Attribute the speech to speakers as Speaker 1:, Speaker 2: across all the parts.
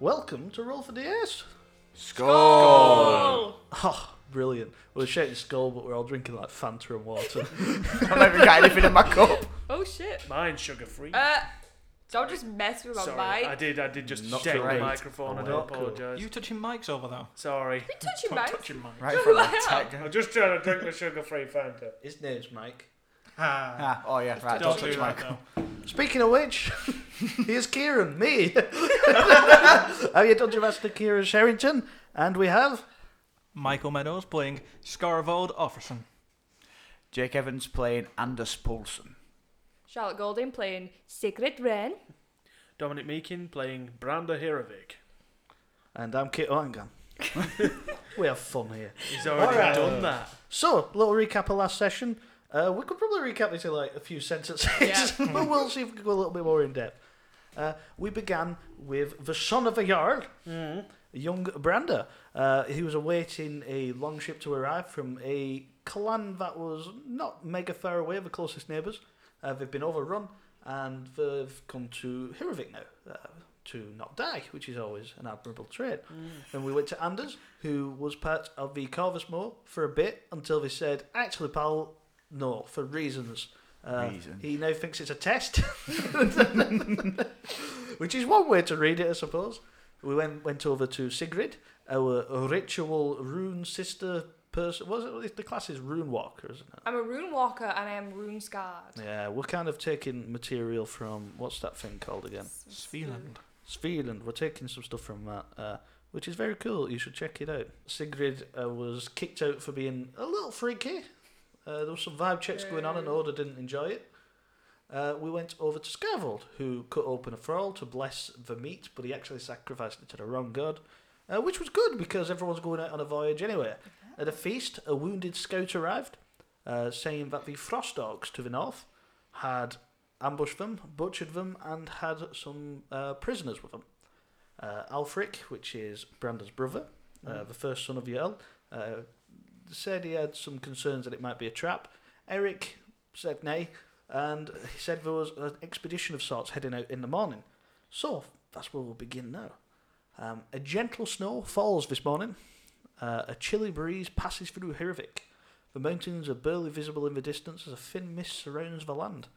Speaker 1: Welcome to Roll for DS.
Speaker 2: Score!
Speaker 1: Oh, brilliant. We're shouting skull, but we're all drinking like Fanta and water.
Speaker 2: I've never got anything in my cup.
Speaker 3: Oh shit.
Speaker 4: Mine's sugar free.
Speaker 3: Uh, don't just mess with my
Speaker 4: Sorry,
Speaker 3: mic.
Speaker 4: I did. I did just
Speaker 1: Not
Speaker 4: shake
Speaker 1: great.
Speaker 4: the microphone. I do
Speaker 1: Not cool.
Speaker 4: apologise.
Speaker 5: You touching mics over though?
Speaker 4: Sorry.
Speaker 3: Be touching
Speaker 5: Stop
Speaker 3: mics.
Speaker 5: touching mics.
Speaker 2: Right from the
Speaker 3: Wow.
Speaker 2: tech.
Speaker 4: I'm just trying to drink the sugar-free Fanta.
Speaker 1: His name's Mike.
Speaker 5: Ah.
Speaker 2: Ah, oh yeah, right.
Speaker 5: Don't
Speaker 2: Don't
Speaker 5: do
Speaker 2: touch my
Speaker 5: that
Speaker 2: cup.
Speaker 5: though.
Speaker 1: Speaking of which, here's Kieran, me. Have you done your master Kieran Sherrington? And we have.
Speaker 5: Michael Meadows playing Scarvold Offerson.
Speaker 2: Jake Evans playing Anders Poulsen.
Speaker 3: Charlotte Golding playing Secret Ren.
Speaker 4: Dominic Meakin playing Branda Hirovic.
Speaker 1: And I'm Kit Oangan. we have fun here.
Speaker 4: He's already
Speaker 1: Alright.
Speaker 4: done that.
Speaker 1: So, little recap of last session. Uh, we could probably recap this in like a few sentences, but we'll see if we can go a little bit more in depth. Uh, we began with the son of a yard, young Branda. Uh, he was awaiting a long ship to arrive from a clan that was not mega far away, the closest neighbours. Uh, they've been overrun and they've come to Hirovik now uh, to not die, which is always an admirable trait. And we went to Anders, who was part of the Corvus Moor for a bit until they said, actually, pal, no, for reasons. Uh,
Speaker 2: Reasons.
Speaker 1: He now thinks it's a test, which is one way to read it, I suppose. We went went over to Sigrid, our ritual rune sister person. Was it the class is rune walker, isn't it?
Speaker 3: I'm a rune walker and I am rune scarred.
Speaker 1: Yeah, we're kind of taking material from what's that thing called again?
Speaker 5: Svealand.
Speaker 1: Svealand. We're taking some stuff from that, uh, which is very cool. You should check it out. Sigrid uh, was kicked out for being a little freaky. Uh, there was some vibe checks going on, and Oda didn't enjoy it. Uh, we went over to Scavold, who cut open a thrall to bless the meat, but he actually sacrificed it to the wrong god, uh, which was good because everyone's going out on a voyage anyway. At a feast, a wounded scout arrived, uh, saying that the frost dogs to the north had ambushed them, butchered them, and had some uh, prisoners with them. Uh, Alfric, which is Branda's brother, uh, the first son of Yael, uh, said he had some concerns that it might be a trap. Eric said nay, and he said there was an expedition of sorts heading out in the morning. So that's where we'll begin now. Um, a gentle snow falls this morning. Uh, a chilly breeze passes through Hirvik. The mountains are barely visible in the distance as a thin mist surrounds the land.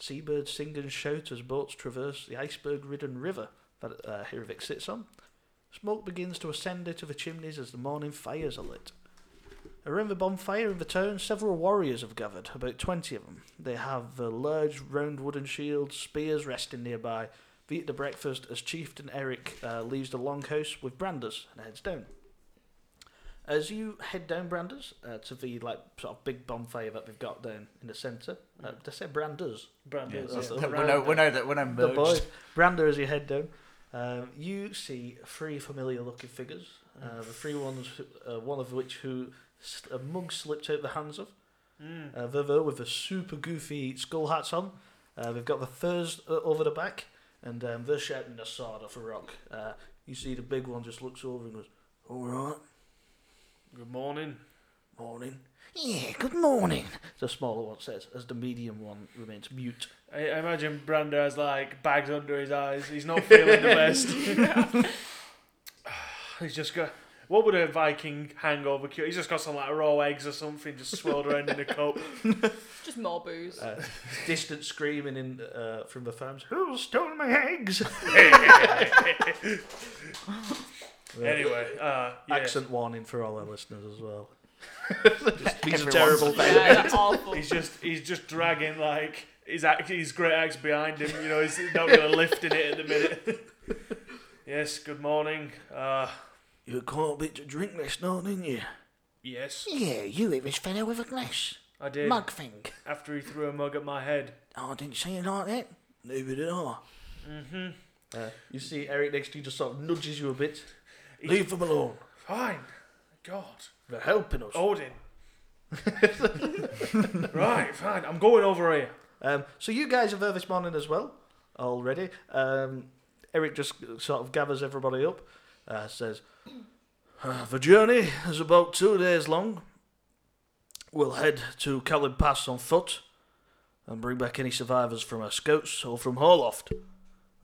Speaker 1: Seabirds sing and shout as boats traverse the iceberg ridden river that uh, Hirvik sits on. Smoke begins to ascend out of the chimneys as the morning fires are lit. Around the bonfire in the town, several warriors have gathered, about 20 of them. They have uh, large, round wooden shields, spears resting nearby. They eat the breakfast as Chieftain Eric uh, leaves the longhouse with Branders and heads down. As you head down Branders uh, to the like sort of big bonfire that they've got down in the centre, uh, did I say Branders?
Speaker 4: Branda.
Speaker 1: Yeah, that's
Speaker 4: yeah.
Speaker 1: the-
Speaker 2: When I, when I, when I
Speaker 1: the boy,
Speaker 2: merged.
Speaker 1: Brander, as you head down, um, you see three familiar-looking figures. Uh, the three ones, who- uh, one of which who s- a mug slipped out the hands of.
Speaker 4: Mm.
Speaker 1: Uh, they're there with the super goofy skull hats on. Uh, they've got the furs uh, over the back, and um, they're shouting a sword off a rock. Uh, you see the big one just looks over and goes, "All right,
Speaker 4: Good morning.
Speaker 1: morning." Yeah, good morning. The smaller one says, as the medium one remains mute.
Speaker 4: I, I imagine Branda has like bags under his eyes. He's not feeling the best. He's just got. What would a Viking hangover cure? He's just got some like raw eggs or something just swirled around in a cup.
Speaker 3: Just more booze.
Speaker 1: Uh, distant screaming in uh, from the fans. Who stole my eggs?
Speaker 4: Anyway, uh, yeah.
Speaker 1: Accent warning for all our listeners as well.
Speaker 2: Everyone.
Speaker 3: yeah, that's awful.
Speaker 4: He's just he's just dragging like his act, his great axe behind him. You know, he's not gonna lift in it at the minute. yes. Good morning. Uh,
Speaker 1: You caught a bit to drink this now, didn't you?
Speaker 4: yes,
Speaker 1: Yeah, you hit this fellow with a glass.
Speaker 4: I did.
Speaker 1: Mug thing.
Speaker 4: After he threw a mug at my head.
Speaker 1: Oh, I didn't see it like that. Neither did I.
Speaker 4: Mm-hmm.
Speaker 1: Uh, you see Eric next to you just sort of nudges you a bit.
Speaker 4: He-
Speaker 1: Leave them alone.
Speaker 4: Fine. God.
Speaker 1: They're helping us.
Speaker 4: Odin. right, fine. I'm going over here.
Speaker 1: Um, so you guys are there this morning as well, already. Um, Eric just sort of gathers everybody up, uh, says, "Uh, The journey is about two days long. We'll head to Callum Pass on foot and bring back any survivors from our scouts or from Horloft.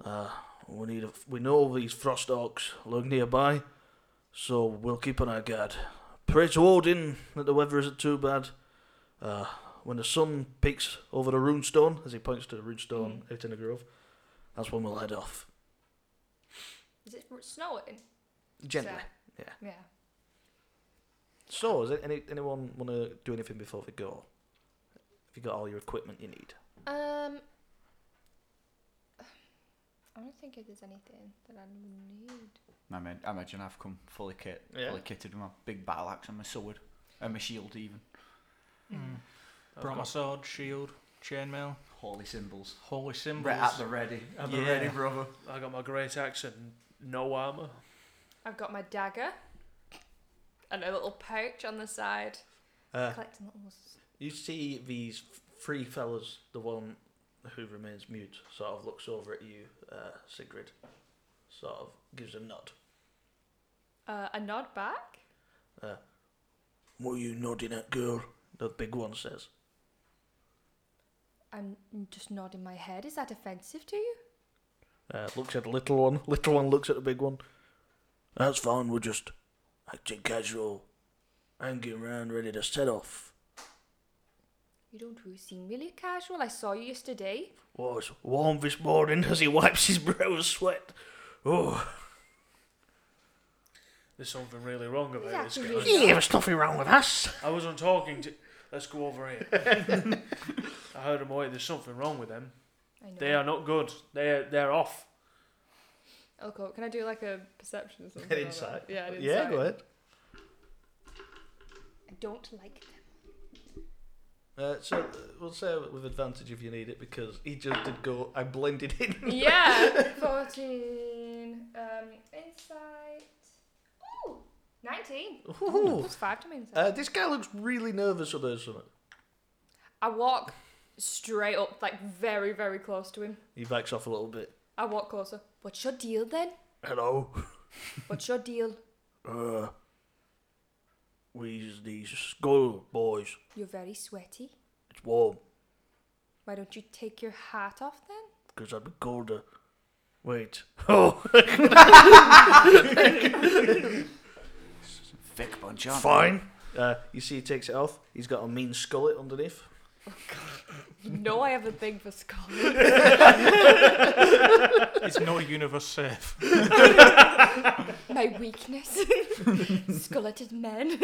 Speaker 1: Uh, We need. A, we know these frost orcs live nearby, so we'll keep on our guard. Pray to Odin that the weather isn't too bad. Uh, when the sun peaks over the runestone, as he points to the runestone out in the grove, that's when we'll head off.
Speaker 3: Is it r- snowing?
Speaker 1: Gently.
Speaker 3: So- Yeah.
Speaker 1: So, is it any, anyone want to do anything before we go? Have you got all your equipment you need?
Speaker 3: Um. I don't think if there's anything that I need.
Speaker 5: I mean, I imagine I've come fully kit,
Speaker 1: Yeah.
Speaker 5: fully kitted with my big battle axe and my sword and my shield even.
Speaker 6: Brought my sword, shield, chainmail,
Speaker 5: Holy symbols.
Speaker 6: holy symbols.
Speaker 5: Right at the ready. At the ready,
Speaker 6: Yeah.
Speaker 5: brother.
Speaker 4: I got my great axe and no armor.
Speaker 3: I've got my dagger and a little pouch on the side.
Speaker 1: Uh,
Speaker 3: Collecting little. s-
Speaker 1: You see these f- three fellas, the one who remains mute, sort of looks over at you, uh, Sigrid, sort of gives a nod.
Speaker 3: Uh, a nod back.
Speaker 1: What are you nodding at, girl? The big one says.
Speaker 3: I'm just nodding my head. Is that offensive to you?
Speaker 1: Uh, looks at the little one. Little one looks at the big one. That's fine, we're just acting casual, hanging around, ready to set off.
Speaker 3: You don't really seem really casual. I saw you yesterday.
Speaker 1: Oh, it's warm this morning as he wipes his brow with sweat. Oh,
Speaker 4: There's something really wrong about
Speaker 3: Yeah,
Speaker 4: this guy.
Speaker 3: really.
Speaker 1: yeah, there's nothing wrong with us.
Speaker 4: I wasn't talking to. Let's go over here. I heard him away. There's something wrong with them.
Speaker 3: I know.
Speaker 4: They are not good. They're they're off.
Speaker 3: Elko, Oh, can I do like a perception or something?
Speaker 1: An
Speaker 3: like
Speaker 1: insight.
Speaker 3: that? Yeah, an
Speaker 1: Yeah,
Speaker 3: insight.
Speaker 1: go ahead.
Speaker 3: I don't like them.
Speaker 1: Uh, so uh, we'll say with advantage if you need it because he just did go. I blended in.
Speaker 3: yeah, 14. Um, insight. Ooh, 19.
Speaker 1: Ooh.
Speaker 3: Plus 5 to my insight.
Speaker 1: Uh, this guy looks really nervous about something.
Speaker 3: I walk straight up, like very, very close to him.
Speaker 1: He backs off a little bit.
Speaker 3: I walk closer. What's your deal then?
Speaker 1: Hello.
Speaker 3: What's your deal?
Speaker 1: Uh, we's these skull boys.
Speaker 3: You're very sweaty.
Speaker 1: It's warm
Speaker 3: Why don't you take your hat off then?
Speaker 1: because I've been colder. Wait. Oh,
Speaker 5: Thick bunch, aren't
Speaker 1: fine. Uh, you see, he takes it off. He's got a mean skullet underneath.
Speaker 3: You know I have a thing for skull.
Speaker 6: It's no universe safe.
Speaker 3: My weakness. Skeleted men.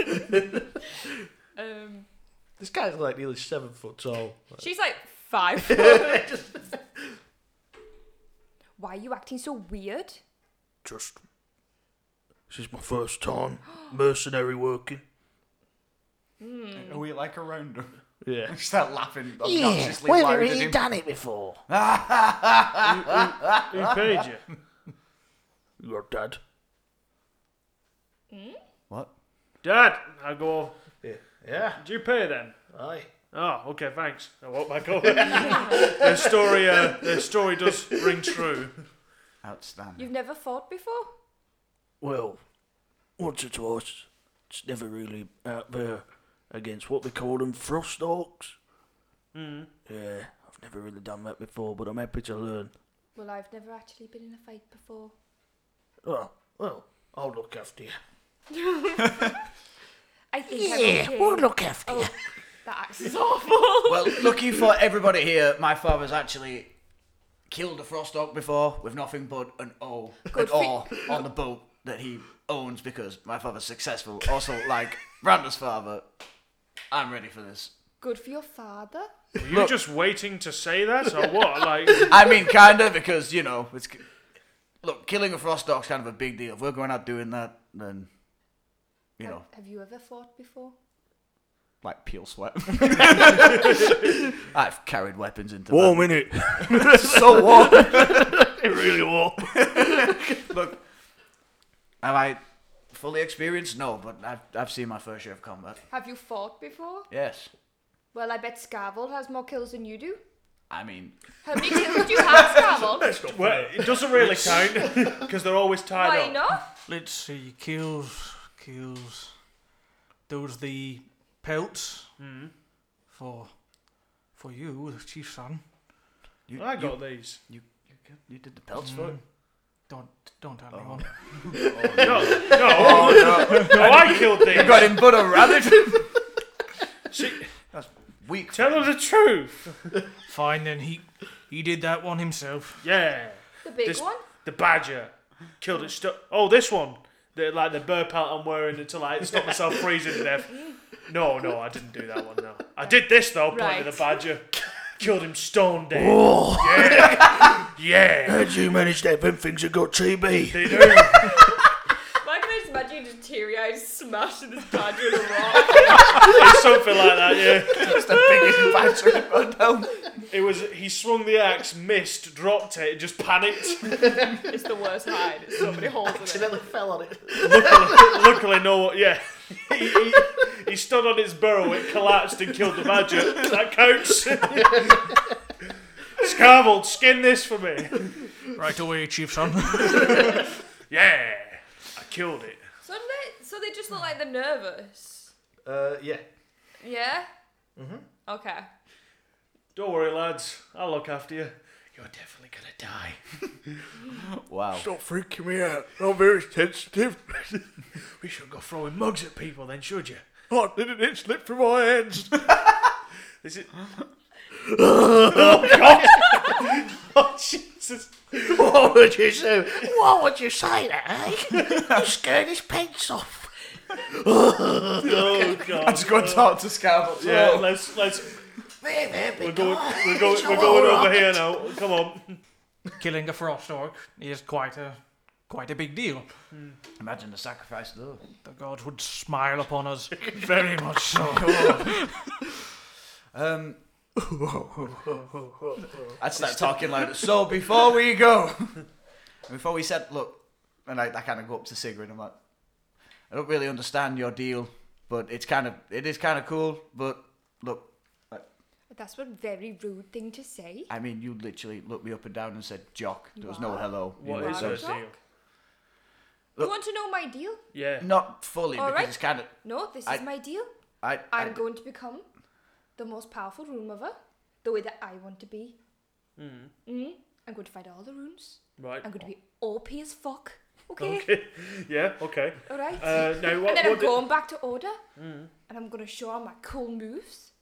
Speaker 3: um,
Speaker 1: This guy's like nearly seven foot tall.
Speaker 3: she's like five. Why are you acting so weird?
Speaker 1: Just. This is my first time mercenary working.
Speaker 5: they? Are we like a rounder?
Speaker 1: Yeah.
Speaker 5: Start laughing.
Speaker 1: Yeah,
Speaker 5: obnoxiously
Speaker 1: well,
Speaker 5: louder
Speaker 1: have
Speaker 5: than
Speaker 1: you
Speaker 5: him.
Speaker 1: done it before?
Speaker 4: Who paid you?
Speaker 1: Your dad.
Speaker 5: What?
Speaker 4: Dad. I go.
Speaker 1: Yeah. Yeah.
Speaker 4: Did you pay them?
Speaker 1: Aye.
Speaker 4: Oh, okay, thanks. I walk back over. their story, uh, their story does ring true.
Speaker 5: Outstanding.
Speaker 3: You've never fought before?
Speaker 1: Well, once or twice. It's never really out there against what we call them frost orcs. Hmm.
Speaker 4: Mm.
Speaker 1: Yeah, I've never really done that before, but I'm happy to learn.
Speaker 3: Well, I've never actually been in a fight before.
Speaker 1: Oh, well, I'll look after you.
Speaker 3: I think
Speaker 1: Yeah,
Speaker 3: I'm okay.
Speaker 1: we'll look after you.
Speaker 3: Oh, that axe is awful.
Speaker 5: well, lucky for everybody here, my father's actually killed a frost orc before with nothing but an O, an
Speaker 3: Good
Speaker 5: oar on the boat that he owns because my father's successful. Also, like Brando's father, I'm ready for this.
Speaker 3: Good for your father.
Speaker 4: Were you just waiting to say that, or what? Like,
Speaker 5: I mean, kind of because you know it's look killing a frost orc's kind of a big deal. If we're going out doing that, then you know,
Speaker 3: Have, have you ever fought before?
Speaker 5: like peel sweat. I've carried weapons into
Speaker 1: Warm, innit?
Speaker 5: that. so warm.
Speaker 1: it really warm.
Speaker 5: Look, am I fully experienced? No, but I've, I've seen my fair share of combat.
Speaker 3: Have you fought before?
Speaker 5: Yes.
Speaker 3: Well, I bet Scarvel has more kills than you do.
Speaker 5: I mean,
Speaker 3: How many kills do you have, Scarvel?
Speaker 4: well, it doesn't really count because they're always tied
Speaker 3: Why
Speaker 4: up.
Speaker 3: not?
Speaker 6: Let's see, kills, kills. There was the pelts for for you, the chief's son.
Speaker 5: you,
Speaker 4: I
Speaker 5: you,
Speaker 4: got these.
Speaker 1: Hmm.
Speaker 5: you did the pelts for it. Don't don't tell anyone.
Speaker 4: No, no, no, I killed
Speaker 1: I
Speaker 4: these.
Speaker 1: got him but a rabbit. That's weak.
Speaker 4: Tell her the truth.
Speaker 5: Fine then. He he did that one himself.
Speaker 4: Yeah,
Speaker 3: The big
Speaker 4: This-
Speaker 3: one?
Speaker 4: the badger killed it. Stu- oh, this one. The, like the burp out I'm wearing to like stop myself freezing to death. No, no, I didn't do that one. No, I did this though. Pointing to the badger, killed him stone dead. Yeah, yeah,
Speaker 6: How'd you manage that when things have got TB?
Speaker 4: they do.
Speaker 3: Why can I just imagine you just teary eyed smashing this badger in a rock?
Speaker 4: It's something like that. Yeah,
Speaker 1: That's the biggest badger I've run down.
Speaker 4: it was. He swung the axe, missed, dropped it, and just panicked.
Speaker 3: it's the worst hide. It's so many holes in it.
Speaker 6: Accidentally fell on it.
Speaker 4: luckily, luckily no one, yeah. He, he, he stood on his burrow, it collapsed and killed the badger. That counts. Scarvold, skin this for me.
Speaker 5: Right away, chief son.
Speaker 4: Yeah, I killed it.
Speaker 3: So they, so they just look like they're nervous.
Speaker 6: Uh, yeah.
Speaker 3: Yeah? Mm-hmm. Okay.
Speaker 4: Don't worry, lads, I'll look after you. You're definitely gonna die.
Speaker 1: Wow.
Speaker 4: Don't freak me out. I'm very sensitive. we shouldn't go throwing mugs at people then, should you? Oh, didn't it slip from my hands? This is. oh, God! oh, Jesus!
Speaker 6: What would you say? What would you say there, eh? you scared his pants off.
Speaker 4: Oh, God.
Speaker 1: I just go and talk to Scarlet.
Speaker 4: Yeah, let's let's.
Speaker 6: There, there,
Speaker 4: We're
Speaker 6: big
Speaker 4: going.
Speaker 6: guy.
Speaker 4: We're going.
Speaker 6: It's
Speaker 4: We're
Speaker 6: all
Speaker 4: going over
Speaker 6: right.
Speaker 4: here now. Come on.
Speaker 5: Killing a frost orc is quite a quite a big deal.
Speaker 1: Imagine the sacrifice though.
Speaker 5: The gods would smile upon us very much so.
Speaker 1: Um, I'd start talking louder. So before we go, before we said, look, and I, I kind of go up to Sigrid. I'm like, I don't really understand your deal, but it's kind of, it is kind of cool. But look,
Speaker 3: That's one very rude thing to say.
Speaker 1: I mean, you literally looked me up and down and said jock. There was no
Speaker 3: Wow.
Speaker 1: hello. You
Speaker 4: What
Speaker 1: were
Speaker 4: is
Speaker 1: so-
Speaker 4: our deal?
Speaker 3: You want to know my deal?
Speaker 4: Yeah.
Speaker 1: Not fully
Speaker 3: All
Speaker 1: because
Speaker 3: right.
Speaker 1: it's kind of.
Speaker 3: No, this
Speaker 1: I-
Speaker 3: is my deal.
Speaker 1: I,
Speaker 3: I'm
Speaker 1: I-
Speaker 3: going to become the most powerful rune mother, the way that I want to be. Mm. I'm going to find all the runes.
Speaker 4: Right.
Speaker 3: I'm going to be OP as fuck. Okay?
Speaker 4: Okay. Yeah. Okay.
Speaker 3: All right.
Speaker 4: Uh, now what?
Speaker 3: and then I'm
Speaker 4: what did- Mm.
Speaker 3: going back to order, and I'm going to show all my cool moves.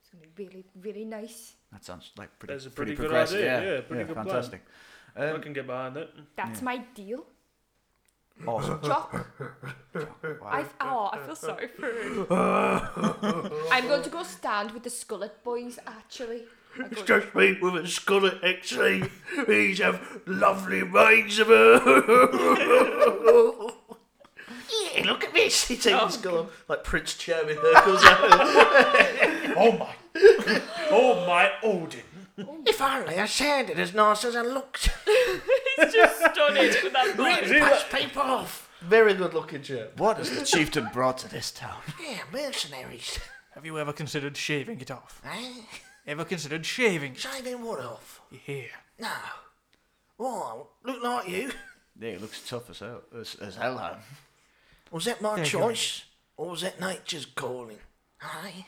Speaker 3: It's going to be really, really nice.
Speaker 1: that sounds like pretty.
Speaker 4: That's a pretty good
Speaker 1: progressive.
Speaker 4: idea,
Speaker 1: Yeah.
Speaker 4: yeah, pretty good plan.
Speaker 1: fantastic.
Speaker 4: I can get behind it.
Speaker 3: That's my deal.
Speaker 1: Awesome.
Speaker 3: Jock. I, oh, I feel sorry for him. I'm going to go stand with the Skullet boys, actually. I'm going-
Speaker 6: Just me with a skull at XC. These have lovely minds of her. yeah, look at this. He takes his skull off, like Prince Charming goes out.
Speaker 4: Oh my. oh my Odin.
Speaker 6: if only I sounded as nice as I looked.
Speaker 3: He's just stunning with that
Speaker 4: Is
Speaker 3: voice.
Speaker 4: he
Speaker 6: Push
Speaker 4: like-
Speaker 6: people off. Very good looking chap.
Speaker 1: What has the chieftain brought to this town?
Speaker 6: Yeah, mercenaries.
Speaker 5: Have you ever considered shaving it off?
Speaker 6: Eh?
Speaker 5: Ever considered shaving?
Speaker 6: Shaving what off?
Speaker 5: Yeah.
Speaker 6: No. Why? Look like you.
Speaker 1: Yeah, it looks tough as hell. As, as hell, huh?
Speaker 6: Was that my
Speaker 5: There you go.
Speaker 6: choice? Or was that nature's calling? Aye.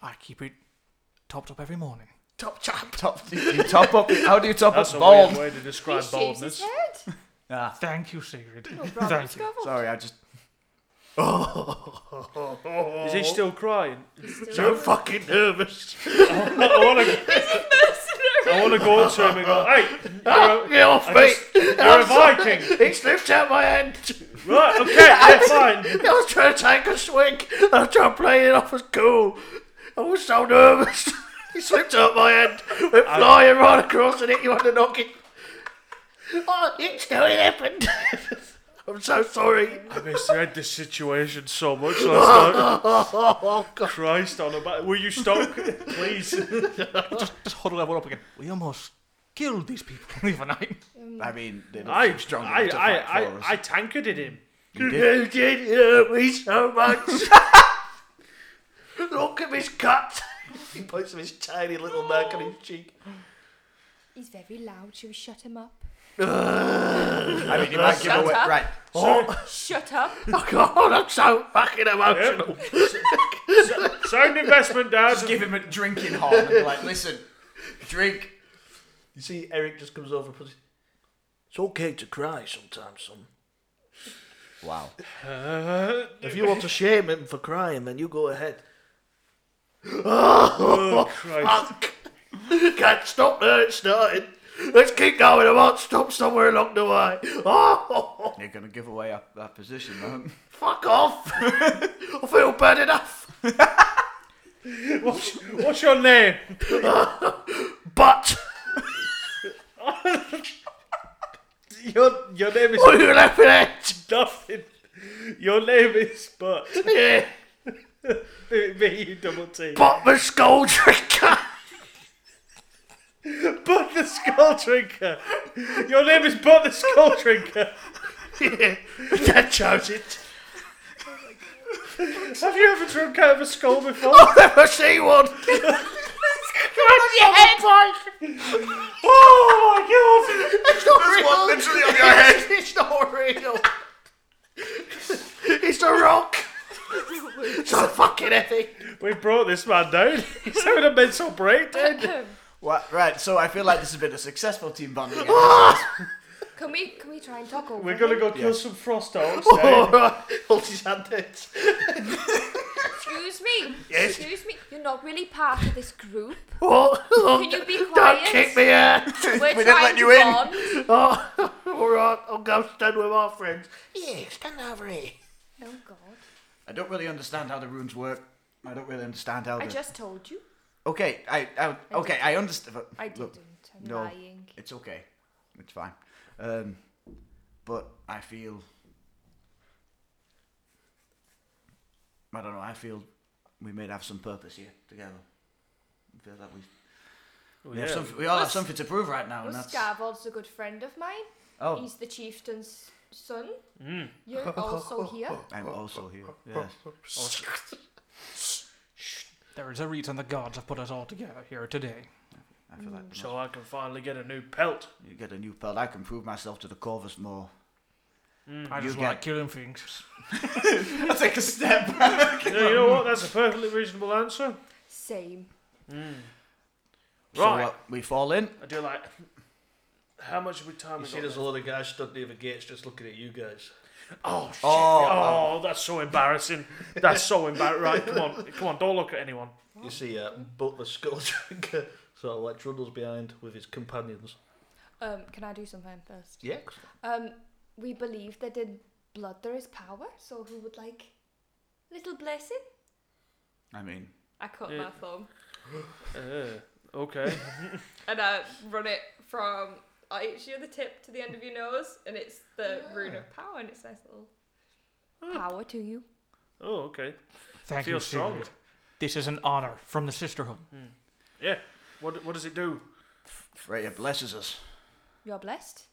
Speaker 5: I keep it topped up every morning.
Speaker 6: Top chap.
Speaker 1: Top, you, you top up. How do you top
Speaker 4: That's
Speaker 1: up
Speaker 4: a
Speaker 1: bald?
Speaker 4: weird way to
Speaker 3: He
Speaker 4: describe
Speaker 3: shaves his
Speaker 4: baldness.
Speaker 3: head.
Speaker 1: Ah,
Speaker 5: Thank you, Sigrid.
Speaker 3: Oh, brother,
Speaker 5: Thank you.
Speaker 3: Scarvel.
Speaker 1: sorry, I just.
Speaker 4: Is he still crying?
Speaker 6: So fucking nervous.
Speaker 4: I want to. I want to go up to him and go, "Hey,
Speaker 6: Ah, Get off
Speaker 4: I just- you're a Viking,
Speaker 6: It slipped out my hand.
Speaker 4: right? Okay, yeah, fine.
Speaker 6: I was trying to take a swing. I was trying to play it off as cool. I was so nervous. It slipped out my hand. Went flying right across and hit you on the noggin. Oh, it's how it happened. I'm so sorry.
Speaker 4: I misread the situation so much last night.
Speaker 6: Oh, oh, oh, God.
Speaker 4: Christ on about. Will you stop, please?
Speaker 5: Just huddle everyone up again. We almost killed these people the other night.
Speaker 1: I mean, they don't
Speaker 4: I,
Speaker 1: seem strong
Speaker 4: I,
Speaker 1: enough to
Speaker 4: I,
Speaker 1: fight
Speaker 4: I,
Speaker 1: for us.
Speaker 4: I tanketed him.
Speaker 6: You did it hurt me so much. Look at his cut. he points to his tiny little mark on his cheek.
Speaker 3: He's very loud. Should we shut him up?
Speaker 1: I, mean, you might give
Speaker 3: Shut
Speaker 1: away.
Speaker 3: up.
Speaker 1: Right.
Speaker 3: Shut up.
Speaker 6: Oh God, I'm so fucking emotional.
Speaker 4: Yep. S- Sound investment, Dad.
Speaker 1: Just give him a drinking horn and be like, listen, drink.
Speaker 6: You see, Eric just comes over and puts. It's okay to cry sometimes, son.
Speaker 1: Wow.
Speaker 6: If you want to shame him for crying, then you go ahead.
Speaker 4: Oh, Christ.
Speaker 6: Fuck! Can't stop there, it started. Let's keep going, I won't stop somewhere along the way. Oh,
Speaker 1: You're gonna give away our, our position, man.
Speaker 6: fuck off! I feel bad enough.
Speaker 4: What's, what's your name?
Speaker 6: But,
Speaker 4: Your, your name is
Speaker 6: what are you laughing at?
Speaker 4: nothing. Your name is but.
Speaker 6: Yeah,
Speaker 4: Me, you double T.
Speaker 6: but the skull drinker.
Speaker 4: But the Skull Drinker. Your name is But the Skull Drinker.
Speaker 6: Yeah, that chose it.
Speaker 4: Have you ever drunk out of a skull before?
Speaker 6: I'll never see one.
Speaker 4: oh my god!
Speaker 6: It's not real.
Speaker 1: one literally on your head.
Speaker 6: It's not real. it's a rock. It's so fucking heavy.
Speaker 4: We brought this man down. He's having a mental breakdown.
Speaker 1: What? Right. So I feel like this has been a successful team bonding.
Speaker 7: Can we can we try and talk over?
Speaker 4: We're gonna go kill
Speaker 1: Yeah.
Speaker 4: some frost eh? dogs.
Speaker 6: All right, hold his hand out.
Speaker 7: Excuse me.
Speaker 6: Yes.
Speaker 7: Excuse me. You're not really part of this group.
Speaker 6: What?
Speaker 7: Can you be
Speaker 6: Don't
Speaker 7: quiet?
Speaker 6: kick me out.
Speaker 7: We're
Speaker 1: didn't
Speaker 7: trying
Speaker 1: let
Speaker 7: to
Speaker 1: you in.
Speaker 7: bond.
Speaker 6: Oh, all right, I'll go stand with my friends. Yeah, stand over here.
Speaker 7: Oh God.
Speaker 1: I don't really understand how the runes work. I don't really understand how. The...
Speaker 7: I just told you.
Speaker 1: Okay. I. I okay. I understand. But
Speaker 7: I
Speaker 1: look,
Speaker 7: didn't. I'm
Speaker 1: no.
Speaker 7: lying.
Speaker 1: It's okay. It's fine. Um, but I feel. I don't know. I feel we may have some purpose here together. I feel that we, we, have some, we all have something to prove right now, and
Speaker 7: Well,
Speaker 1: that's
Speaker 7: Scarvald's a good friend of mine.
Speaker 1: oh,
Speaker 7: He's the chieftain's son. You're also here.
Speaker 1: I'm also here. Yes.
Speaker 5: There is a reason the gods have put us all together here today.
Speaker 1: I feel like
Speaker 4: So I can finally get a new pelt.
Speaker 1: you get a new belt. I can prove myself to the Corvus more.
Speaker 5: I just
Speaker 1: You
Speaker 5: like
Speaker 1: get-
Speaker 5: killing things.
Speaker 1: I take a step back.
Speaker 4: You know, you know what? That's a perfectly reasonable answer.
Speaker 7: Same.
Speaker 1: So
Speaker 4: Right.
Speaker 1: uh, we fall in.
Speaker 4: I do like. How much we time?
Speaker 6: You
Speaker 4: we
Speaker 6: see,
Speaker 4: got
Speaker 6: there's a
Speaker 4: left?
Speaker 6: lot of guys stood near the gates just looking at you guys.
Speaker 4: Oh, shit.
Speaker 1: Oh,
Speaker 4: oh, that's so embarrassing. That's so embarrassing. Right, come on, come on. Don't look at anyone.
Speaker 6: You see, uh, but the skull drinker sort of like trundles behind with his companions.
Speaker 7: Um, can I do something first?
Speaker 6: Yeah.
Speaker 7: Um, we believe that in blood there is power, so who would like a little blessing?
Speaker 1: I mean,
Speaker 7: I cut
Speaker 4: Yeah.
Speaker 7: my phone
Speaker 4: Uh, okay.
Speaker 3: and I run it from each the tip to the end of your nose, and it's the rune of power, and it's nice little.
Speaker 6: Ah.
Speaker 7: power to you.
Speaker 4: Oh, okay.
Speaker 5: Thank
Speaker 4: Feel
Speaker 5: you,
Speaker 4: stronger.
Speaker 5: Sigrid. This is an honor from the sisterhood.
Speaker 4: Yeah. What What does it do?
Speaker 1: Freya blesses us.
Speaker 7: You're blessed.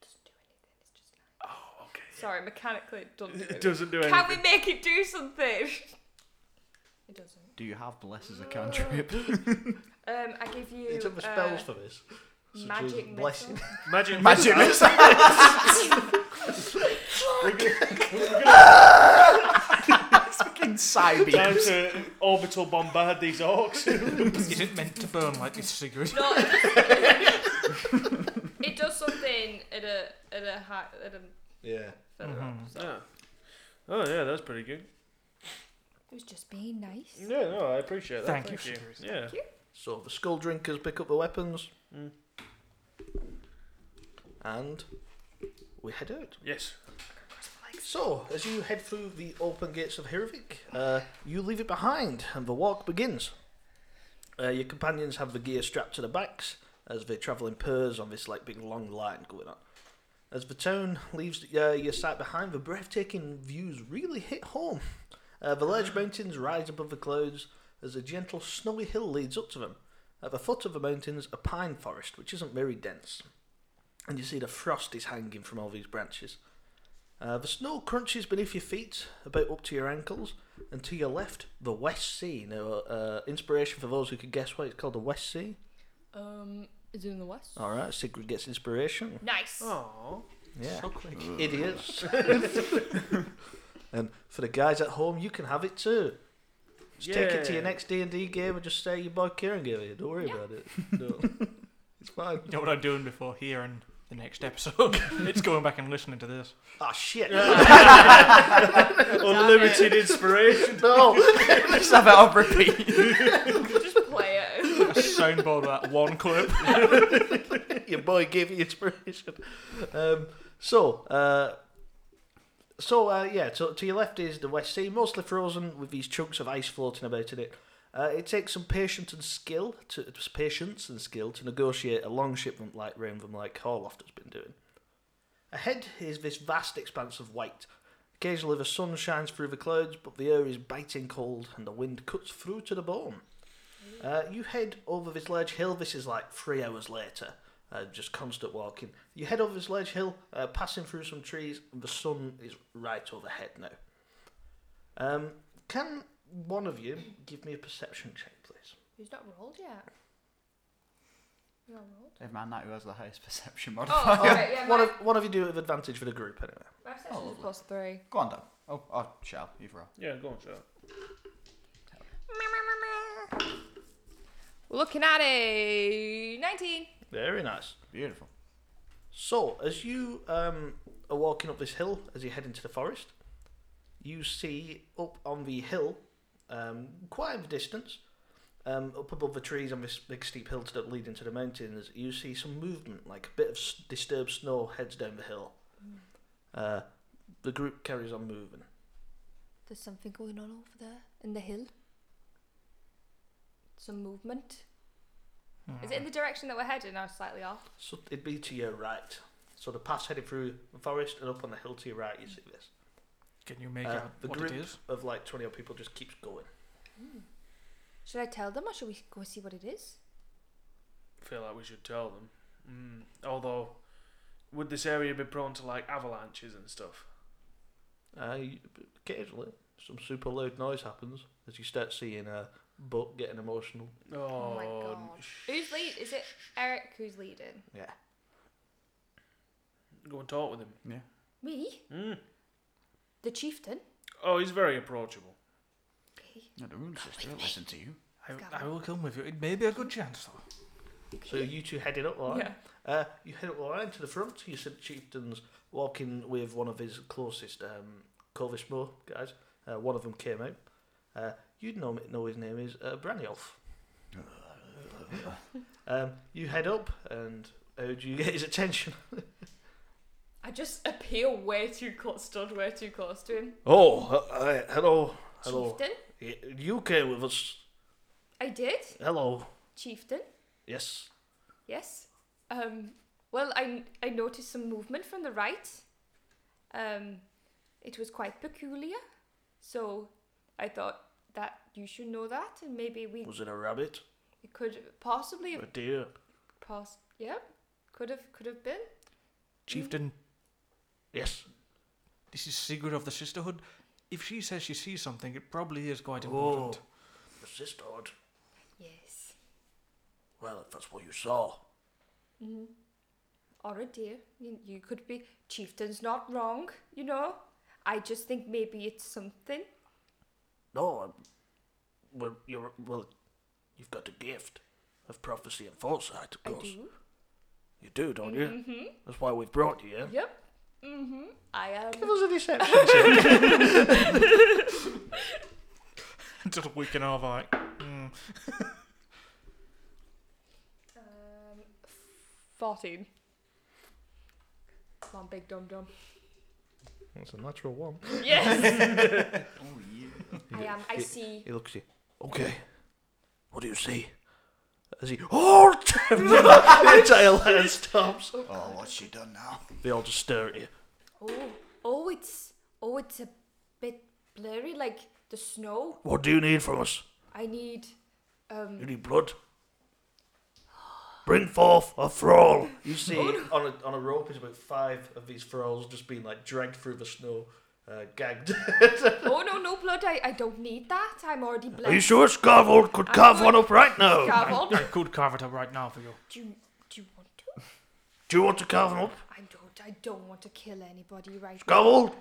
Speaker 3: Doesn't do anything. It's just nice.
Speaker 4: Oh, okay.
Speaker 3: Sorry, mechanically it doesn't. Do
Speaker 4: It
Speaker 3: anything.
Speaker 4: doesn't do anything.
Speaker 3: Can we make it do something?
Speaker 7: It doesn't.
Speaker 1: Do you have bless as a cantrip?
Speaker 3: Um, I give you.
Speaker 6: It's up for
Speaker 3: uh,
Speaker 6: spells for this. Such as
Speaker 3: magic
Speaker 6: blessing.
Speaker 3: missile.
Speaker 4: Magic.
Speaker 1: Magic
Speaker 4: missile.
Speaker 1: missile.
Speaker 4: We're gonna-
Speaker 1: fucking side
Speaker 4: Down to orbital bombard these orcs.
Speaker 5: is it meant to burn like this, Sigrid?
Speaker 3: No, it does, it does something at a at a high at a
Speaker 6: Yeah.
Speaker 3: further
Speaker 6: Mm-hmm.
Speaker 3: up. So.
Speaker 4: yeah. Oh yeah, that's pretty good.
Speaker 7: It was just being nice.
Speaker 4: Yeah, no, I appreciate that.
Speaker 5: Thank
Speaker 4: Thank,
Speaker 5: you,
Speaker 4: you.
Speaker 5: Sirius.
Speaker 4: Yeah.
Speaker 6: So the skull drinkers pick up the weapons. And we head out.
Speaker 4: Yes.
Speaker 6: So, as you head through the open gates of Hirvik, uh, you leave it behind and the walk begins. Uh, your companions have the gear strapped to their backs as they travel in pairs on this like big long line going on. As the town leaves uh, your sight behind, the breathtaking views really hit home. Uh, the large mountains rise above the clouds as a gentle snowy hill leads up to them. At the foot of the mountains, a pine forest which isn't very dense, and you see the frost is hanging from all these branches. Uh, the snow crunches beneath your feet, about up to your ankles, and to your left, the West Sea. Now, uh, inspiration for those who could guess why it's called the West Sea.
Speaker 7: Um, is it in the west?
Speaker 6: All right, Sigrid gets inspiration.
Speaker 3: Nice.
Speaker 4: Oh.
Speaker 6: Yeah,
Speaker 5: So quick.
Speaker 6: idiots. and for the guys at home, you can have it too. Just take it to your
Speaker 4: Yeah.
Speaker 6: next D and D game and just say your boy Kieran gave it. you. Don't worry
Speaker 7: Yeah.
Speaker 6: about it. No. it's fine.
Speaker 5: You know what I'm doing before here and the next episode. it's going back and listening to this.
Speaker 6: Ah, shit.
Speaker 4: Unlimited inspiration.
Speaker 6: no.
Speaker 1: Just have it on repeat.
Speaker 3: Just play it.
Speaker 5: A soundboard of that one clip.
Speaker 6: Your boy gave you inspiration. Um, so, uh, so uh, yeah, so to your left is the West Sea, mostly frozen with these chunks of ice floating about in it. Uh, it takes some patience and skill to patience and skill to negotiate a long shipment like round them, like Horloft has been doing. Ahead is this vast expanse of white. Occasionally the sun shines through the clouds, but the air is biting cold and the wind cuts through to the bone. Uh, you head over this large hill. This is like three hours later. Uh, just constant walking. You head over this large hill, uh, passing through some trees, and the sun is right overhead now. Um, can one of you give me a perception check, please?
Speaker 3: He's not rolled yet. You're not rolled.
Speaker 1: If man, that who has the highest perception
Speaker 3: Oh,
Speaker 1: modifier.
Speaker 3: okay, yeah.
Speaker 6: One
Speaker 3: My,
Speaker 6: of one of you do it with advantage for the group, anyway.
Speaker 3: my perception's
Speaker 1: Oh.
Speaker 3: plus three.
Speaker 1: Go on, Dan. Oh, oh, shall either. or.
Speaker 4: Yeah, go on, Charlie.
Speaker 3: Looking at a 19.
Speaker 6: Very nice.
Speaker 1: Beautiful.
Speaker 6: So, as you um, are walking up this hill, as you head into the forest, you see up on the hill, um, quite a distance, um, up above the trees on this big steep hill to lead into the mountains, you see some movement, like a bit of s- disturbed snow heads down the hill. Uh, the group carries on moving.
Speaker 3: There's something going on over there in the hill. Some movement.
Speaker 5: Hmm.
Speaker 3: Is it in the direction that we're heading? I was slightly off.
Speaker 6: So it'd be to your right. So the path's headed through the forest and up on the hill to your right, you see this.
Speaker 5: Can you make
Speaker 6: Uh,
Speaker 5: out
Speaker 6: the
Speaker 5: what
Speaker 6: group
Speaker 5: it is?
Speaker 6: of like 20 odd people just keeps going.
Speaker 3: Hmm. Should I tell them or should we go see what it is?
Speaker 4: feel like we should tell them. Mm. Although, would this area be prone to like avalanches and stuff?
Speaker 6: Uh, you- occasionally, some super loud noise happens as you start seeing a buck getting emotional.
Speaker 4: Oh,
Speaker 3: my God. Who's lead? Is it Eric who's leading?
Speaker 6: Yeah.
Speaker 4: Go and talk with him.
Speaker 1: Yeah.
Speaker 3: Me?
Speaker 4: Mm.
Speaker 3: The chieftain?
Speaker 4: Oh, he's very approachable.
Speaker 3: Okay.
Speaker 1: No, the rune's just don't listen to you.
Speaker 5: I, I will come with you. It may be a good chance though.
Speaker 6: So you two headed up the line.
Speaker 3: Yeah.
Speaker 6: Uh, you head up the line to the front. You see the chieftain's walking with one of his closest um, Corvismo guys. Uh, one of them came out. Uh, you'd know, know his name is uh, Braniolf. um, you head up, and how do you get his attention?
Speaker 3: I just appear way too close, stood way too close to him.
Speaker 6: Oh, uh, hello. Hello.
Speaker 3: Chieftain?
Speaker 6: You came with us.
Speaker 3: I did.
Speaker 6: Hello.
Speaker 3: Chieftain?
Speaker 6: Yes.
Speaker 3: Yes. Um, well, I, I noticed some movement from the right. Um, it was quite peculiar. So I thought that you should know that, and maybe we
Speaker 6: Was it a rabbit?
Speaker 3: it could possibly
Speaker 6: A
Speaker 3: have
Speaker 6: deer?
Speaker 3: passed. Yeah, could have could have been.
Speaker 5: Chieftain,
Speaker 6: Yes.
Speaker 5: this is Sigurd of the Sisterhood. If she says she sees something, it probably is quite important.
Speaker 6: The sisterhood.
Speaker 3: Yes,
Speaker 6: Well, if that's what you saw.
Speaker 3: or a deer. You, you could be chieftain's not wrong. You know, I just think maybe it's something.
Speaker 6: No, I'm, well, you're well. You've got the gift of prophecy and foresight, of
Speaker 3: I
Speaker 6: course.
Speaker 3: do.
Speaker 6: You do, don't you? Mm-hmm. That's why we've brought you here.
Speaker 3: Yep. Mhm. I am.
Speaker 6: Give us a deception check.
Speaker 5: Just a week and a half, like, mm.
Speaker 3: Um, 14. Come on, big dum dum.
Speaker 6: That's a natural one.
Speaker 3: Yes!
Speaker 1: Oh yeah.
Speaker 3: I am. I see.
Speaker 6: He looks at you. Okay. What do you see? As he, oh, the entire line stops.
Speaker 1: Oh, what's she done now?
Speaker 6: They all just stare at you.
Speaker 3: Oh, oh, it's oh, it's a bit blurry, like the snow.
Speaker 6: What do you need from us?
Speaker 3: I need.
Speaker 6: You
Speaker 3: Um,
Speaker 6: need blood. Bring forth a thrall. You see, on a, on a rope is about five of these thralls just being like dragged through the snow, uh, gagged.
Speaker 3: oh no, no blood. I, I don't need that. I'm already blessed.
Speaker 6: Are you sure Scarvold could
Speaker 3: I
Speaker 6: carve
Speaker 3: would-
Speaker 6: one up right now?
Speaker 3: Carvel,
Speaker 5: I could carve it up right now for you.
Speaker 3: do you, do you want to?
Speaker 6: Do you want to carve one up,
Speaker 3: I don't. I don't want to kill anybody right
Speaker 6: Scarvold?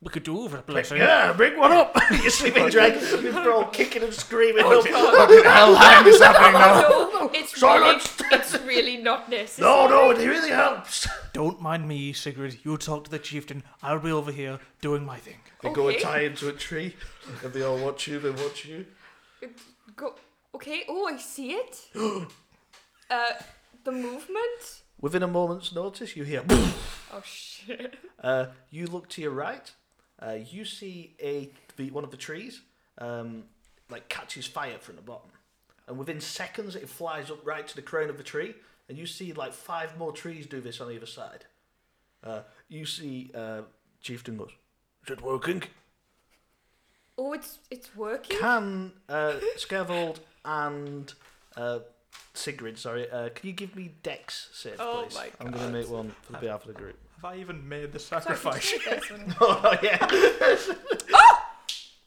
Speaker 5: We could do over eh? a blessing.
Speaker 6: Yeah, bring one up. Oh, you see me drag the thrall kicking and screaming. up.
Speaker 1: Hell, hang is happening now.
Speaker 3: now. No,
Speaker 6: no,
Speaker 3: It's really,
Speaker 6: silence.
Speaker 3: it's really not necessary.
Speaker 6: no, no, it really helps.
Speaker 5: Don't mind me, Sigrid. You talk to the chieftain. I'll be over here doing my thing.
Speaker 6: They go and
Speaker 3: Okay.
Speaker 6: tie into a tree, and they all watch you. They watch you.
Speaker 3: Go. Okay. Oh, I see it. uh, the movement.
Speaker 6: Within a moment's notice, you hear.
Speaker 3: Oh shit.
Speaker 6: Uh, you look to your right. Uh, you see a the, one of the trees um, like catches fire from the bottom, and within seconds it flies up right to the crown of the tree, and you see like five more trees do this on either side. Uh, you see uh, Chieftain goes, "Is it working?"
Speaker 3: Oh, it's it's working.
Speaker 6: Can uh, Scavold and uh, Sigrid, sorry, uh, can you give me Dex saves,
Speaker 5: Oh
Speaker 6: please?
Speaker 5: my
Speaker 6: I'm going to make one for the behalf of the group.
Speaker 5: Have I even made the
Speaker 3: Sorry,
Speaker 5: sacrifice?
Speaker 3: you take this one.
Speaker 6: oh yeah,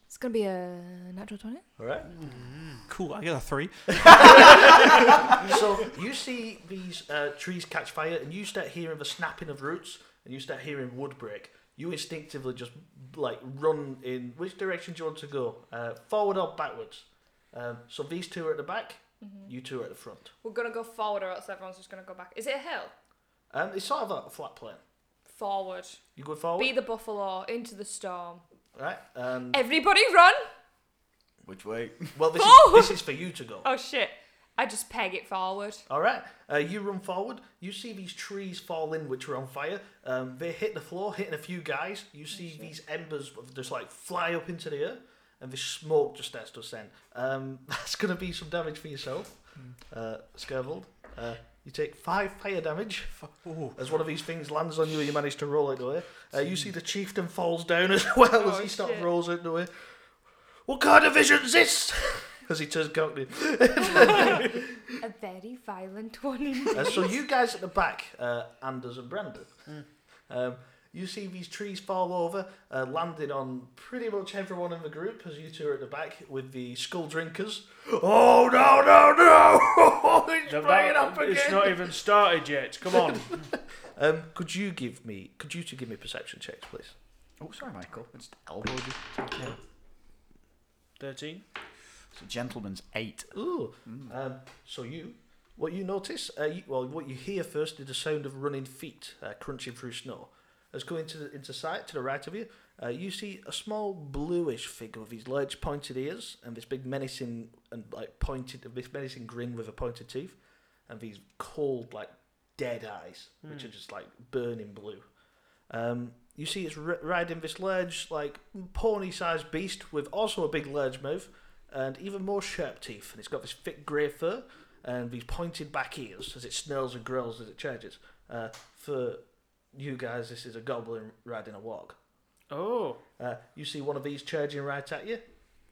Speaker 3: It's gonna be a natural twenty.
Speaker 6: all right.
Speaker 5: cool. I got a three.
Speaker 6: so you see these uh, trees catch fire, and you start hearing the snapping of roots, and you start hearing wood break. You instinctively just like run in which direction do you want to go, uh, forward or backwards? Um, so these two are at the back,
Speaker 3: Mm-hmm.
Speaker 6: you two are at the front.
Speaker 3: We're gonna go forward, or else everyone's just gonna go back. Is it a hill?
Speaker 6: Um, it's sort of like a flat plane.
Speaker 3: Forward.
Speaker 6: You go forward,
Speaker 3: Be the buffalo into the storm.
Speaker 6: right? Um,
Speaker 3: Everybody run!
Speaker 1: Which way?
Speaker 6: well, this is,
Speaker 3: Forward!
Speaker 6: this is for you to go.
Speaker 3: Oh shit! I just peg it forward.
Speaker 6: All right, uh, you run forward. You see these trees fall in, which are on fire. Um, they hit the floor, hitting a few guys.
Speaker 3: Oh,
Speaker 6: You see these embers just like fly up into the air, and this smoke just starts to ascend. Um, that's going to be some damage for yourself,
Speaker 3: Hmm.
Speaker 6: uh, Skervold. Uh, you take five fire damage
Speaker 5: Oh,
Speaker 6: as one of these things lands on you. and You manage to roll it away. Uh, you see the chieftain falls down as well as
Speaker 3: Oh,
Speaker 6: he starts
Speaker 3: shit.
Speaker 6: rolls it away. What kind of vision is this? as he turns cockney.
Speaker 3: A very violent one. indeed.
Speaker 6: Uh, so you guys at the back, uh, Anders and Brandon,
Speaker 4: Mm.
Speaker 6: um, you see these trees fall over, uh, landing on pretty much everyone in the group as you two are at the back with the skull drinkers. Oh no no no! it's
Speaker 4: The
Speaker 6: playing
Speaker 4: ba-
Speaker 6: up again.
Speaker 4: It's not even started yet. Come on.
Speaker 6: Um, could you give me? Could you two give me perception checks, please?
Speaker 1: Oh, sorry, Michael. It's elbowed you.
Speaker 4: 13.
Speaker 1: It's a gentleman's eight.
Speaker 6: Ooh. Um, so you, what you notice, uh, you, well, what you hear first is the sound of running feet uh, crunching through snow. As going to the, into sight, to the right of you, uh, you see a small bluish figure with his large pointed ears and this big menacing and like pointed, this menacing grin with a pointed teeth, and these cold like dead eyes, which are just like burning blue. Um, you see, it's r- riding this large, like pony-sized beast with also a big, large mouth and even more sharp teeth. And it's got this thick grey fur and these pointed back ears as it snarls and growls as it charges. Uh, for you guys, this is a goblin riding a walk.
Speaker 4: Oh.
Speaker 6: Uh, you see one of these charging right at you,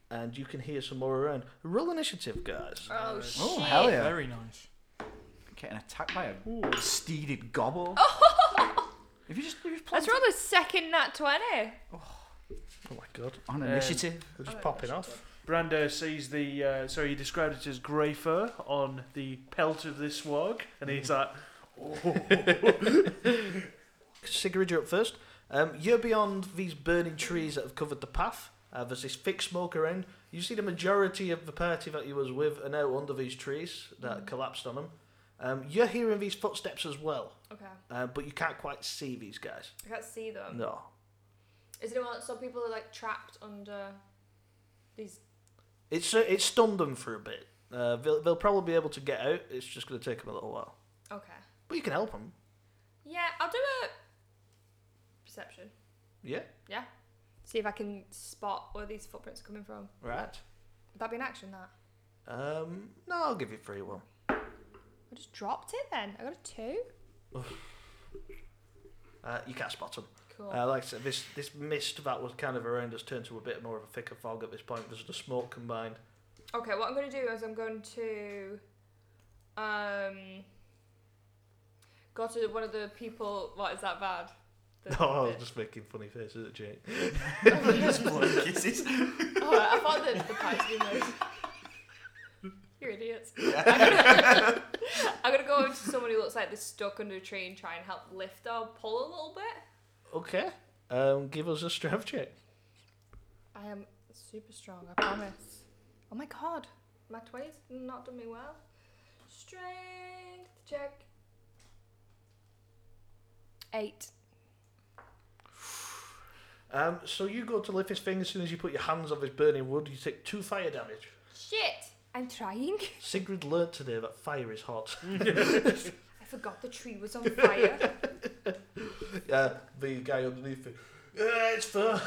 Speaker 6: and you can hear some more around. Roll initiative, guys.
Speaker 3: Oh shit!
Speaker 1: Oh, hell yeah.
Speaker 5: very nice.
Speaker 1: Getting attacked by a steeded gobble. If you just, if you just
Speaker 3: Let's
Speaker 1: plant
Speaker 3: roll a second nat twenty.
Speaker 6: Oh my god,
Speaker 1: on
Speaker 4: Um,
Speaker 1: initiative.
Speaker 6: they're just popping off.
Speaker 4: Brando sees the. Uh, sorry, he described it as grey fur on the pelt of this swag, and he's like,
Speaker 6: Mm. Sigrid, you're up first. Um, you're beyond these burning trees that have covered the path. Uh, there's this thick smoke around. You see the majority of the party that you was with are now under these trees that collapsed on them. Um, you're hearing these footsteps as well,
Speaker 3: Okay,
Speaker 6: uh, but you can't quite see these guys.
Speaker 3: I can't see them.
Speaker 6: No.
Speaker 3: Is it one? So people are like trapped under these.
Speaker 6: It's uh, it's stunned them for a bit. Uh, they'll, they'll probably be able to get out. It's just going to take them a little while.
Speaker 3: Okay.
Speaker 6: But you can help them.
Speaker 3: Yeah, I'll do a perception.
Speaker 6: Yeah.
Speaker 3: Yeah. See if I can spot where these footprints are coming from.
Speaker 6: Right.
Speaker 3: Would that be an action? That
Speaker 6: Um, no, I'll give you free one.
Speaker 3: I just dropped it. Then I got a two.
Speaker 6: Uh, you can't spot them.
Speaker 3: Cool.
Speaker 6: Uh, like I said, this this mist that was kind of around us turned to a bit more of a thicker fog at this point. There's the smoke combined.
Speaker 3: Okay, what I'm going to do is I'm going to um go to one of the people. What is that bad? The-
Speaker 6: Oh, I was just making funny faces at Jake.
Speaker 1: Just blowing kisses.
Speaker 3: Oh, I thought the the pipes were nice. You're idiots. I'm gonna go over to someone who looks like they're stuck under a tree and try and help lift or pull a little bit.
Speaker 6: Okay, um, give us a strength check.
Speaker 3: I am super strong, I promise. Oh my god, my twenties not done me well. Strength check.
Speaker 7: Eight.
Speaker 6: Um, so you go to lift his thing as soon as you put your hands on this burning wood, you take two fire damage.
Speaker 3: Shit!
Speaker 7: I'm trying.
Speaker 6: Sigrid learnt today that fire is hot.
Speaker 3: I forgot the tree was on fire.
Speaker 6: uh, the guy underneath it. Yeah, it's fur.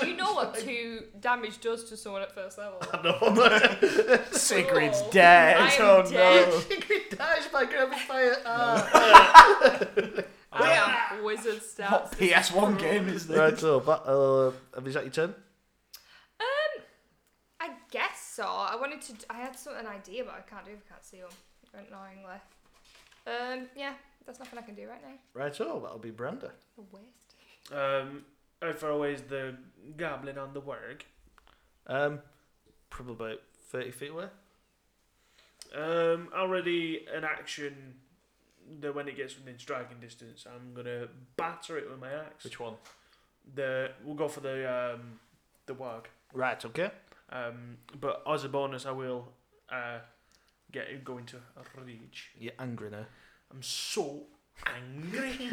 Speaker 3: Do you know what two damage does to someone at first level?
Speaker 1: Sigrid's
Speaker 3: Oh,
Speaker 1: dead.
Speaker 3: I'm
Speaker 1: oh
Speaker 3: dead.
Speaker 1: no.
Speaker 6: Sigrid dies by grabbing fire. Ah.
Speaker 3: I am wizard
Speaker 1: What
Speaker 3: stats.
Speaker 1: PS1 game is this?
Speaker 6: right, so but, uh, is that your turn?
Speaker 3: Um, I guess so. I wanted to. I had some, an idea, but I can't do. it. I can't see them. Don't knowingly. Um, yeah, there's nothing I can do right now.
Speaker 6: Right, so that'll be Branda.
Speaker 3: A waste.
Speaker 4: Um, how far away is the goblin on the worg?
Speaker 6: Um, probably about thirty feet away.
Speaker 4: Um, already an action that when it gets within striking distance, I'm gonna batter it with my axe.
Speaker 6: Which one?
Speaker 4: The we'll go for the um the worg.
Speaker 6: Right, okay.
Speaker 4: Um, but as a bonus, I will uh get it going to rage.
Speaker 6: You're angry now.
Speaker 4: I'm so angry.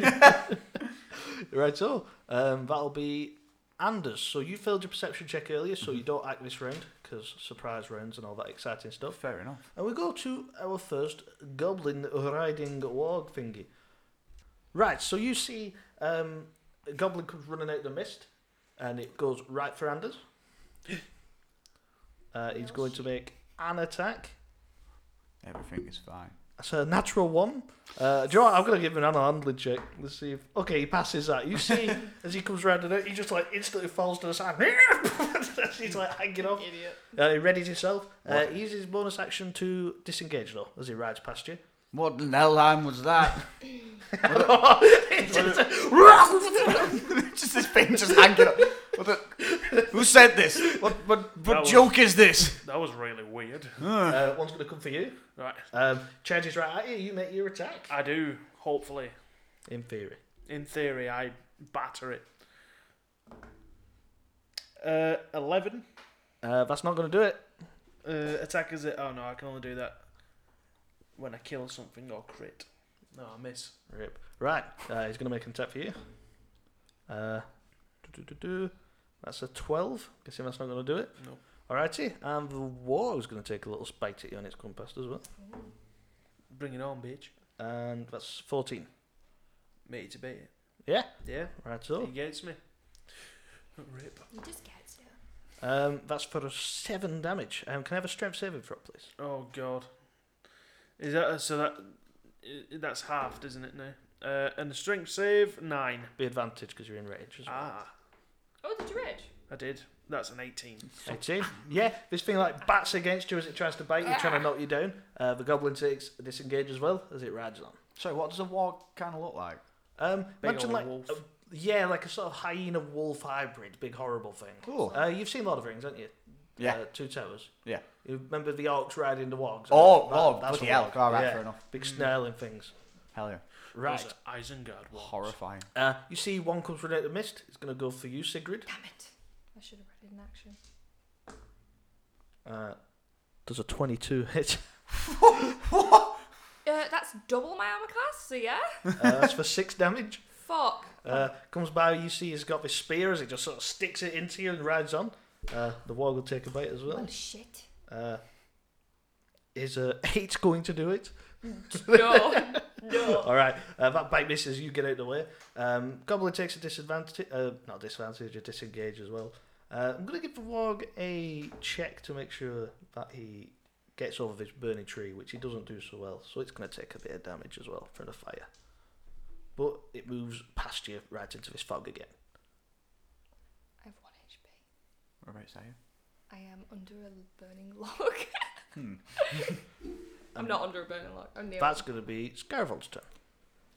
Speaker 6: Right, so um, that'll be Anders. So you failed your perception check earlier, so you don't act this round because surprise rounds and all that exciting stuff.
Speaker 1: Fair enough.
Speaker 6: And we go to our first goblin riding warg thingy. Right, so you see um, a goblin comes running out of the mist, and it goes right for Anders. Uh, he's going to make an attack.
Speaker 1: Everything is fine.
Speaker 6: That's a natural one. Uh, do you know what? I'm going to give him an handling check. Let's see if. Okay, he passes that. You see, as he comes round and out, he just like instantly falls to the side. he's like hanging off.
Speaker 7: Idiot.
Speaker 6: Uh, he readies himself. Uh,
Speaker 1: What?
Speaker 6: he uses his bonus action to disengage, though, as he rides past you.
Speaker 1: What the hell line was that? just this thing just hanging up. What the- who said this? What what,
Speaker 4: That
Speaker 1: what
Speaker 4: was-
Speaker 1: joke is this?
Speaker 4: that was really weird.
Speaker 6: Uh, one's going to come for you.
Speaker 4: Right,
Speaker 6: Um, charges right at you. You make your attack.
Speaker 4: I do. Hopefully,
Speaker 6: In theory.
Speaker 4: in theory, I batter it. Uh, eleven.
Speaker 6: Uh, that's not going to do it.
Speaker 4: Uh, attack is it? Oh no, I can only do that when I kill something or crit. No, I miss.
Speaker 6: Rip. Right. Uh, he's going to make an attack for you. Uh, do-do-do-do. that's a 12. Guessing that's not going to do it.
Speaker 4: No.
Speaker 6: Alrighty. And the war is going to take a little spite at you and it's come past as well.
Speaker 4: Bring it on, bitch.
Speaker 6: And that's 14.
Speaker 4: Mate to beat it.
Speaker 6: Yeah.
Speaker 4: Yeah,
Speaker 6: Right,
Speaker 4: he
Speaker 6: so.
Speaker 4: gets me. Rip.
Speaker 3: You just get to.
Speaker 6: Um, that's for a 7 damage. Um, can I have a strength saving throw, please?
Speaker 4: Oh god. Is that so? That i- that's halved, isn't it? Now. Uh, and the strength save nine.
Speaker 6: Be advantage because you're in range as well.
Speaker 4: Ah,
Speaker 3: Oh, did you rage?
Speaker 4: I did. That's an eighteen.
Speaker 6: 18. Yeah, this thing like bats against you as it tries to bite you, trying to knock you down. Uh, the goblin takes a disengage as well as it rides on.
Speaker 1: Sorry, what does a warg kind of look like?
Speaker 6: Um,
Speaker 4: Big
Speaker 6: imagine
Speaker 4: ol'
Speaker 6: like
Speaker 4: wolf.
Speaker 6: a- yeah, like a sort of hyena wolf hybrid, big horrible thing.
Speaker 1: Cool.
Speaker 6: Uh, you've seen Lord of the Rings, haven't you?
Speaker 1: Yeah.
Speaker 6: Uh, Two Towers.
Speaker 1: Yeah.
Speaker 6: You remember the orcs riding the wogs?
Speaker 1: Oh,
Speaker 6: That-
Speaker 1: oh,
Speaker 6: that's
Speaker 1: bloody
Speaker 6: a
Speaker 1: hell.
Speaker 6: wog.
Speaker 1: All right,
Speaker 6: Yeah.
Speaker 1: fair enough.
Speaker 6: Big snarling things.
Speaker 1: Hell yeah.
Speaker 6: Right.
Speaker 4: Those are Isengard. ones.
Speaker 1: Horrifying.
Speaker 6: Uh, you see, one comes running out of the mist. It's going to go for you, Sigrid.
Speaker 3: Damn it! I should have read it in action.
Speaker 6: Uh, does a 22 hit?
Speaker 3: Uh, that's double my armor class, so yeah.
Speaker 6: uh, that's for six damage.
Speaker 3: Fuck.
Speaker 6: Uh, comes by, you see he's got this spear as it just sort of sticks it into you and rides on. Uh, the wog will take a bite as well.
Speaker 3: Well, Oh, shit.
Speaker 6: Uh, is a 8 going to do it?
Speaker 3: No. no.
Speaker 6: All right, uh, that bite misses. You get out of the way. Um, Goblin takes a disadvantage, uh, not disadvantage, a disengage as well. Uh, I'm gonna give the warg a check to make sure that he gets over this burning tree, which he doesn't do so well. So it's gonna take a bit of damage as well from the fire. But it moves past you right into this fog again.
Speaker 3: I have one HP.
Speaker 1: Whereabouts are you?
Speaker 3: I am under a burning log.
Speaker 1: Hmm.
Speaker 3: I'm not under a burning log. I'm near.
Speaker 6: That's gonna be Scarvold's turn.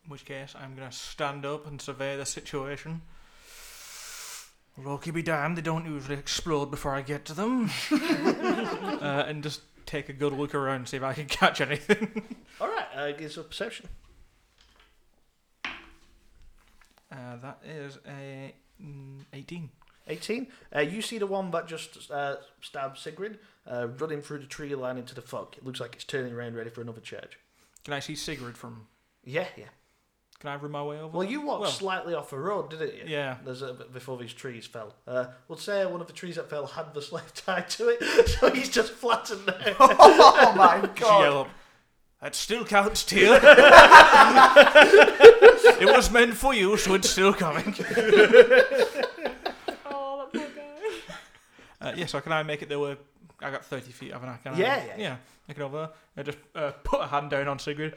Speaker 5: In which case, I'm going to stand up and survey the situation. Rocky be damned, they don't usually explode before I get to them. uh, and just take a good look around, see if I can catch anything.
Speaker 6: All right, uh, gives a perception.
Speaker 5: Uh, that is a mm, 18.
Speaker 6: 18. Uh, you see the one that just uh, stabbed Sigrid uh, running through the tree line into the fog. It looks like it's turning around ready for another charge.
Speaker 5: Can I see Sigrid from?
Speaker 6: Yeah, yeah.
Speaker 5: Can I run my way over?
Speaker 6: Well, you walked
Speaker 5: Well-
Speaker 6: slightly off the road, didn't you?
Speaker 5: Yeah.
Speaker 6: There's a, before these trees fell. Uh, we'll say one of the trees that fell had the slave tied to it, so he's just flattened there.
Speaker 1: oh my god.
Speaker 5: Yell up. That still counts, dear. it was meant for you, so it's still coming.
Speaker 3: Oh, that poor guy.
Speaker 5: Uh, yeah, so can I make it there where I got 30 feet, haven't I? Can I?
Speaker 6: Yeah, yeah, yeah.
Speaker 5: make it over there. I just uh, put a hand down on Sigrid.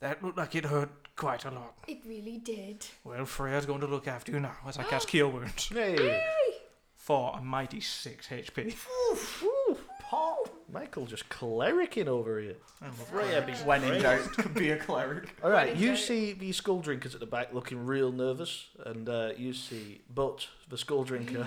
Speaker 5: That looked like it hurt quite a lot.
Speaker 3: It really did.
Speaker 5: Well, Freya's going to look after you now as I cast Cure Wounds.
Speaker 6: Hey.
Speaker 5: For a mighty 6 HP.
Speaker 6: Ooh, Paul. Michael just clericking over here.
Speaker 4: Freya be
Speaker 1: When in doubt, be a cleric.
Speaker 6: All right,
Speaker 3: Right,
Speaker 6: you
Speaker 3: right.
Speaker 6: see the skull drinkers at the back looking real nervous, and uh, you see But, the skull drinker,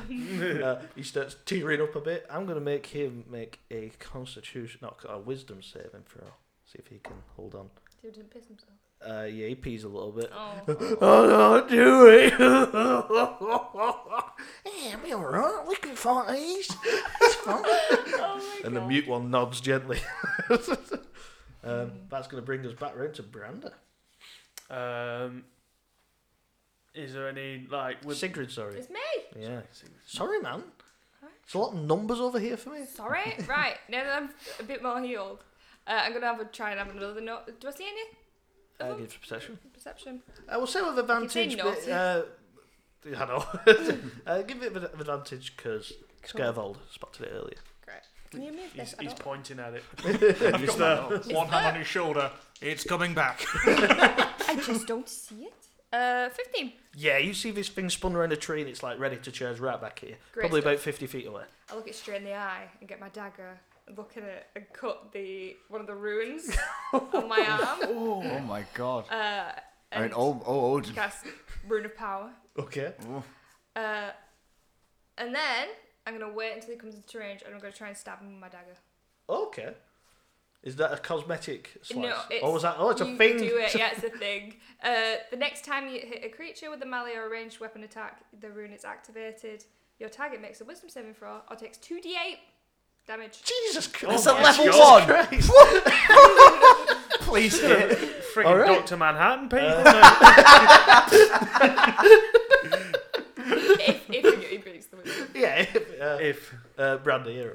Speaker 6: uh, he starts tearing up a bit. I'm going to make him make a constitution, not a wisdom saving throw. See if he can hold on.
Speaker 3: Dude didn't piss himself.
Speaker 6: Uh, yeah, he pees a little bit.
Speaker 3: Oh.
Speaker 6: Oh, don't do it! yeah, we alright, we can fight these.
Speaker 3: oh my
Speaker 6: And the
Speaker 3: god.
Speaker 6: mute one nods gently. um, that's going to bring us back round to Branda.
Speaker 4: Um, is there any like with
Speaker 6: Sigrid, sorry.
Speaker 3: It's me.
Speaker 6: Yeah. Sorry, man. It's a lot of numbers over here for me.
Speaker 3: Sorry. right. Now that I'm a bit more healed, uh, I'm gonna have a try and have another note. Do I see any
Speaker 6: Uh,
Speaker 3: Oh.
Speaker 6: give perception.
Speaker 3: perception?
Speaker 6: I will Uh, say with advantage.
Speaker 3: You'd
Speaker 6: But,
Speaker 3: say
Speaker 6: uh, I know. uh, give it an advantage because Scarevold spotted it earlier.
Speaker 3: Great. Can you move
Speaker 4: He's,
Speaker 3: this? I
Speaker 4: he's
Speaker 3: don't-
Speaker 4: pointing at it.
Speaker 5: I've just uh, one hand
Speaker 3: that-
Speaker 5: on his shoulder. It's coming back.
Speaker 3: I just don't see it. Uh, fifteen.
Speaker 6: Yeah, you see this thing spun around a tree and it's like ready to charge right back at you.
Speaker 3: Great
Speaker 6: Probably
Speaker 3: stuff.
Speaker 6: about 50 feet away.
Speaker 3: I look it straight in the eye and get my dagger, look at it and cut the one of the runes on my arm.
Speaker 1: Oh, my god.
Speaker 3: Uh,
Speaker 1: I mean,
Speaker 3: and
Speaker 1: oh, oh, Odin.
Speaker 3: cast rune of power.
Speaker 6: Okay.
Speaker 3: Uh, and then I'm gonna wait until he comes into range and I'm gonna try and stab him with my dagger.
Speaker 6: Okay. Is that a cosmetic slice?
Speaker 3: No, it's,
Speaker 6: or was that? Oh, it's
Speaker 3: you
Speaker 6: a thing.
Speaker 3: Do it. Yeah, it's a thing. Uh, the next time you hit a creature with a melee or ranged weapon attack, the rune is activated. Your target makes a Wisdom saving throw or takes two d8 damage.
Speaker 6: Jesus
Speaker 1: It's
Speaker 6: Christ!
Speaker 1: a
Speaker 4: my
Speaker 1: level
Speaker 4: God.
Speaker 1: one. Please hit.
Speaker 6: All
Speaker 4: Friggin'
Speaker 6: right. Uh,
Speaker 4: Doctor Manhattan people.
Speaker 3: if, if he breaks the wisdom.
Speaker 6: Yeah. Uh,
Speaker 4: mate. if
Speaker 6: uh, Brandy, you're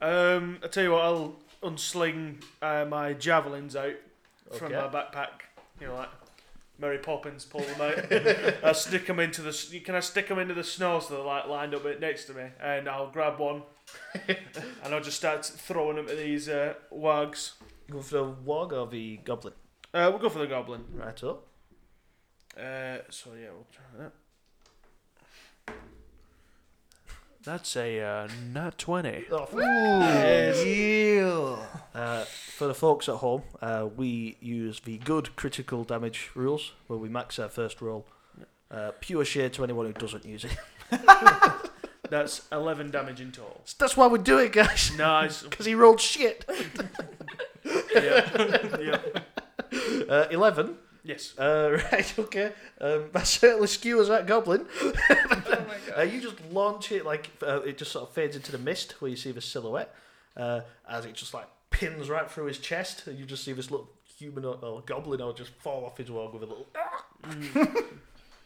Speaker 6: up.
Speaker 4: um, I tell you what, I'll unsling uh, my javelins out from my
Speaker 6: Okay.
Speaker 4: backpack. You know, like Mary Poppins, pull them out. I stick them into the. s- Can I stick them into the snow so they're like lined up next to me? And I'll grab one, and I'll just start throwing them to these uh, wags.
Speaker 6: You go for the wog or the goblin?
Speaker 4: Uh, we'll go for the goblin.
Speaker 6: Right up.
Speaker 4: Uh, so yeah, we'll try that. That's a uh, nat twenty.
Speaker 6: Oh, f-
Speaker 1: Ooh, ew.
Speaker 6: Uh, for the folks at home, uh, we use the good critical damage rules where we max our first roll. Uh, pure shade to anyone who doesn't use it.
Speaker 4: That's eleven damage in total.
Speaker 6: That's why we do it, guys.
Speaker 4: Nice.
Speaker 6: Because he rolled shit.
Speaker 4: yeah. yeah.
Speaker 6: Uh, 11.
Speaker 4: Yes.
Speaker 6: Uh, right, okay. Um, that certainly skewers that goblin.
Speaker 3: Oh my
Speaker 6: Uh,
Speaker 3: god.
Speaker 6: you just launch it, like, uh, it just sort of fades into the mist where you see the silhouette uh, as it just, like, pins right through his chest. And you just see this little human or, or goblin or just fall off his wog with a little.
Speaker 4: Mm,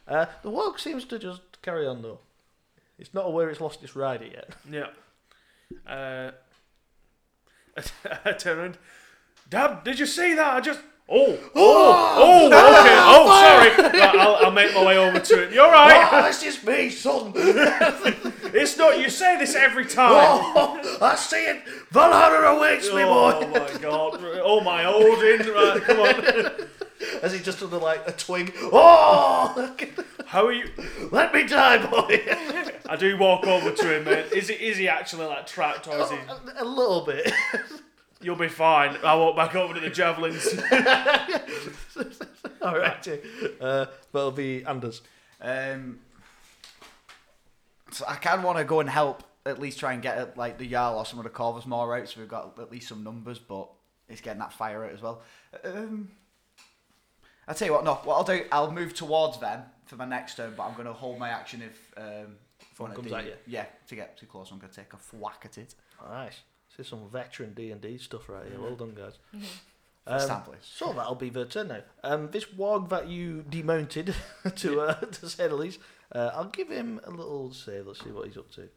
Speaker 6: Uh, the wog seems to just carry on, though. It's not aware it's lost its rider yet.
Speaker 4: Yeah. Uh, I turn around. Dad, did you see that? I just. Oh. Oh. Oh. okay. Oh, sorry. Right, I'll, I'll make my way over to it. You're right.
Speaker 6: Oh, this is me, son!
Speaker 4: It's not. You say this every time.
Speaker 6: Oh, I see it! Valhalla awaits me, boy!
Speaker 4: Oh my god. Oh my Odin. Right, come on.
Speaker 6: As he just under, like, a twig. Oh!
Speaker 4: How are you?
Speaker 6: Let me die, boy!
Speaker 4: I do walk over to him, mate. Is he is he actually like trapped or is he?
Speaker 6: A- A little bit.
Speaker 4: You'll be fine. I walk back over to the javelins.
Speaker 6: All right. Uh, that'll be Anders.
Speaker 1: Um, so I kind of want to go and help, at least try and get at, like the Jarl or some of the Corvus more out, so we've got at least some numbers. But it's getting that fire out as well. Um, I tell you what, no, what I'll do, I'll move towards them for my next turn, but I'm going to hold my action if um,
Speaker 6: One
Speaker 1: of
Speaker 6: comes
Speaker 1: the-
Speaker 6: at you.
Speaker 1: Yeah, to get too close, I'm gonna take a whack at it.
Speaker 6: Nice. This is some veteran D and D stuff right here. Well done, guys. Um,
Speaker 1: For Stanley.
Speaker 6: so that'll be their turn now. Um, this wog that you demounted to uh, to Sedley's, uh, I'll give him a little save. Let's see what he's up to.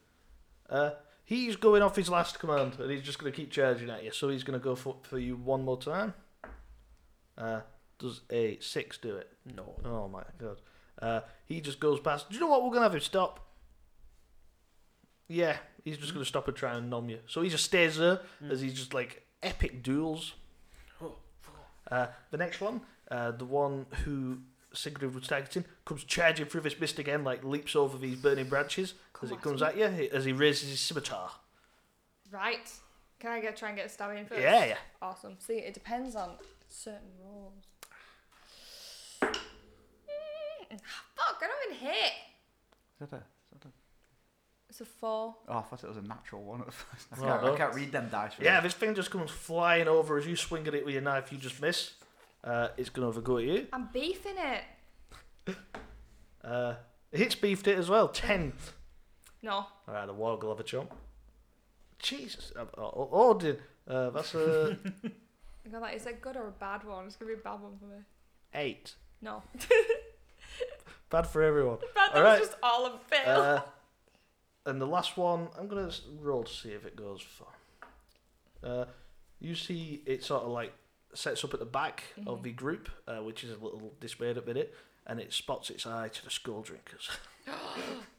Speaker 6: Uh, he's going off his last command, and he's just going to keep charging at you. So he's going to go for, for you one more time. Uh, does a six do it?
Speaker 8: No.
Speaker 6: Oh my god. Uh, he just goes past. Do you know what? We're gonna have him stop. Yeah, he's just gonna stop and try and numb you. So he just stares there as he's just like epic duels. Uh, the next one, uh, the one who Sigrid was targeting, comes charging through this mist again, like leaps over these burning branches as it
Speaker 3: at
Speaker 6: comes at you. As he raises his scimitar.
Speaker 3: Right. Can I get try and get a stab in first?
Speaker 6: Yeah, yeah.
Speaker 3: Awesome. See, it depends on certain rolls. Mm, Fuck, I don't even hit.
Speaker 1: Is that a-
Speaker 3: It's a four.
Speaker 1: Oh, I thought it was a natural one at first. I
Speaker 6: Well
Speaker 1: can't, I
Speaker 6: done.
Speaker 1: can't read them dice. really.
Speaker 6: Yeah, this thing just comes flying over as you swing at it with your knife. You just miss. Uh, it's gonna overgo you.
Speaker 3: I'm beefing it.
Speaker 6: Uh, it's beefed it as well. Ten.
Speaker 3: No.
Speaker 6: All right, the wog will have a chomp. Jesus, uh, oh, oh, did uh, that's a
Speaker 3: I got that. Is that good or a bad one? It's gonna be a bad one for me.
Speaker 6: eight.
Speaker 3: No.
Speaker 6: Bad for everyone.
Speaker 3: Bad
Speaker 6: All
Speaker 3: that
Speaker 6: right.
Speaker 3: was just all of fail.
Speaker 6: Uh, and the last one, I'm gonna s- roll to see if it goes far. Uh, you see, it sort of like sets up at the back
Speaker 3: Mm-hmm.
Speaker 6: of the group, uh, which is a little dismayed at minute, and it spots its eye to the skull drinkers.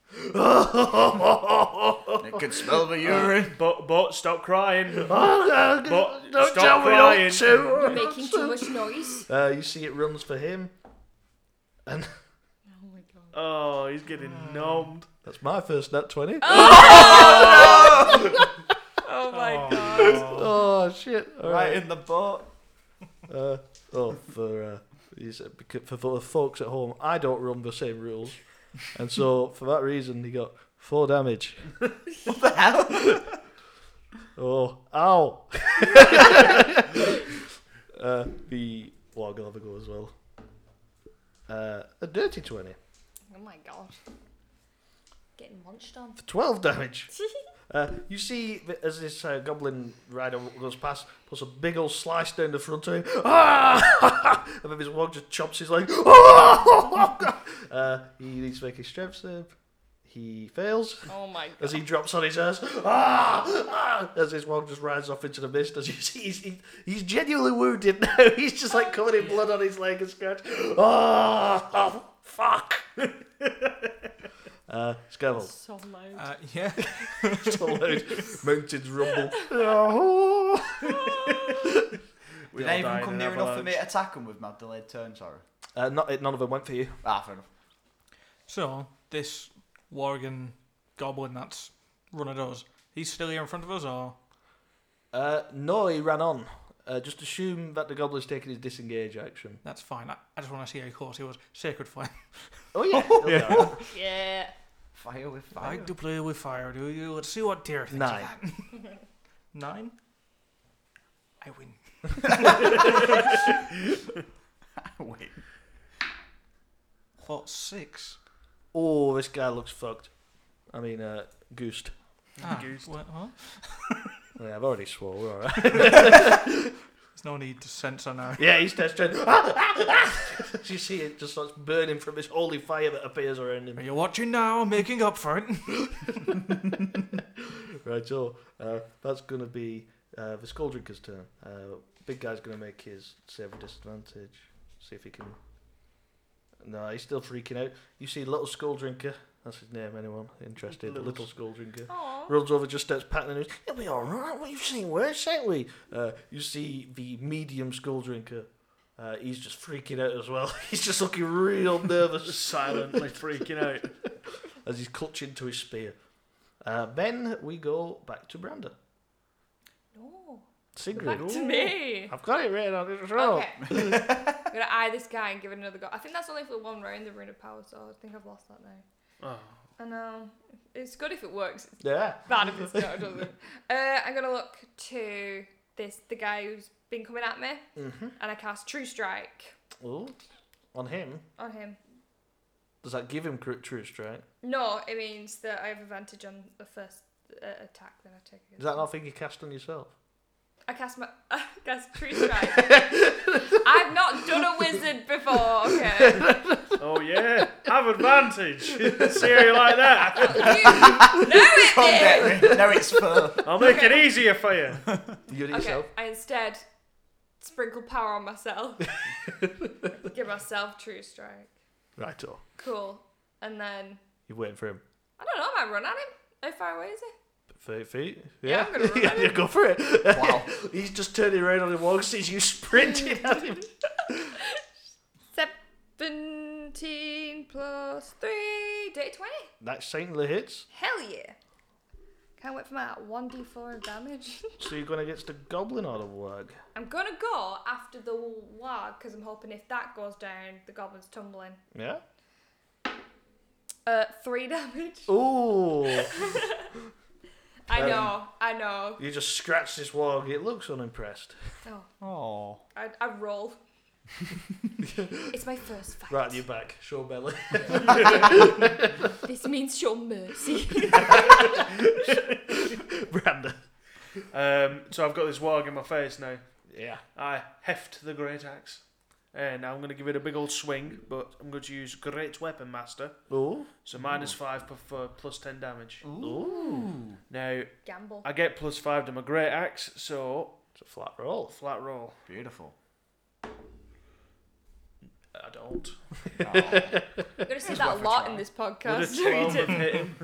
Speaker 1: It could smell the urine.
Speaker 4: But but stop crying.
Speaker 6: Oh, no,
Speaker 4: But
Speaker 6: don't
Speaker 4: stop
Speaker 6: tell me
Speaker 4: crying.
Speaker 6: not to.
Speaker 3: You're making too much noise.
Speaker 6: Uh, you see, it runs for him, and
Speaker 4: Oh, he's getting numbed.
Speaker 6: that's my first nat twenty.
Speaker 3: Oh my god.
Speaker 6: Oh shit! All
Speaker 1: Right
Speaker 6: right.
Speaker 1: in the boat.
Speaker 6: Uh, oh, for uh, he said, becau- for for the folks at home, I don't run the same rules, and so for that reason, he got four damage.
Speaker 1: What the hell?
Speaker 6: Oh, ow! uh, the wog will have a go as well. Uh, a dirty twenty
Speaker 3: Oh my god. Getting munched on.
Speaker 6: for twelve damage. Uh, you see, th- as this uh, goblin rider goes past, puts a big old slice down the front of him. Ah! and then his wog just chops his leg. uh, he needs to make his strength save. He fails
Speaker 7: Oh my
Speaker 6: as he drops on his ass. Ah! Ah! As his wog just rides off into the mist. As you see, he's, he, he's genuinely wounded now. He's just like covered in blood on his leg and scratch. Ah! Oh, fuck! uh, Scavel.
Speaker 7: So loud.
Speaker 6: Ah.
Speaker 5: Uh, yeah.
Speaker 6: It's all loud. Mountains rumble. Oh.
Speaker 1: Did
Speaker 4: all
Speaker 1: anyone
Speaker 4: died
Speaker 1: come
Speaker 4: in
Speaker 1: near enough for
Speaker 4: avalanche.
Speaker 1: me to attack him with my delayed turn? Sorry.
Speaker 6: Uh, not, it- none of them went for you.
Speaker 1: Ah, fair enough.
Speaker 5: So this Worgen goblin that's run at us, he's still here in front of us, or
Speaker 6: Uh, no, he ran on. Uh, just assume that the goblin's taking his disengage action.
Speaker 5: that's fine. I, I just want to see how close he was. Sacred flame.
Speaker 6: Oh yeah,
Speaker 4: Yeah.
Speaker 6: he'll be alright.
Speaker 7: Yeah.
Speaker 1: Fire with
Speaker 5: I
Speaker 1: fire.
Speaker 5: like to play with fire, do you? Let's see what dear thinks
Speaker 6: Nine.
Speaker 5: of that. Nine. I win.
Speaker 1: Wait.
Speaker 5: What six?
Speaker 6: Oh, this guy looks fucked. I mean, uh, goosed.
Speaker 5: Ah,
Speaker 4: Goose.
Speaker 5: what- what?
Speaker 6: Yeah, I've already swore. We're all right.
Speaker 5: There's no need to censor now.
Speaker 6: yeah, he's test trained. you see, it just starts burning from this holy fire that appears around him.
Speaker 5: Are you watching now? Making up for it.
Speaker 6: Right, so uh, that's going to be uh, the skull drinker's turn. Uh, big guy's going to make his save with disadvantage. See if he can. No, he's still freaking out. You see, little skull drinker. That's his name. Anyone interested? Little,
Speaker 4: Little-
Speaker 6: skull drinker.
Speaker 3: Aww.
Speaker 6: Runs over, just starts patting him. It'll be all right. We've seen worse, haven't we? Uh, you see the medium skull drinker. Uh, he's just freaking out as well. he's just looking real nervous
Speaker 4: Silently freaking out.
Speaker 6: as he's clutching to his spear. Uh, then we go back to Branda.
Speaker 3: No.
Speaker 6: Sigrid.
Speaker 3: Back to me.
Speaker 6: I've got it written on this roll.
Speaker 3: Okay. I'm gonna eye this guy and give it another go. I think that's only for one round the rune of power, so I think I've lost that now.
Speaker 4: Oh.
Speaker 3: I know. It's good if it works. It's
Speaker 6: Yeah.
Speaker 3: bad if it's not, it doesn't. Uh, I'm gonna look to this the guy who's been coming at me,
Speaker 6: Mm-hmm.
Speaker 3: and I cast True Strike
Speaker 6: Ooh. On him.
Speaker 3: on him.
Speaker 6: Does that give him cru- true strike?
Speaker 3: No, it means that I have advantage on the first uh, attack that I take.
Speaker 6: Is that not a thing you cast on yourself?
Speaker 3: I cast my I cast tree strike. I've not done a wizard before. Okay.
Speaker 4: Oh yeah, have advantage. Serial like that.
Speaker 3: You know it,
Speaker 1: Come
Speaker 3: dear.
Speaker 1: get me. No, it's fur.
Speaker 4: I'll make it easier for you.
Speaker 6: You do
Speaker 3: Okay,
Speaker 6: it yourself.
Speaker 3: I instead sprinkle power on myself. Give myself true strike.
Speaker 6: Right, oh.
Speaker 3: Cool. And then
Speaker 6: You're waiting for him.
Speaker 3: I don't know. I might run at him. How far away is he?
Speaker 6: 30 feet?
Speaker 3: Yeah, I'm gonna run at
Speaker 6: yeah,
Speaker 3: him.
Speaker 6: go for it.
Speaker 1: Wow.
Speaker 6: He's just turning around on the wall, sees you sprinting at him.
Speaker 3: Seventeen plus three, day twenty.
Speaker 6: That certainly hits.
Speaker 3: Hell yeah! Can't wait for my one d four of damage.
Speaker 6: So you're going against the goblin or the wag?
Speaker 3: I'm gonna go after the wag because I'm hoping if that goes down, the goblin's tumbling.
Speaker 6: Yeah?
Speaker 3: Uh, three damage.
Speaker 6: Ooh.
Speaker 3: I know, I know.
Speaker 6: you just scratch this wag. It looks unimpressed.
Speaker 3: Oh,
Speaker 1: Oh.
Speaker 3: I, I roll. it's my first fight.
Speaker 6: Right, you're back. Show belly.
Speaker 3: This means show mercy.
Speaker 6: Brandon.
Speaker 4: Um, so I've got this warg in my face now.
Speaker 6: Yeah.
Speaker 4: I heft the great axe, and I'm going to give it a big old swing. But I'm going to use great weapon master.
Speaker 6: Ooh.
Speaker 4: So minus five for- for plus ten damage.
Speaker 6: Ooh.
Speaker 4: Now
Speaker 3: Gamble.
Speaker 4: I get plus five to my great axe, so
Speaker 6: It's a flat roll.
Speaker 4: flat roll.
Speaker 1: Beautiful.
Speaker 4: I don't.
Speaker 1: Oh.
Speaker 3: I'm gonna say
Speaker 1: It's worth
Speaker 3: that a
Speaker 1: a
Speaker 3: lot
Speaker 1: try.
Speaker 3: in this
Speaker 4: Would a
Speaker 3: podcast.
Speaker 4: twelve have hit him?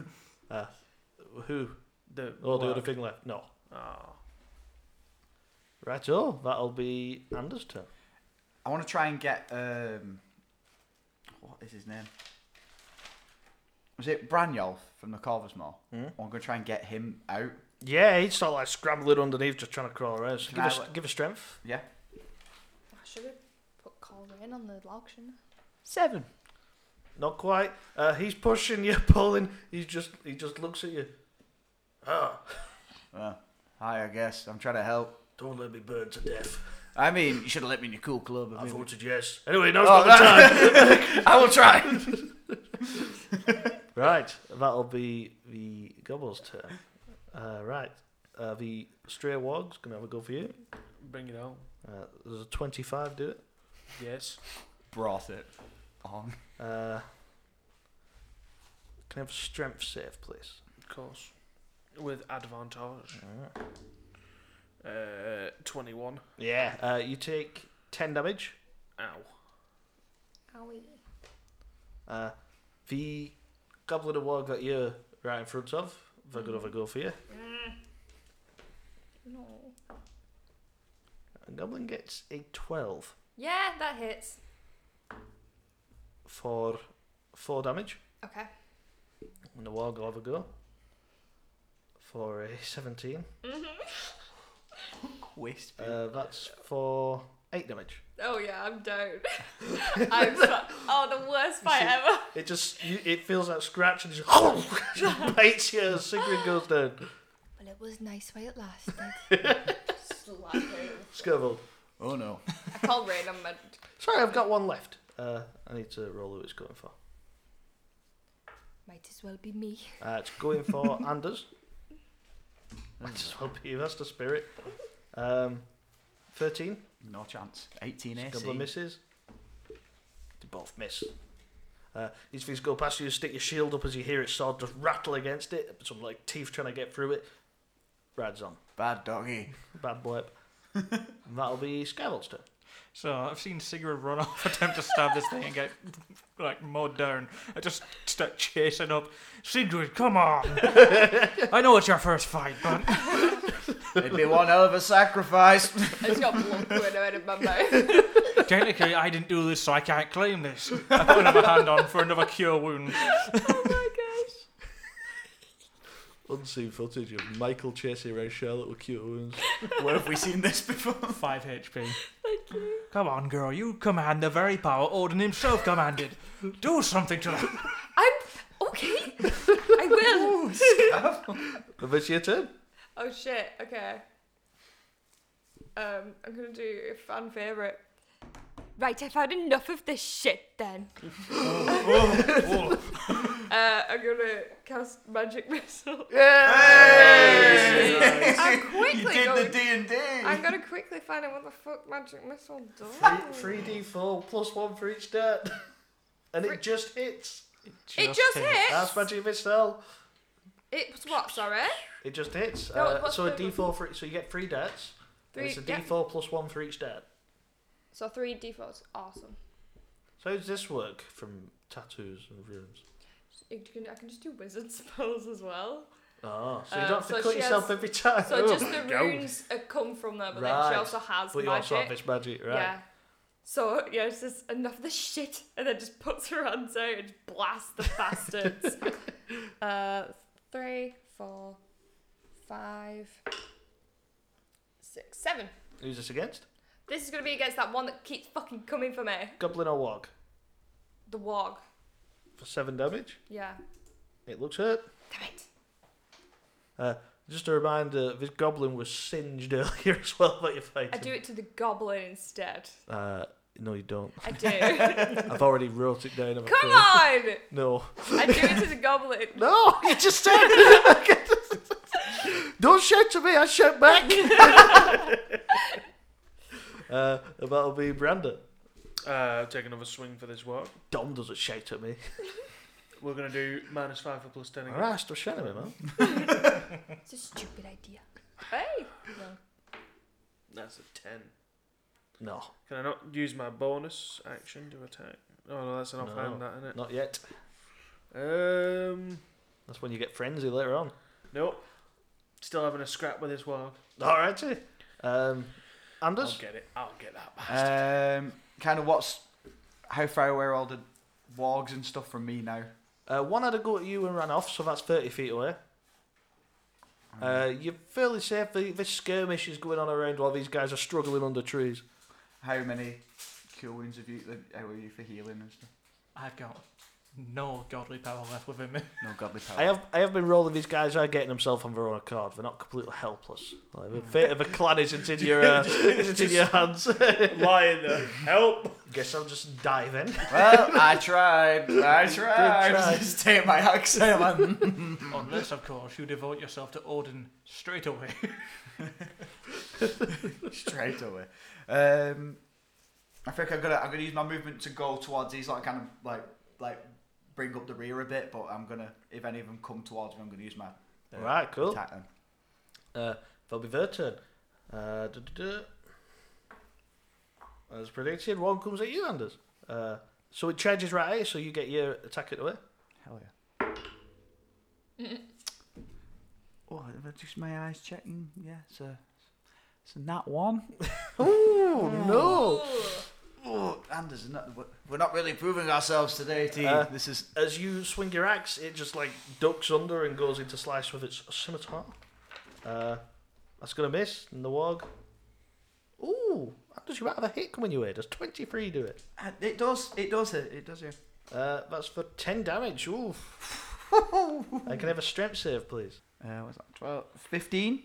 Speaker 6: Who?
Speaker 4: The,
Speaker 6: Oh, the
Speaker 4: warg.
Speaker 6: other thing left. No.
Speaker 4: Oh.
Speaker 6: Right, oh, that'll be Anders' turn.
Speaker 1: I want to try and get um, what is his name? Was it Branyolf from the Corvus Mall?
Speaker 4: Hmm?
Speaker 1: I'm gonna try and get him out.
Speaker 6: Yeah, he'd start like scrambling underneath, just trying to crawl around. So
Speaker 1: Can
Speaker 6: give,
Speaker 1: I
Speaker 6: us,
Speaker 1: look?
Speaker 6: give us strength.
Speaker 1: Yeah.
Speaker 3: I should have put Colvin on the auction.
Speaker 6: Seven. Not quite. Uh, he's pushing you, pulling. He just he just looks at you. Ah,
Speaker 1: Well, hi. I guess I'm trying to help.
Speaker 6: don't let me burn to death.
Speaker 1: I mean, you should have let me in your cool club.
Speaker 6: I
Speaker 1: I, mean,
Speaker 6: voted yes. Anyway, now's
Speaker 1: Oh,
Speaker 6: not the
Speaker 1: that-
Speaker 6: time.
Speaker 1: Oh, I will try.
Speaker 6: right, that'll be the gobble's turn. Uh, right, uh, the stray wog's gonna have a go for you.
Speaker 4: Bring it out.
Speaker 6: Uh, there's a twenty-five. Do it.
Speaker 4: Yes.
Speaker 1: Brought it on.
Speaker 6: Uh, can I have a strength save, please?
Speaker 4: Of course. With advantage. Uh, 21.
Speaker 6: Yeah. Uh, you take ten damage.
Speaker 4: Ow.
Speaker 3: Owie.
Speaker 6: Uh, the Goblin of War got you right in front of. They're going to have a go for you.
Speaker 3: Mm. No.
Speaker 6: And Goblin gets a 12
Speaker 3: Yeah, that hits.
Speaker 6: for 4 damage.
Speaker 3: Okay.
Speaker 6: And the War will have a go for a 17.
Speaker 1: Quist.
Speaker 6: Uh, that's for 8 damage.
Speaker 3: Oh yeah, I'm down. I'm so- oh the worst fight
Speaker 6: see-
Speaker 3: ever.
Speaker 6: It just, you, it feels like scratch and just, just bites you as Sigrid goes down.
Speaker 3: Well, it was nice while it lasted. Slap
Speaker 6: Skirvel.
Speaker 1: Oh no.
Speaker 3: I can't rain on my.
Speaker 6: Sorry, I've got one left. Uh, I need to roll who it's going for.
Speaker 3: Might as well be me.
Speaker 6: Uh, it's going for Anders. Might as well be. That's the spirit. Um, 13.
Speaker 1: No chance. 18
Speaker 6: It's a
Speaker 1: AC.
Speaker 6: couple of misses. They both miss. Uh, these things go past you, stick your shield up as you hear its sword just rattle against it. Some like teeth trying to get through it. Rad's on.
Speaker 1: Bad doggy.
Speaker 6: Bad blurb. And that'll be Skyvel's turn.
Speaker 5: So I've seen Sigurd run off, attempt to stab this thing and get like mowed down. I just start chasing up. Sigurd, come on! I know it's your first fight, but
Speaker 1: It'd be one hell of a sacrifice.
Speaker 3: I just got blood going out of my mouth.
Speaker 5: technically I didn't do this, so I can't claim this. I put another hand on for another cure wound.
Speaker 3: oh my gosh.
Speaker 6: Unseen footage of Michael chasing around Charlotte with cure wounds.
Speaker 1: Where have we seen this before?
Speaker 5: Five HP. Come on, girl, you command the very power Odin himself commanded. Do something to that.
Speaker 3: I'm okay. I will.
Speaker 6: it's your turn.
Speaker 3: Oh shit. Okay. Um, I'm gonna do a fan favorite. Right, I've had enough of this shit then. uh, I'm gonna cast magic missile. I'm
Speaker 1: You
Speaker 3: quickly
Speaker 1: did the
Speaker 3: going.
Speaker 1: D and
Speaker 3: I'm
Speaker 1: D.
Speaker 3: gonna quickly find out what the fuck magic missile does.
Speaker 6: Three D four plus one for each dart, and it just hits.
Speaker 3: it just
Speaker 5: hit.
Speaker 3: hits.
Speaker 6: That's magic missile.
Speaker 3: It's what? Sorry.
Speaker 6: It just hits.
Speaker 3: No,
Speaker 6: uh,
Speaker 3: what's
Speaker 6: so a
Speaker 3: the-
Speaker 6: D four for so you get three darts. and
Speaker 3: Three-
Speaker 6: it's a
Speaker 3: yeah.
Speaker 6: D four plus one for each dart.
Speaker 3: So three d4s. Awesome.
Speaker 6: So how does this work from tattoos and runes?
Speaker 3: You can, I can just do wizard spells as well.
Speaker 6: Oh, so you
Speaker 3: Uh,
Speaker 6: don't have to
Speaker 3: so
Speaker 6: cut
Speaker 3: she
Speaker 6: yourself
Speaker 3: has-
Speaker 6: every time.
Speaker 3: So just the
Speaker 4: God.
Speaker 3: runes uh, come from there, but then
Speaker 6: Oh, Right.
Speaker 3: she also has
Speaker 6: but
Speaker 3: magic.
Speaker 6: you also have this magic, right?
Speaker 3: Yeah. So yeah, it's just enough of this shit, and then just puts her hands out and blasts the bastards. uh, three, four, five, six, seven.
Speaker 6: Who's this against?
Speaker 3: This is gonna be against that one that keeps fucking coming for me.
Speaker 6: Goblin or Wog?
Speaker 3: The wog.
Speaker 6: For seven damage.
Speaker 3: Yeah.
Speaker 6: It looks hurt.
Speaker 3: Damn it.
Speaker 6: Uh, just a reminder, this goblin was singed earlier as well by your fighting.
Speaker 3: I do it to the goblin instead.
Speaker 6: Uh, no, you don't.
Speaker 3: I do.
Speaker 6: I've already wrote it down. I'm
Speaker 3: Come
Speaker 6: afraid.
Speaker 3: on!
Speaker 6: No.
Speaker 3: I do it to the goblin.
Speaker 6: No, you just said. Don't shout to me. I shout back. uh, and that'll be Brandon.
Speaker 4: Uh, take another swing for this work.
Speaker 6: Dom doesn't shout at me.
Speaker 4: We're gonna do minus five for plus ten
Speaker 6: All
Speaker 4: again.
Speaker 6: right, stop shouting at me, man.
Speaker 3: It's a stupid idea. Hey!
Speaker 4: That's a ten.
Speaker 6: No,
Speaker 4: Can I not use my bonus action to attack? Oh no, that's an offhand, that isn't it?
Speaker 6: not yet.
Speaker 4: Um,
Speaker 6: That's when you get frenzy later on.
Speaker 4: nope. Still having a scrap with this work.
Speaker 6: All righty. Um,
Speaker 4: I'll
Speaker 6: Anders.
Speaker 4: get it. I'll get that back.
Speaker 1: Um, kind of what's how far away are all the wargs and stuff from me now?
Speaker 6: Uh, one had a go at you and ran off, so that's 30 feet away. Uh, you're fairly safe. The- This skirmish is going on around while these guys are struggling under trees.
Speaker 1: How many cure wounds have you? like, How are you for healing and stuff?
Speaker 5: I've got no godly power left within me.
Speaker 1: No godly power.
Speaker 6: I have I have been rolling these guys are getting themselves on their own accord. They're not completely helpless. Like, the fate of a clan isn't in your uh, isn't in your hands.
Speaker 4: Lying there. Help!
Speaker 6: Guess I'll just dive in.
Speaker 1: well, I tried. I tried.
Speaker 6: try.
Speaker 1: Just take my axe out. man.
Speaker 5: Unless, of course, you devote yourself to Odin straight away.
Speaker 1: straight away. Um, I think I'm gonna I'm gonna use my movement to go towards these like kind of like like bring up the rear a bit, but I'm gonna if any of them come towards me, I'm gonna use my uh,
Speaker 6: right, cool.
Speaker 1: attack them.
Speaker 6: Uh, they'll be their turn. Uh, duh-duh-duh. As predicted, one comes at you, Anders. Uh, so it charges right at you, so you get your attack it away.
Speaker 1: Hell yeah. Oh, that's just my eyes checking. Yeah, it's a, it's a nat one.
Speaker 6: Oh no!
Speaker 1: Oh, Anders, not, we're not really proving ourselves today, team.
Speaker 6: Uh,
Speaker 1: this is
Speaker 6: As you swing your axe, it just like ducks under and goes into slice with its scimitar. Uh, that's gonna miss, and the wog. Ooh, Anders, you might have a hit coming your way. Does twenty three do it?
Speaker 1: uh, it does it does hit it does yeah.
Speaker 6: Uh, that's for ten damage. Ooh. I can have a strength save, please.
Speaker 1: Uh, what's that? 12, 15?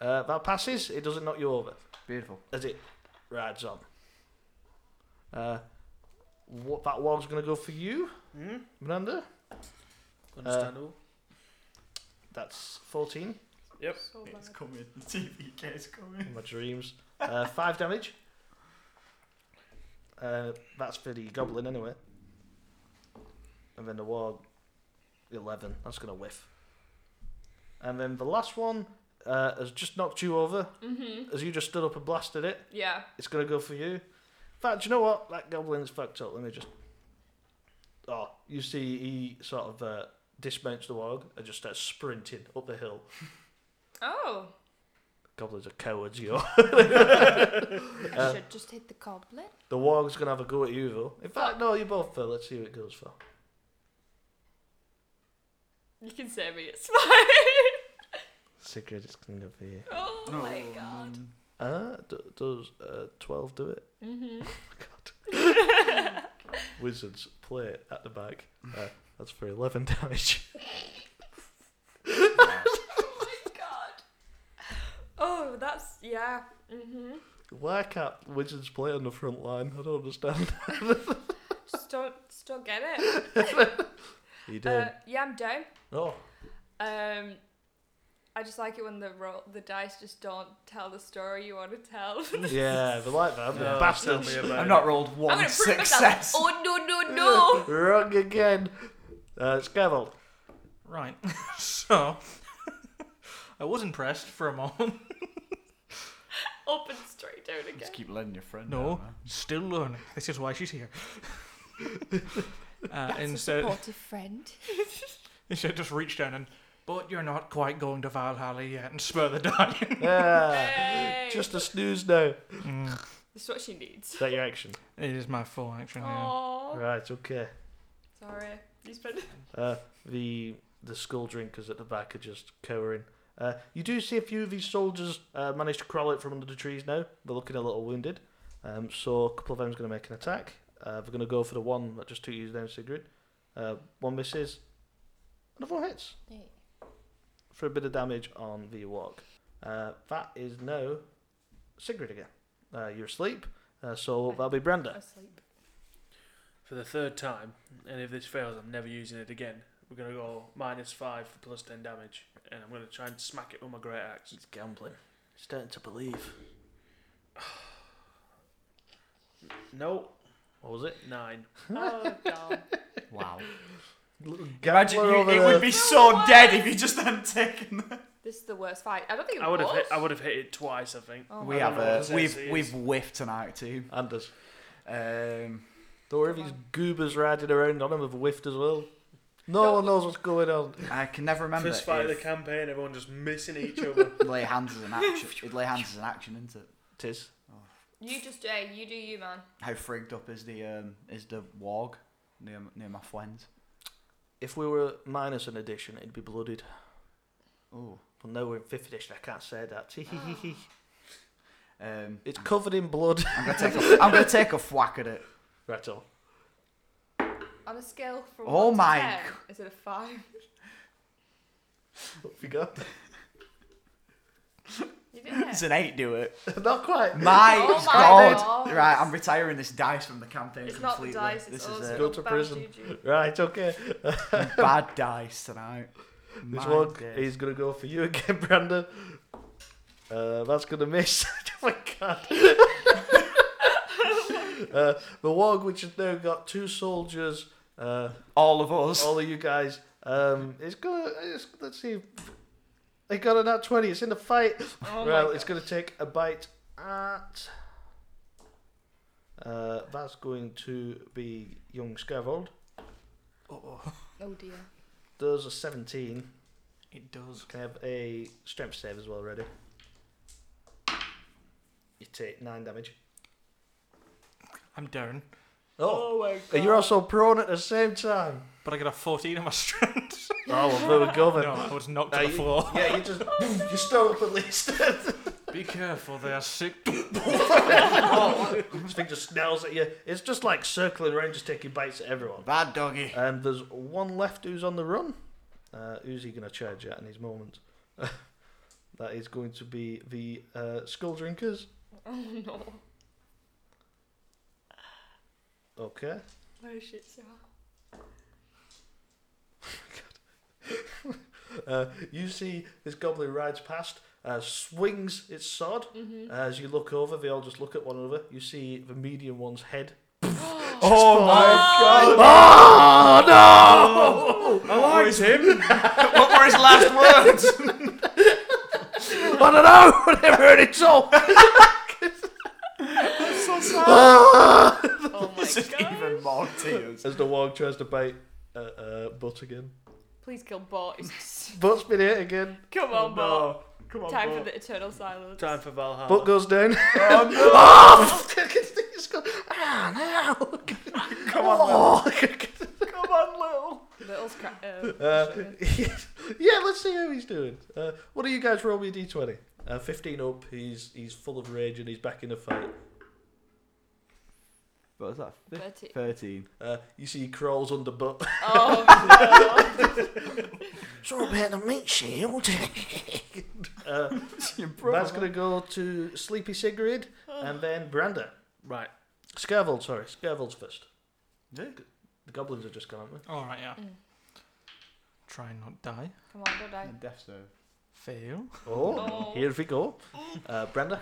Speaker 6: Uh, that passes. It doesn't knock you over.
Speaker 1: Beautiful.
Speaker 6: as it rides on. Uh, what that one's gonna go for you,
Speaker 4: Hmm?
Speaker 6: Miranda?
Speaker 4: Understandable.
Speaker 6: That's fourteen
Speaker 4: yep.
Speaker 3: So bad.
Speaker 1: coming. The TVK is coming.
Speaker 6: in my dreams. Uh, five damage. Uh, that's for the goblin anyway. And then the ward, eleven. That's gonna whiff. And then the last one uh, has just knocked you over as you just stood up and blasted it.
Speaker 3: Mm-hmm. Yeah.
Speaker 6: It's gonna go for you. In fact, you know what? That goblin's fucked up. Let me just. Oh, you see, he sort of uh, dismounts the wog and just starts sprinting up the hill.
Speaker 3: Oh.
Speaker 6: Goblins are cowards, yo.
Speaker 3: I should just hit the goblin.
Speaker 6: the wog's gonna have a go at you, though. In fact, no, you both fail. Let's see who it goes for.
Speaker 3: You can say me, it's fine.
Speaker 6: Sigrid is gonna go for you.
Speaker 3: oh my god.
Speaker 6: Uh, d- does uh, 12 do it?
Speaker 3: Mm-hmm.
Speaker 6: God. Wizards play it at the back. Uh, that's for 11 damage.
Speaker 3: Oh my god. Oh, that's yeah. Mm-hmm.
Speaker 6: Why can't wizards play on the front line? I don't understand.
Speaker 3: Just don't, just don't get it.
Speaker 6: He did.
Speaker 3: Uh, yeah, I'm down.
Speaker 6: oh,
Speaker 3: Um, I just like it when the roll, the dice just don't tell the story you want to tell.
Speaker 6: yeah, they like that.
Speaker 4: No,
Speaker 6: No,
Speaker 4: tell me
Speaker 6: bastards.
Speaker 4: about
Speaker 1: I've
Speaker 4: it.
Speaker 1: not rolled
Speaker 3: I'm gonna
Speaker 1: one
Speaker 3: prove
Speaker 1: success.
Speaker 3: myself. Oh no no no!
Speaker 6: Wrong again. Uh, Scavel.
Speaker 5: Right. so, I was impressed for a moment.
Speaker 3: Up and straight down again.
Speaker 1: Just keep letting your friend.
Speaker 5: No,
Speaker 1: down, man.
Speaker 5: still learning. This is why she's here. uh, instead,
Speaker 7: supportive friend.
Speaker 5: instead, just reach down and. But you're not quite going to Valhalla yet, and spur the die.
Speaker 6: Yeah.
Speaker 3: Yay.
Speaker 6: Ah, Just a snooze now.
Speaker 5: Mm,
Speaker 3: That's what she needs.
Speaker 6: Is that your action?
Speaker 5: it is my full action. Yeah.
Speaker 3: Oh,
Speaker 6: Right, okay.
Speaker 3: sorry. You spent
Speaker 6: Uh, the the skull drinkers at the back are just cowering. Uh, you do see a few of these soldiers uh, manage to crawl out from under the trees now. They're looking a little wounded. Um, so a couple of them's going to make an attack. Uh, they're going to go for the one that just took you down, Sigrid. Uh, one misses. And four hits for a bit of damage on the walk. Uh, that is now Sigrid again. Uh, you're asleep, uh, so that'll be Brenda.
Speaker 3: asleep.
Speaker 4: For the third time, and if this fails, I'm never using it again. We're gonna go minus five for plus ten damage, and I'm gonna try and smack it with my great axe.
Speaker 6: He's gambling. Starting to believe.
Speaker 4: No,
Speaker 6: What was it?
Speaker 4: nine.
Speaker 3: Oh damn.
Speaker 1: Wow.
Speaker 6: Gambler
Speaker 1: Imagine you,
Speaker 6: over
Speaker 1: it
Speaker 6: there.
Speaker 1: would be so dead if you just hadn't taken that.
Speaker 3: This is the worst fight. I don't think it
Speaker 4: I would have
Speaker 3: was.
Speaker 4: hit. I would have hit it twice. I think.
Speaker 3: Oh,
Speaker 1: We
Speaker 3: my
Speaker 1: have
Speaker 4: don't know
Speaker 1: a
Speaker 4: what it
Speaker 1: we've
Speaker 4: says.
Speaker 1: we've whiffed tonight too.
Speaker 6: Anders.
Speaker 1: Um,
Speaker 6: Don't worry if these goobers riding around on him have whiffed as well. No one knows what's going on.
Speaker 1: I can never remember.
Speaker 4: First fight of the
Speaker 1: if
Speaker 4: campaign, everyone just missing each other.
Speaker 1: Lay hands is an action. It'd lay hands is an action, isn't it?
Speaker 6: Tis.
Speaker 3: You just, hey, you do you, man.
Speaker 1: How frigged up is the um, is the warg near near my friends?
Speaker 6: If we were minus an addition, it'd be blooded.
Speaker 1: Oh,
Speaker 6: But now we're in fifth edition, I can't say that.
Speaker 1: um,
Speaker 6: it's covered in blood.
Speaker 1: I'm gonna take a, I'm gonna take a whack at it.
Speaker 6: Right on.
Speaker 3: On a scale from
Speaker 1: Oh
Speaker 3: one to
Speaker 1: my
Speaker 3: 10, is it a five?
Speaker 6: What have you got?
Speaker 3: You didn't hit.
Speaker 1: It's an eight, do it.
Speaker 6: Not quite.
Speaker 1: My
Speaker 3: Oh my
Speaker 1: god!
Speaker 3: God.
Speaker 1: Right, I'm retiring this dice from the campaign
Speaker 3: It's not the
Speaker 1: completely.
Speaker 3: dice, it's
Speaker 1: this
Speaker 3: also
Speaker 1: is
Speaker 6: Go to
Speaker 3: bad
Speaker 6: prison.
Speaker 3: juju.
Speaker 6: Right, okay.
Speaker 1: a bad dice tonight.
Speaker 6: This
Speaker 1: My
Speaker 6: one
Speaker 1: days.
Speaker 6: is going to go for you again, Brandon. Uh, that's going to miss. oh my god. uh, the Wog, which has now got two soldiers, uh,
Speaker 1: all of us.
Speaker 8: Oh.
Speaker 6: all of you guys. Um, it's gonna. It's, let's see. They got an at twenty. It's in the fight.
Speaker 3: Oh my
Speaker 6: well,
Speaker 3: God.
Speaker 6: it's gonna take a bite at. Uh, that's going to be young Scavold.
Speaker 7: Oh dear.
Speaker 6: Those are seventeen.
Speaker 5: It does.
Speaker 6: Can I have a strength save as well, ready? You take nine damage.
Speaker 5: I'm down,
Speaker 6: Oh,
Speaker 4: my god!
Speaker 6: and you're also prone at the same time.
Speaker 5: but I got a 14 on my strength.
Speaker 6: Oh, well, there we go
Speaker 5: no,
Speaker 6: then.
Speaker 5: I was knocked
Speaker 6: Now
Speaker 5: to the
Speaker 6: you-
Speaker 5: floor.
Speaker 6: Yeah, you just you stole up at least.
Speaker 5: Be careful, they are sick.
Speaker 6: This thing just snarls at you. It's just like circling around, just taking bites at everyone.
Speaker 1: Bad doggy.
Speaker 6: Um, there's one left who's on the run. Uh, who's he going to charge at in his moment? that is going to be the uh, Skull Drinkers.
Speaker 3: Oh no.
Speaker 6: Okay.
Speaker 3: Oh shit, Sarah.
Speaker 6: Uh, you see this goblin rides past, uh, swings its sword. Uh, As you look over, they all just look at one another. You see the medium one's head.
Speaker 1: Oh my god!
Speaker 6: Oh, no!
Speaker 4: I liked Oh! him.
Speaker 1: What were his last words?
Speaker 6: I don't know! Whatever it is all!
Speaker 3: Oh my
Speaker 1: Just even more tears.
Speaker 6: As the wog tries to bite uh, uh, Butt again.
Speaker 3: Please kill Bort.
Speaker 6: Butt's been hit again.
Speaker 3: Come
Speaker 1: Oh,
Speaker 3: on, Bort.
Speaker 4: No, come on.
Speaker 3: Time
Speaker 4: Bo.
Speaker 3: for the eternal silence.
Speaker 4: Time for Valhalla.
Speaker 6: Butt goes down.
Speaker 1: Oh no!
Speaker 6: Oh, it's gone. Ah, no. Come on,
Speaker 1: Come on, little.
Speaker 3: Little's cra-
Speaker 7: um,
Speaker 3: uh,
Speaker 6: uh,
Speaker 3: shit.
Speaker 6: yeah, let's see how he's doing. Uh, what do you guys roll me a d20? Uh, 15 up, he's he's full of rage and he's back in the fight.
Speaker 8: What was that? Fif-
Speaker 7: Thirteen.
Speaker 8: Thirteen.
Speaker 6: Uh, you see, he crawls under butt.
Speaker 7: Oh,
Speaker 6: Sorry about the meat shield. uh, That's gonna go to Sleepy Sigrid and then Branda.
Speaker 4: Right.
Speaker 6: Scarvold, sorry, Scarvold's first. The goblins are just gone, aren't
Speaker 5: All right, yeah.
Speaker 7: Mm.
Speaker 5: Try and not die.
Speaker 7: come on, don't die.
Speaker 8: And death stone.
Speaker 5: Fail.
Speaker 6: they? Oh,
Speaker 7: Oh.
Speaker 6: here we go. Uh, Brenda,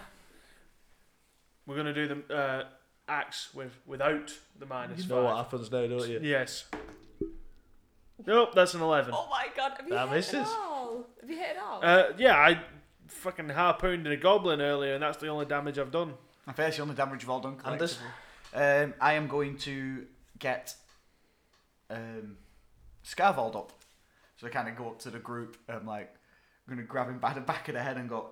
Speaker 4: We're gonna do the uh, axe with without the minus
Speaker 6: you know what
Speaker 4: five.
Speaker 6: happens now,
Speaker 4: Oh,
Speaker 6: don't you?
Speaker 4: Yes. Nope, that's an eleven.
Speaker 7: Oh my god, have you
Speaker 6: That
Speaker 7: hit it
Speaker 6: misses.
Speaker 7: all? Have you hit it all?
Speaker 4: Uh, yeah, I fucking harpooned a goblin earlier, and that's the only damage I've done.
Speaker 1: I think that's the only damage you've all done.
Speaker 6: And this-
Speaker 1: collectively. Um, I am going to get um, Scarvald up. So I kind of go up to the group. I'm like, I'm going to grab him by the back of the head and go,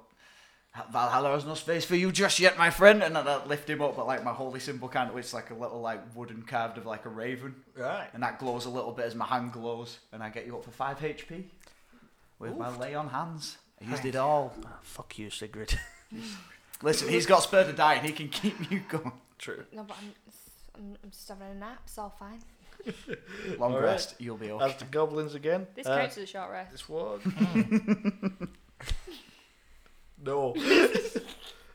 Speaker 1: Valhalla has no space for you just yet, my friend. And then I lift him up, but like my holy symbol kind of, it's like a little like wooden carved of like a raven.
Speaker 6: Right.
Speaker 1: And that glows a little bit as my hand glows. And I get you up for 5 HP with my lay on hands. I used it all.
Speaker 6: Ah, fuck you, Sigrid.
Speaker 1: Listen, he's got spare to die and he can keep you going.
Speaker 6: True.
Speaker 7: no, but I'm, I'm, I'm just having a nap. It's all fine.
Speaker 1: Long
Speaker 6: All right. Uh,
Speaker 1: rest, you'll be okay.
Speaker 6: As the goblins again.
Speaker 7: This
Speaker 6: uh,
Speaker 7: counts as a short rest.
Speaker 6: This one. no.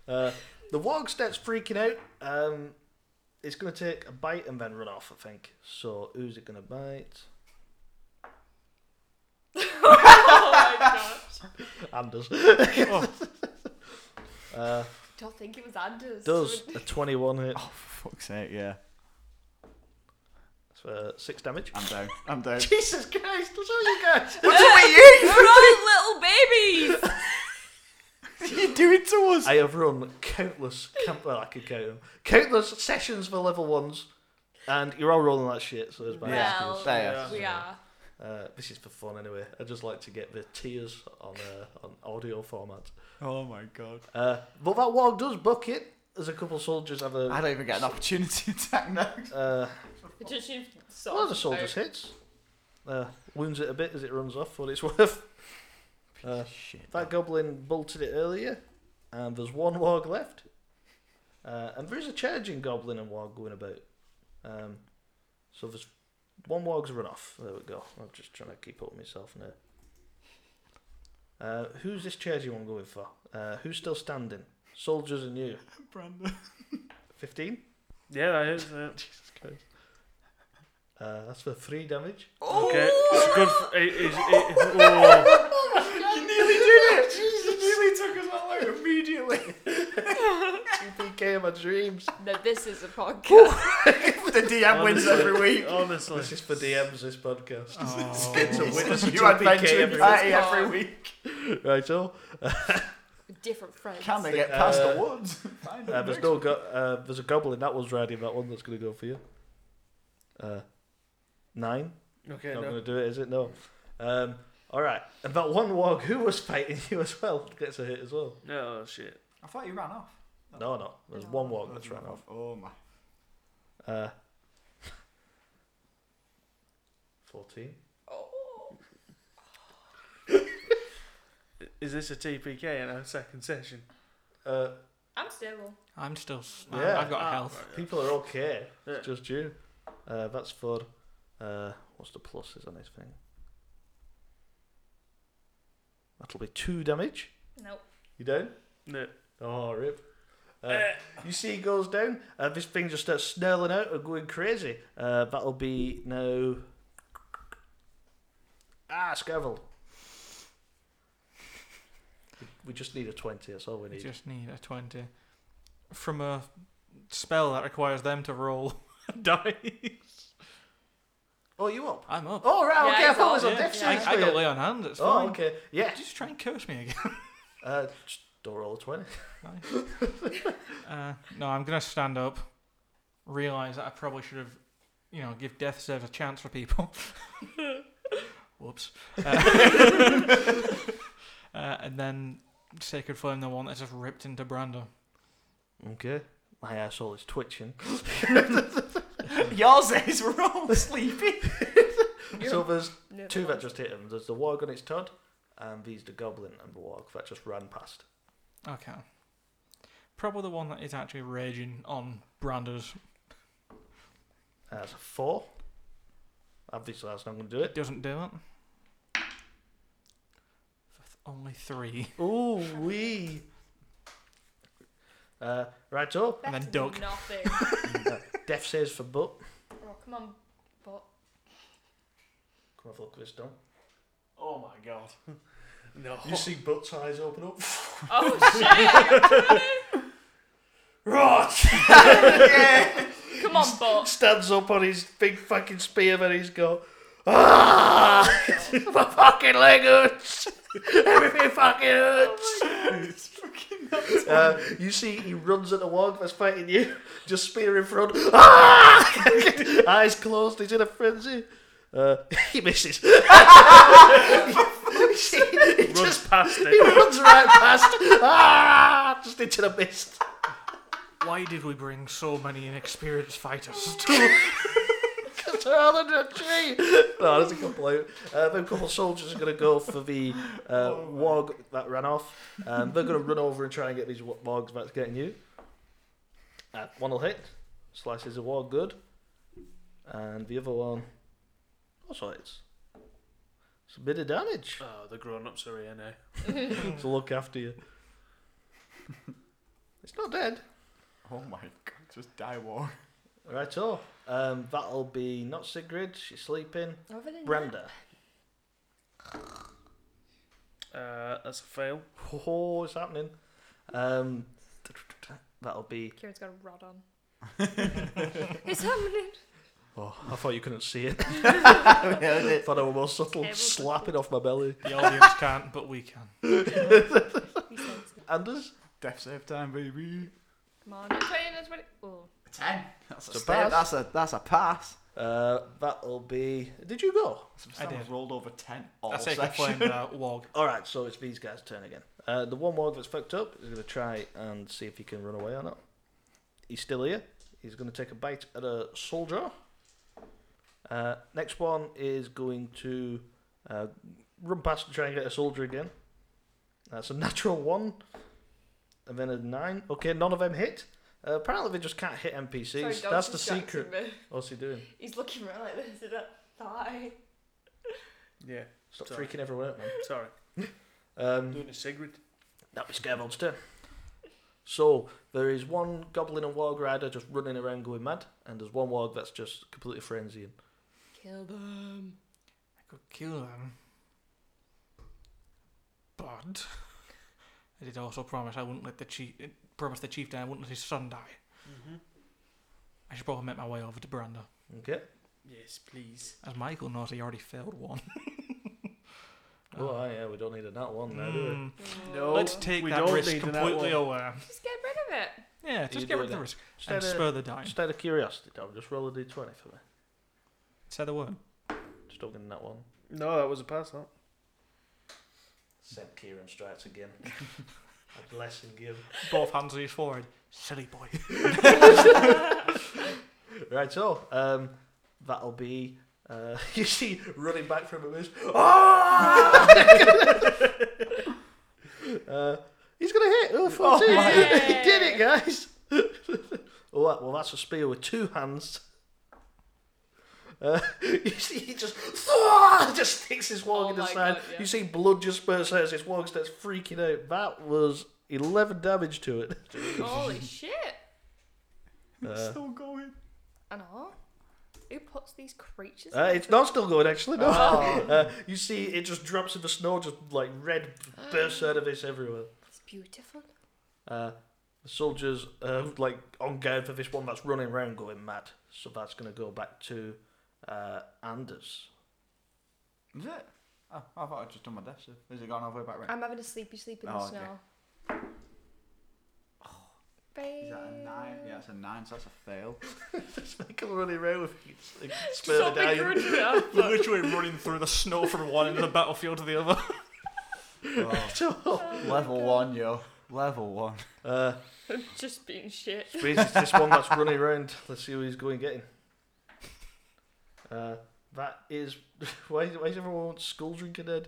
Speaker 6: uh, the warg starts freaking out. Um, it's going to take a bite and then run off, I think. So, who's it going to bite?
Speaker 7: Oh
Speaker 6: Anders. uh,
Speaker 7: Don't think it was Anders.
Speaker 6: does a 21 hit.
Speaker 1: Oh, for fuck's sake, yeah.
Speaker 6: That's for 6 damage.
Speaker 1: I'm down. I'm down.
Speaker 6: Jesus Christ, that's all you guys.
Speaker 1: What's up with
Speaker 7: We're all little babies.
Speaker 1: you? What are you doing to us?
Speaker 6: I have run countless, count, well, I could count them, countless sessions for level ones, and you're all rolling that shit, so there's my
Speaker 1: Yeah.
Speaker 6: excuse.
Speaker 7: Well,
Speaker 1: Yeah.
Speaker 7: we are.
Speaker 6: Uh, this is for fun anyway. I just like to get the tears on uh, on audio format.
Speaker 8: Oh my god.
Speaker 6: Uh, but that warg does bucket. There's a couple soldiers have
Speaker 1: I
Speaker 6: a.
Speaker 1: don't even get an opportunity attack now.
Speaker 6: Uh,
Speaker 7: Just you
Speaker 6: one of the
Speaker 7: sort
Speaker 6: soldiers hits. Uh, wounds it a bit as it runs off, for it's worth. Uh,
Speaker 1: Shit.
Speaker 6: that goblin bolted it earlier, and there's one warg left. Uh, and there is a charging goblin and warg going about. Um, so there's one warg's run off. There we go. I'm just trying to keep up with myself now. Uh, who's this charging one going for? Uh, who's still standing? Soldiers and you.
Speaker 8: Brandon.
Speaker 6: 15?
Speaker 4: Yeah, that is. Yeah.
Speaker 6: Uh, that's for 3 damage.
Speaker 1: Oh!
Speaker 4: Okay. It's good. For, it, it, it, oh.
Speaker 1: Immediately.
Speaker 6: 2pk of my dreams.
Speaker 7: No, this is a podcast.
Speaker 1: the DM wins
Speaker 4: Honestly. Oh,
Speaker 1: every week.
Speaker 4: Honestly.
Speaker 6: This is for DMs, this podcast.
Speaker 5: Oh.
Speaker 6: It's a witness to
Speaker 1: You
Speaker 6: 2pk
Speaker 1: adventure
Speaker 6: every
Speaker 1: party
Speaker 7: week.
Speaker 1: every week.
Speaker 6: Right, so.
Speaker 7: Different friends.
Speaker 1: Can they get past
Speaker 6: Uh,
Speaker 1: the woods? Find
Speaker 6: Uh,
Speaker 1: them
Speaker 6: there's
Speaker 1: next
Speaker 6: no
Speaker 1: week.
Speaker 6: go- uh, there's a goblin that one's riding that one that's gonna go for you. Uh, nine.
Speaker 4: Okay.
Speaker 6: Not
Speaker 4: No.
Speaker 6: gonna do it, is it? No. Um, all right. And that one warg who was fighting you as well gets a hit as well.
Speaker 4: No oh, shit.
Speaker 1: I thought you ran off.
Speaker 6: No, no. There's
Speaker 7: No.
Speaker 6: one warg that's run off.
Speaker 8: Oh my.
Speaker 6: Uh, Fourteen.
Speaker 7: Oh.
Speaker 4: Is this a TPK in our second session?
Speaker 6: Uh,
Speaker 7: I'm stable.
Speaker 5: I'm still. s-
Speaker 6: Yeah.
Speaker 5: I've got
Speaker 4: Ah,
Speaker 5: health.
Speaker 4: right.
Speaker 6: people are okay.
Speaker 4: Yeah.
Speaker 6: It's just you. Uh, that's for. Uh, what's the pluses on this thing? That'll be two damage.
Speaker 7: Nope.
Speaker 6: You down?
Speaker 4: No.
Speaker 6: Oh, rip. Uh,
Speaker 4: Eh.
Speaker 6: you see, he goes down. Uh, this thing just starts snarling out and going crazy. Uh, that'll be now. Ah, Scavel. We- We just need a 20, that's all we
Speaker 5: We
Speaker 6: need.
Speaker 5: just need a 20 from a spell that requires them to roll dice.
Speaker 6: Oh, you up?
Speaker 5: I'm up.
Speaker 6: Oh, right,
Speaker 7: Yeah,
Speaker 6: okay, I
Speaker 7: he's
Speaker 6: thought
Speaker 7: up.
Speaker 6: it was on
Speaker 5: Yeah,
Speaker 6: death
Speaker 5: I,
Speaker 6: saves
Speaker 5: I
Speaker 6: for
Speaker 5: got
Speaker 6: you.
Speaker 5: lay on hand. It's
Speaker 6: Oh,
Speaker 5: fine.
Speaker 6: okay. Yeah.
Speaker 5: Just try and curse me again.
Speaker 6: Uh, just don't roll a 20.
Speaker 5: uh, no, I'm gonna stand up. Realize that I probably should have, you know, give death serves a chance for people. Whoops. Uh, uh, and then sacred flame, the one that's just ripped into Brando.
Speaker 6: Okay. My asshole is twitching.
Speaker 1: Yours is we're all sleepy.
Speaker 6: so there's
Speaker 7: No.
Speaker 6: two that just hit him. There's the warg on its Todd, and there's the goblin and the warg that just ran past.
Speaker 5: Okay. Probably the one that is actually raging on Brando's
Speaker 6: That's a four. Obviously, that's not going to do
Speaker 5: It
Speaker 6: it.
Speaker 5: doesn't do it. With Only three.
Speaker 6: Ooh, wee. Uh, right, so
Speaker 5: And then
Speaker 3: That's
Speaker 5: duck.
Speaker 3: Nothing.
Speaker 6: death saves for butt.
Speaker 3: oh, come on, but
Speaker 6: Come have a look at this done.
Speaker 4: Oh my god. No.
Speaker 6: You see butt's eyes open up.
Speaker 3: oh shit!
Speaker 6: Right!
Speaker 3: Come on, but
Speaker 6: Stands up on his big fucking spear and he's got. Ah! My fucking leg hurts! Everything fucking hurts! uh, you see, he runs at the wog that's fighting you, just spear in front. Ah! Eyes closed, he's in a frenzy. Uh, he misses. he
Speaker 4: Runs
Speaker 6: just
Speaker 4: past
Speaker 6: he
Speaker 4: it.
Speaker 6: runs right past. Ah! Just into the mist.
Speaker 5: Why did we bring so many inexperienced fighters? To-
Speaker 6: It's all under a tree. No, that's a complaint. Uh, then a couple of soldiers are going to go for the uh, wog that ran off. Um, they're going to run over and try and get these wo- wogs that's getting you. Uh, one will hit. Slices the wog good. And the other one also hits. It's a bit of damage.
Speaker 4: Oh, the grown ups are here now.
Speaker 6: to look after you. It's not dead.
Speaker 1: Oh my god, just die war.
Speaker 6: Right, so um, that'll be not Sigrid. She's sleeping.
Speaker 7: Over the
Speaker 6: Brenda.
Speaker 4: Uh, that's a fail.
Speaker 6: Oh, it's happening. Um, that'll be.
Speaker 3: Kieran's got a rod on. it's happening.
Speaker 6: Oh, I thought you couldn't see it.
Speaker 1: yeah,
Speaker 6: I thought I was more subtle,
Speaker 3: Table
Speaker 6: slapping off my belly.
Speaker 5: the audience can't, but we can.
Speaker 3: He says,
Speaker 6: Anders,
Speaker 1: Death save time, baby.
Speaker 3: Come on, not twenty, not twenty. Oh,
Speaker 1: Ten. That's a,
Speaker 6: It's a
Speaker 1: stab.
Speaker 6: pass.
Speaker 1: That's a that's a pass.
Speaker 6: uh, that'll be. Did you go?
Speaker 5: I did.
Speaker 1: Someone's rolled over ten. All
Speaker 5: That's it.
Speaker 1: section.
Speaker 5: Complained uh, Wog.
Speaker 6: All right, so it's these guys' turn again. Uh, the one wog that's fucked up is going to try and see if he can run away or not. He's still here. He's going to take a bite at a soldier. Uh, next one is going to uh, run past and try and get a soldier again. That's a natural one, and then a nine. Okay, none of them hit. Uh, apparently, they just can't hit NPCs.
Speaker 3: sorry, dog's
Speaker 6: that's the
Speaker 3: distracting
Speaker 6: secret.
Speaker 3: me.
Speaker 6: What's he doing?
Speaker 3: He's looking around like this. Is that thigh?
Speaker 4: Yeah,
Speaker 6: Stop
Speaker 4: Sorry.
Speaker 6: freaking everyone out, man.
Speaker 4: sorry.
Speaker 6: Um,
Speaker 4: Doing a Sigrid.
Speaker 6: That'd be Scaveld's turn. So there is one goblin and warg rider just running around going mad, and there's one warg that's just completely frenzied.
Speaker 3: Kill them.
Speaker 5: I could kill them. But I did also promise I wouldn't let the chief promise the chieftain I wouldn't let his son die.
Speaker 4: Mm-hmm.
Speaker 5: I should probably make my way over to Branda.
Speaker 6: Okay.
Speaker 4: Yes, please.
Speaker 5: As Michael knows, he already failed one.
Speaker 6: Oh, aye, yeah, we don't need a nat one now, do we?
Speaker 5: Mm,
Speaker 4: No.
Speaker 5: Let's take
Speaker 4: we
Speaker 5: that
Speaker 4: don't
Speaker 5: risk
Speaker 4: need an
Speaker 5: completely
Speaker 4: outlaw.
Speaker 5: away.
Speaker 3: Just get rid of it.
Speaker 5: Yeah,
Speaker 6: You
Speaker 5: just get
Speaker 6: do
Speaker 5: rid of the
Speaker 6: that.
Speaker 5: risk
Speaker 6: Just
Speaker 5: and
Speaker 6: out, of,
Speaker 5: spur the die.
Speaker 6: just out of curiosity, Tom, just roll a d20 for me.
Speaker 5: Say the word.
Speaker 6: Just don't get a nat one.
Speaker 4: No, that was a pass, that.
Speaker 6: Sent Kieran strikes again. A blessing give.
Speaker 5: Both hands on his forehead. Silly boy.
Speaker 6: Right, so um, that'll be. Uh, you see, running back from a bush. Ah! uh, he's gonna hit. Oh, 14.
Speaker 3: my-
Speaker 6: he did it, guys. oh, that- well, that's a spear with two hands. Uh, you see, he just just sticks his wog
Speaker 3: Oh
Speaker 6: in the
Speaker 3: my
Speaker 6: side.
Speaker 3: God, yeah.
Speaker 6: You see, blood just spurts out. as His wog starts freaking out. That was eleven damage to it.
Speaker 3: Holy shit.
Speaker 6: Uh,
Speaker 1: Still going.
Speaker 3: I know. Who puts these creatures?
Speaker 6: Uh, it's not still going actually. No.
Speaker 3: Oh.
Speaker 6: Uh, you see, it just drops in the snow, just like red bursts out of it everywhere.
Speaker 3: It's beautiful.
Speaker 6: Uh, the soldiers uh, like on guard for this one that's running around going mad. So that's gonna go back to uh, Anders.
Speaker 1: Is it? Oh, I thought I'd just done my death save. Is it gone all the way back round?
Speaker 3: I'm having a sleepy sleep in the
Speaker 1: Oh, okay.
Speaker 3: snow.
Speaker 1: Is that a nine? Yeah, it's a nine, so that's a fail.
Speaker 6: Just like I'm running around with like, spur
Speaker 3: Stop
Speaker 6: the dying.
Speaker 3: encouraging it. I'm
Speaker 5: We're literally running through the snow from one end of the battlefield to the other.
Speaker 1: Oh,
Speaker 3: Oh,
Speaker 1: Level one, yo. Level one.
Speaker 6: Uh,
Speaker 3: just being shit.
Speaker 6: Squeeze is this one that's running around. Let's see who he's going getting. Uh, that is why. Why is everyone skull drinking dead?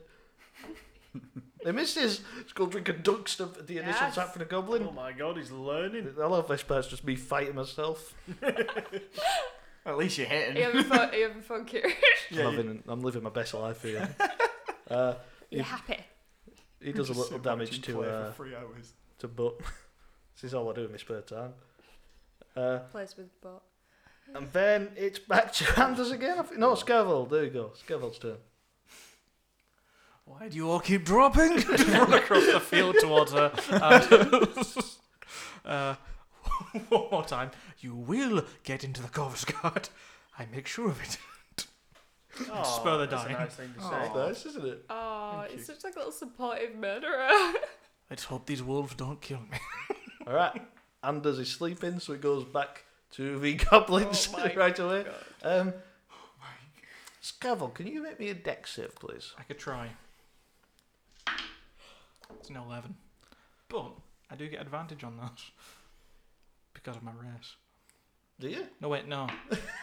Speaker 6: they missed his skull drinker dunks the, the initial
Speaker 3: Yes.
Speaker 6: attack for the
Speaker 4: Oh
Speaker 6: goblin.
Speaker 4: my god, he's learning.
Speaker 6: I love this part's just me fighting myself.
Speaker 1: At least you're hitting.
Speaker 3: Are you having fun? Are you having fun, Kieran?
Speaker 6: I'm, having, I'm living my best life here. uh,
Speaker 3: You're happy.
Speaker 6: he does a
Speaker 8: Just
Speaker 6: little
Speaker 8: sit
Speaker 6: damage
Speaker 8: watching
Speaker 6: to
Speaker 8: play
Speaker 6: uh,
Speaker 8: for three hours.
Speaker 6: to butt. this is all I do in my spare time. Uh,
Speaker 3: Plays with bot.
Speaker 6: and then it's back to Anders again. I think. No, Scavell. There you go. Scavell's turn.
Speaker 5: Why do you all keep dropping? Run across the field towards her. And, uh, one more time. You will get into the Corvus Guard. I make sure of it.
Speaker 4: Oh,
Speaker 5: Spur the
Speaker 4: that's a
Speaker 5: dying.
Speaker 4: nice thing to say.
Speaker 6: That's nice, isn't it?
Speaker 3: Oh,
Speaker 8: Thank
Speaker 3: it's
Speaker 8: you.
Speaker 3: such like a little supportive murderer.
Speaker 5: Let's hope these wolves don't kill me.
Speaker 6: All right. Anders is sleeping, so it goes back to the goblins
Speaker 3: Oh my Oh
Speaker 6: right away. Um, Scavell, can you make me a deck save, please?
Speaker 5: I could try. It's an 11. But I do get advantage on those. Because of my race.
Speaker 6: Do you?
Speaker 5: No, wait, no.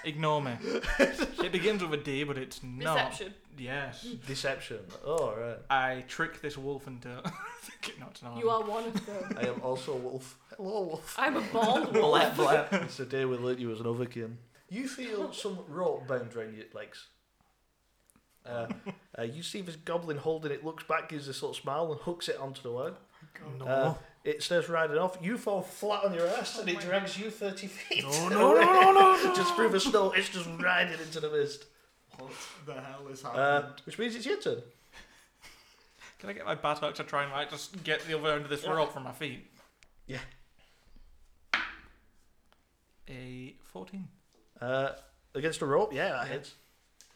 Speaker 5: Ignore me. it begins with a D, but it's not.
Speaker 3: Reception.
Speaker 5: Yes.
Speaker 6: Deception. Oh, all right.
Speaker 5: I trick this wolf into thinking not to
Speaker 1: Oh.
Speaker 5: know.
Speaker 3: You are one of them.
Speaker 6: I am also a wolf. Hello, wolf.
Speaker 3: I'm a bald wolf.
Speaker 6: Blap, blap. It's the day we learnt you as an overkin. You feel some rope bound round your legs. Uh, uh, you see this goblin holding it, looks back, gives this little smile, and hooks it onto the wall.
Speaker 5: No.
Speaker 6: Uh, it starts riding off. You fall flat on your ass, and it drags you 30 feet.
Speaker 5: no, no, no, no, no, no.
Speaker 6: just through the snow, it's just riding into the mist.
Speaker 8: What the hell is
Speaker 6: Uh,
Speaker 8: happening?
Speaker 6: which means it's your turn.
Speaker 5: Can I get my bat axe to try and like just get the other end of this
Speaker 6: Yeah.
Speaker 5: rope from my feet?
Speaker 6: Yeah.
Speaker 5: A fourteen.
Speaker 6: Uh, against a rope, yeah, that hits.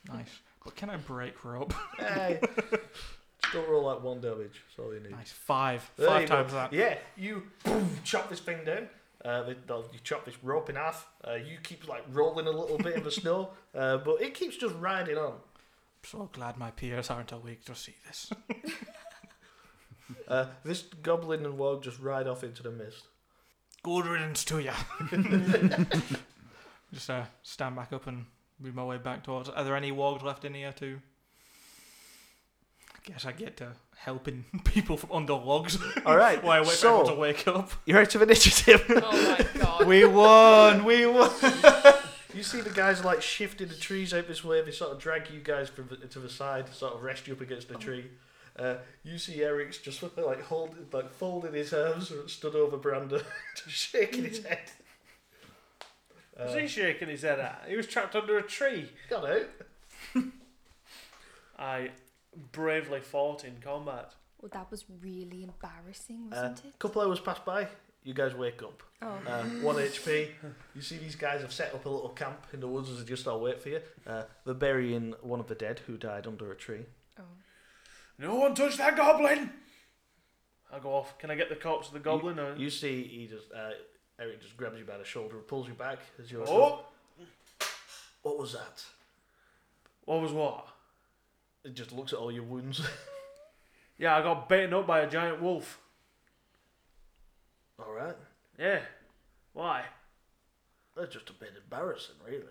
Speaker 5: Nice. But can I break rope?
Speaker 6: Hey. Just don't roll like one damage. That's all you need.
Speaker 5: Nice. Five.
Speaker 6: There
Speaker 5: Five
Speaker 6: you go.
Speaker 5: times that.
Speaker 6: Yeah, you boom, chop this thing down. Uh, they- they'll- you chop this rope in half. Uh, you keep like rolling a little bit in the snow, uh, but it keeps just riding on.
Speaker 5: I'm so glad my peers aren't awake to see this.
Speaker 6: Uh, this goblin and wog just ride off into the mist.
Speaker 5: Good riddance to ya. just uh, stand back up and move my way back towards. Are there any wargs left in here too? I guess I get to helping people from under logs
Speaker 6: All right,
Speaker 5: while I wait for everyone to
Speaker 6: so
Speaker 5: wake up.
Speaker 6: you're out of initiative.
Speaker 3: Oh my god.
Speaker 1: we won. We won.
Speaker 6: You see the guys like shifting the trees out this way. They sort of drag you guys from the, to the side, sort of rest you up against the tree. Uh, you see Eric's just like holding, like folding his arms, stood over Brandon, just shaking his head.
Speaker 4: Was
Speaker 6: Uh,
Speaker 4: he shaking his head at? He was trapped under a tree.
Speaker 6: got out.
Speaker 4: I bravely fought in combat.
Speaker 3: Well, that was really embarrassing,
Speaker 1: Uh,
Speaker 6: A
Speaker 3: wasn't it?
Speaker 6: couple hours pass by. You guys wake up.
Speaker 3: Oh.
Speaker 6: Uh, one HP. You see these guys have set up a little camp in the woods as they just all wait for you. Uh, they're burying one of the dead who died under a tree.
Speaker 3: oh.
Speaker 4: No one touched that goblin. I go off. Can I get the corpse of the goblin? or...
Speaker 6: You see, he just uh, Eric just grabs you by the shoulder, and pulls you back as you're.
Speaker 4: oh,
Speaker 6: What was that?
Speaker 4: what was what?
Speaker 6: It just looks at all your wounds.
Speaker 4: Yeah, I got bitten up by a giant wolf.
Speaker 6: all right.
Speaker 4: Yeah. Why?
Speaker 6: That's just a bit embarrassing, really.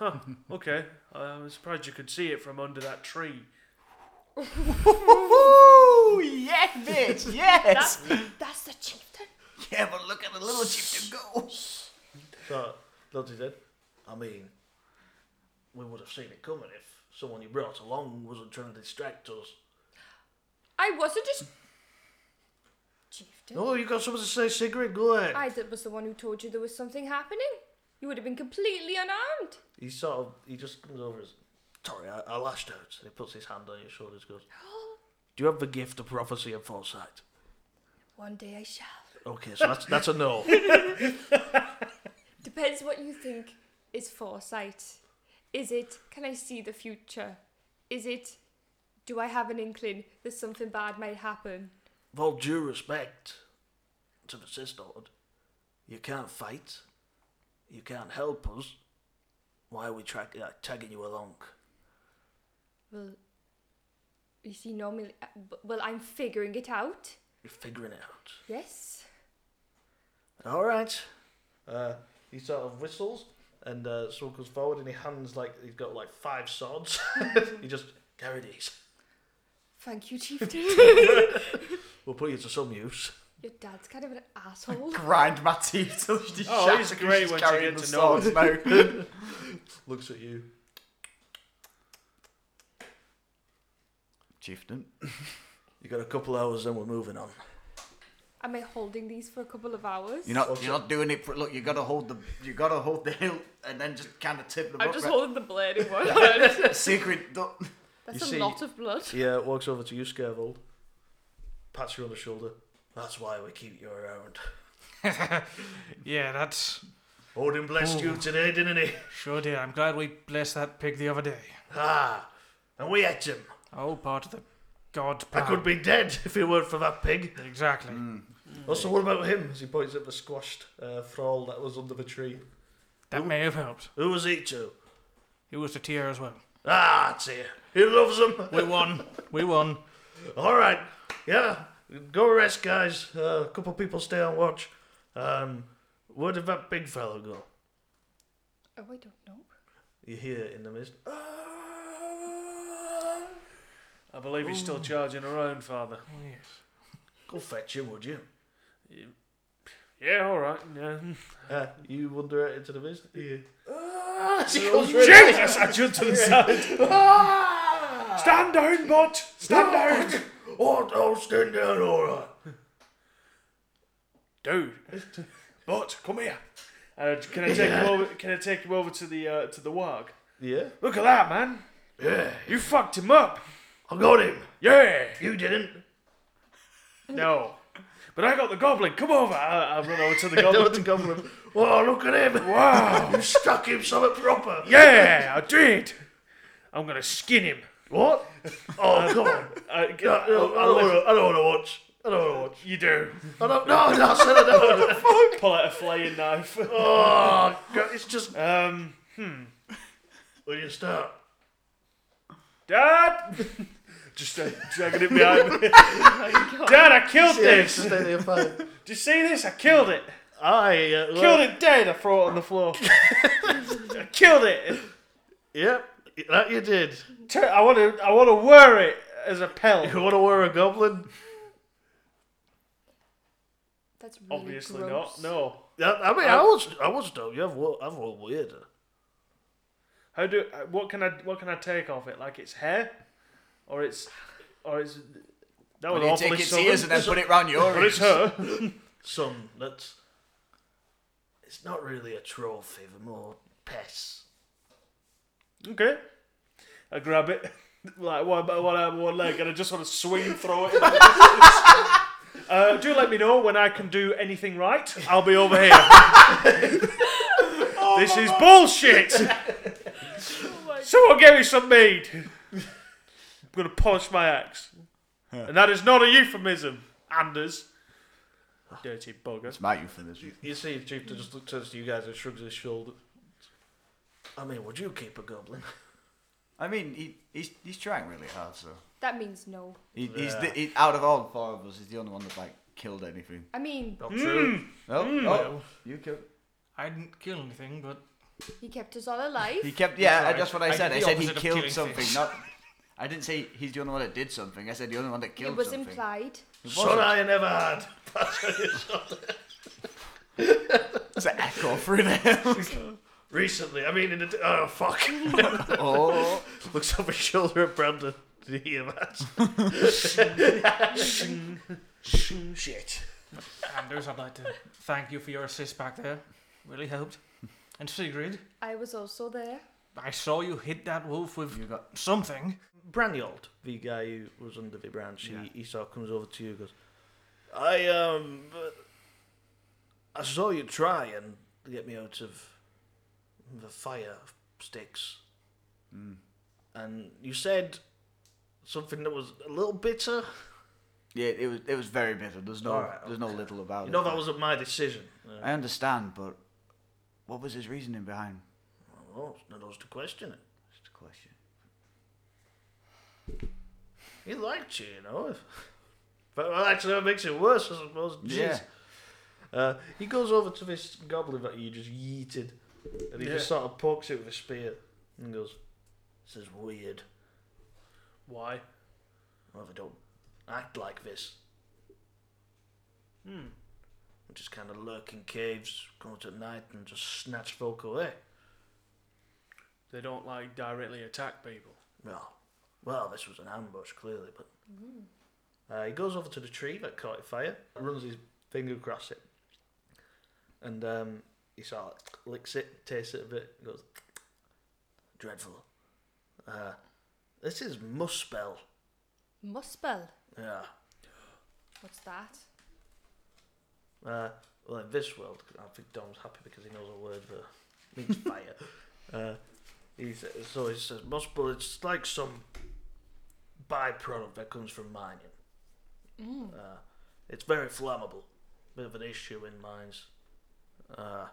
Speaker 4: Huh. Okay. I I'm surprised you could see it from under that tree.
Speaker 1: Woo! Yes, bitch. Yes.
Speaker 3: That's the chieftain.
Speaker 1: yeah, but look at the little chief to go.
Speaker 6: So, Dodgy said, I mean, we would have seen it coming if someone you brought along wasn't trying to distract us.
Speaker 3: I wasn't just chieftain.
Speaker 6: No, Oh, you got something to say, Sigrid? Go ahead.
Speaker 3: I that was the one who told you there was something happening. You would have been completely unarmed.
Speaker 6: He sort of, he just comes over as, sorry, I, I lashed out. And he puts his hand on your shoulders goes, do you have the gift of prophecy and foresight?
Speaker 3: One day I shall.
Speaker 6: Okay, so that's, that's a no.
Speaker 3: Depends what you think is foresight. Is it, can I see the future? Is it, do I have an inkling that something bad might happen?
Speaker 6: With all due respect to the sisterhood, you can't fight. You can't help us. Why are we track, uh, tagging you along?
Speaker 3: Well, you see, normally, uh, b- well, I'm figuring it out.
Speaker 6: You're figuring it out.
Speaker 3: Yes.
Speaker 6: All right. Uh, he sort of whistles and uh, circles forward and he hands like he's got like five swords. he just carry these.
Speaker 3: Thank you, chieftain.
Speaker 6: We'll put you to some use.
Speaker 3: Your dad's kind of an asshole.
Speaker 1: Grind my teeth till she
Speaker 4: Oh,
Speaker 1: shatters
Speaker 4: he's
Speaker 1: and
Speaker 4: great
Speaker 1: she's
Speaker 4: when you
Speaker 1: carrying
Speaker 4: get
Speaker 1: the
Speaker 4: to know him.
Speaker 1: swords now.
Speaker 6: Looks at you.
Speaker 1: Chieftain.
Speaker 6: You got a couple hours, then we're moving on.
Speaker 3: Am I holding these for a couple of hours?
Speaker 1: You're not, you're not doing it for look. You gotta hold the, you gotta hold the hilt, and then just kind of tip them
Speaker 7: I'm
Speaker 1: up.
Speaker 7: just
Speaker 1: right?
Speaker 7: holding the blade in one hand.
Speaker 1: Secret. Don't,
Speaker 3: That's
Speaker 6: You
Speaker 3: a
Speaker 6: see-
Speaker 3: lot of blood.
Speaker 6: Yeah, walks over to you, Skervold. Pats you on the shoulder. That's why we keep you around.
Speaker 5: Yeah, that's
Speaker 6: Odin blessed you
Speaker 5: Ooh.
Speaker 6: today, didn't he?
Speaker 5: sure did. I'm glad we blessed that pig the other day.
Speaker 6: Ah, and we ate him.
Speaker 5: Oh, part of the god
Speaker 6: I
Speaker 5: plan.
Speaker 6: could be dead if it weren't for that pig.
Speaker 5: Exactly. Mm.
Speaker 6: Also, what about him? As he points at the squashed uh, thrall that was under the tree.
Speaker 5: That may have helped.
Speaker 6: Who was he to?
Speaker 5: It was the tear as well.
Speaker 6: Ah, it's here. He loves him.
Speaker 5: We won. We won.
Speaker 6: All right. Yeah. Go rest, guys. Uh, a couple people stay on watch. Um, where did that big fellow go?
Speaker 3: Oh, I don't know.
Speaker 6: You hear in the mist. Ah,
Speaker 4: I believe he's still charging around, Father.
Speaker 6: Go fetch him, would you?
Speaker 4: Yeah, all right. Yeah.
Speaker 6: Uh, you wander out into the mist. Ah, Yeah.
Speaker 4: Jesus! I jumped to the side. Stand down, bot. Stand down,
Speaker 6: Ah! Oh, don't stand down, all right.
Speaker 4: dude.
Speaker 6: But come here.
Speaker 4: Uh, can I take him over? Can I take him over to the uh, to the warg?
Speaker 6: Yeah.
Speaker 4: Look at that, man.
Speaker 6: Yeah.
Speaker 4: You fucked him up.
Speaker 6: I got him.
Speaker 4: Yeah.
Speaker 6: You didn't.
Speaker 4: No. But I got the goblin. Come over. I, I run over to the goblin.
Speaker 6: the goblin. Oh, look at him.
Speaker 4: wow.
Speaker 6: You stuck him something proper.
Speaker 4: Yeah, I did. I'm gonna skin him.
Speaker 6: What? Oh, come on.
Speaker 4: I, I,
Speaker 6: I don't,
Speaker 4: I'll let-
Speaker 6: want to watch. I don't want to watch.
Speaker 4: you do.
Speaker 6: I don't. No, no, I said I don't. wanna-
Speaker 4: Pull out a flaying knife.
Speaker 6: Oh, God, it's just.
Speaker 4: Um,
Speaker 6: Will you start?
Speaker 4: Dad. Just uh, dragging it behind me. Dad, I killed this.
Speaker 6: stay there fine.
Speaker 4: Do you see this? I killed it.
Speaker 6: I uh,
Speaker 4: Killed it dead. I throw it on the floor. I killed it.
Speaker 6: Yep, that you did.
Speaker 4: Tur- I want to. I want to wear it as a pelt.
Speaker 6: You want to wear a goblin?
Speaker 3: That's really
Speaker 4: Obviously
Speaker 3: gross.
Speaker 4: not. No.
Speaker 6: Yeah, I mean, I was, I was though. You have, wo- I've one weirder.
Speaker 4: How do? uh, What can I? What can I take off it? Like its hair, or it's, or it's. That was
Speaker 1: when you
Speaker 4: awfully
Speaker 1: take its ears and
Speaker 4: southern.
Speaker 1: then put it round your
Speaker 4: But it's
Speaker 1: ears.
Speaker 4: her.
Speaker 6: Some that's. It's not really a trophy, but more pests.
Speaker 4: Okay. I grab it, like one by one arm, one leg, and I just want to swing throw it. uh, do let me know when I can do anything right. I'll be over here. this is bullshit.
Speaker 7: Oh
Speaker 4: Someone give me some mead. I'm gonna polish my axe, and that is not a euphemism, Anders. Dirty bugger.
Speaker 1: It's my euphemism.
Speaker 6: You see, Chieftain just looks at you guys and shrugs his shoulder. I mean, would you keep a goblin?
Speaker 1: I mean, he, he's he's trying really hard, so
Speaker 3: That means no.
Speaker 1: he, he's
Speaker 6: Yeah.
Speaker 1: the, he, out of all four of us, he's the only one that like killed anything.
Speaker 3: I mean,
Speaker 6: Not true.
Speaker 1: No, no, you killed.
Speaker 5: Mm. I didn't kill anything, but
Speaker 3: he kept us all alive.
Speaker 1: He kept. Yeah,
Speaker 5: Sorry.
Speaker 1: that's what
Speaker 5: I
Speaker 1: I
Speaker 5: did
Speaker 1: said.
Speaker 5: the
Speaker 1: I, said he
Speaker 5: opposite of
Speaker 1: killed
Speaker 5: killing
Speaker 1: something.
Speaker 5: things.
Speaker 1: Not. I didn't say he's the only one that did something. I said the only one that killed
Speaker 3: it was
Speaker 1: something.
Speaker 3: implied.
Speaker 1: It
Speaker 6: Son
Speaker 1: wasn't.
Speaker 6: I never had.
Speaker 1: It's an echo through there.
Speaker 6: Recently, I mean, in the. Oh, fuck.
Speaker 1: oh,
Speaker 6: Looks over his shoulder at Brandon. Did you hear that?
Speaker 4: Shit.
Speaker 5: Anders, I'd like to thank you for your assist back there. Really helped. And Sigrid,
Speaker 3: I was also there.
Speaker 5: I saw you hit that wolf with
Speaker 1: you got.
Speaker 5: something.
Speaker 6: Branyold, the guy who was under the branch, he, he sort of comes over to you and goes, I, um, I saw you try and get me out of the fire sticks. Hmm. And you said something that was a little bitter.
Speaker 1: Yeah, it was. It was very bitter. There's no.
Speaker 6: Alright,
Speaker 1: There's no little about
Speaker 6: You
Speaker 1: it.
Speaker 6: know, that wasn't my decision. Uh,
Speaker 1: I understand, but what was his reasoning behind?
Speaker 6: well, it's not us to question it.
Speaker 1: That's the question.
Speaker 6: He liked you, you know. But well, actually, that makes it worse, I suppose. Jeez.
Speaker 1: Yeah.
Speaker 6: Uh, he goes over to this goblin that you just yeeted, and he
Speaker 4: Yeah.
Speaker 6: just sort of pokes it with a spear and goes, "This is weird.
Speaker 4: Why?
Speaker 6: Well, if I don't act like this,
Speaker 4: Hmm.
Speaker 6: We just kind of lurk in caves, comes at night, and just snatch folk away.
Speaker 4: They don't like directly attack people.
Speaker 6: No. Well, this was an ambush, clearly, but. Uh, he goes over to the tree that caught fire, runs his finger across it, and um, he sort of licks it, tastes it a bit, and goes, dreadful. Uh, this is muspel.
Speaker 7: Muspel.
Speaker 6: Yeah.
Speaker 7: What's that?
Speaker 6: Uh, well, in this world, I think Dom's happy because he knows a word that means fire. Uh, he says, so he says, muspel, it's like some byproduct that comes from mining. Uh, it's very flammable. Bit of an issue in mines. Uh,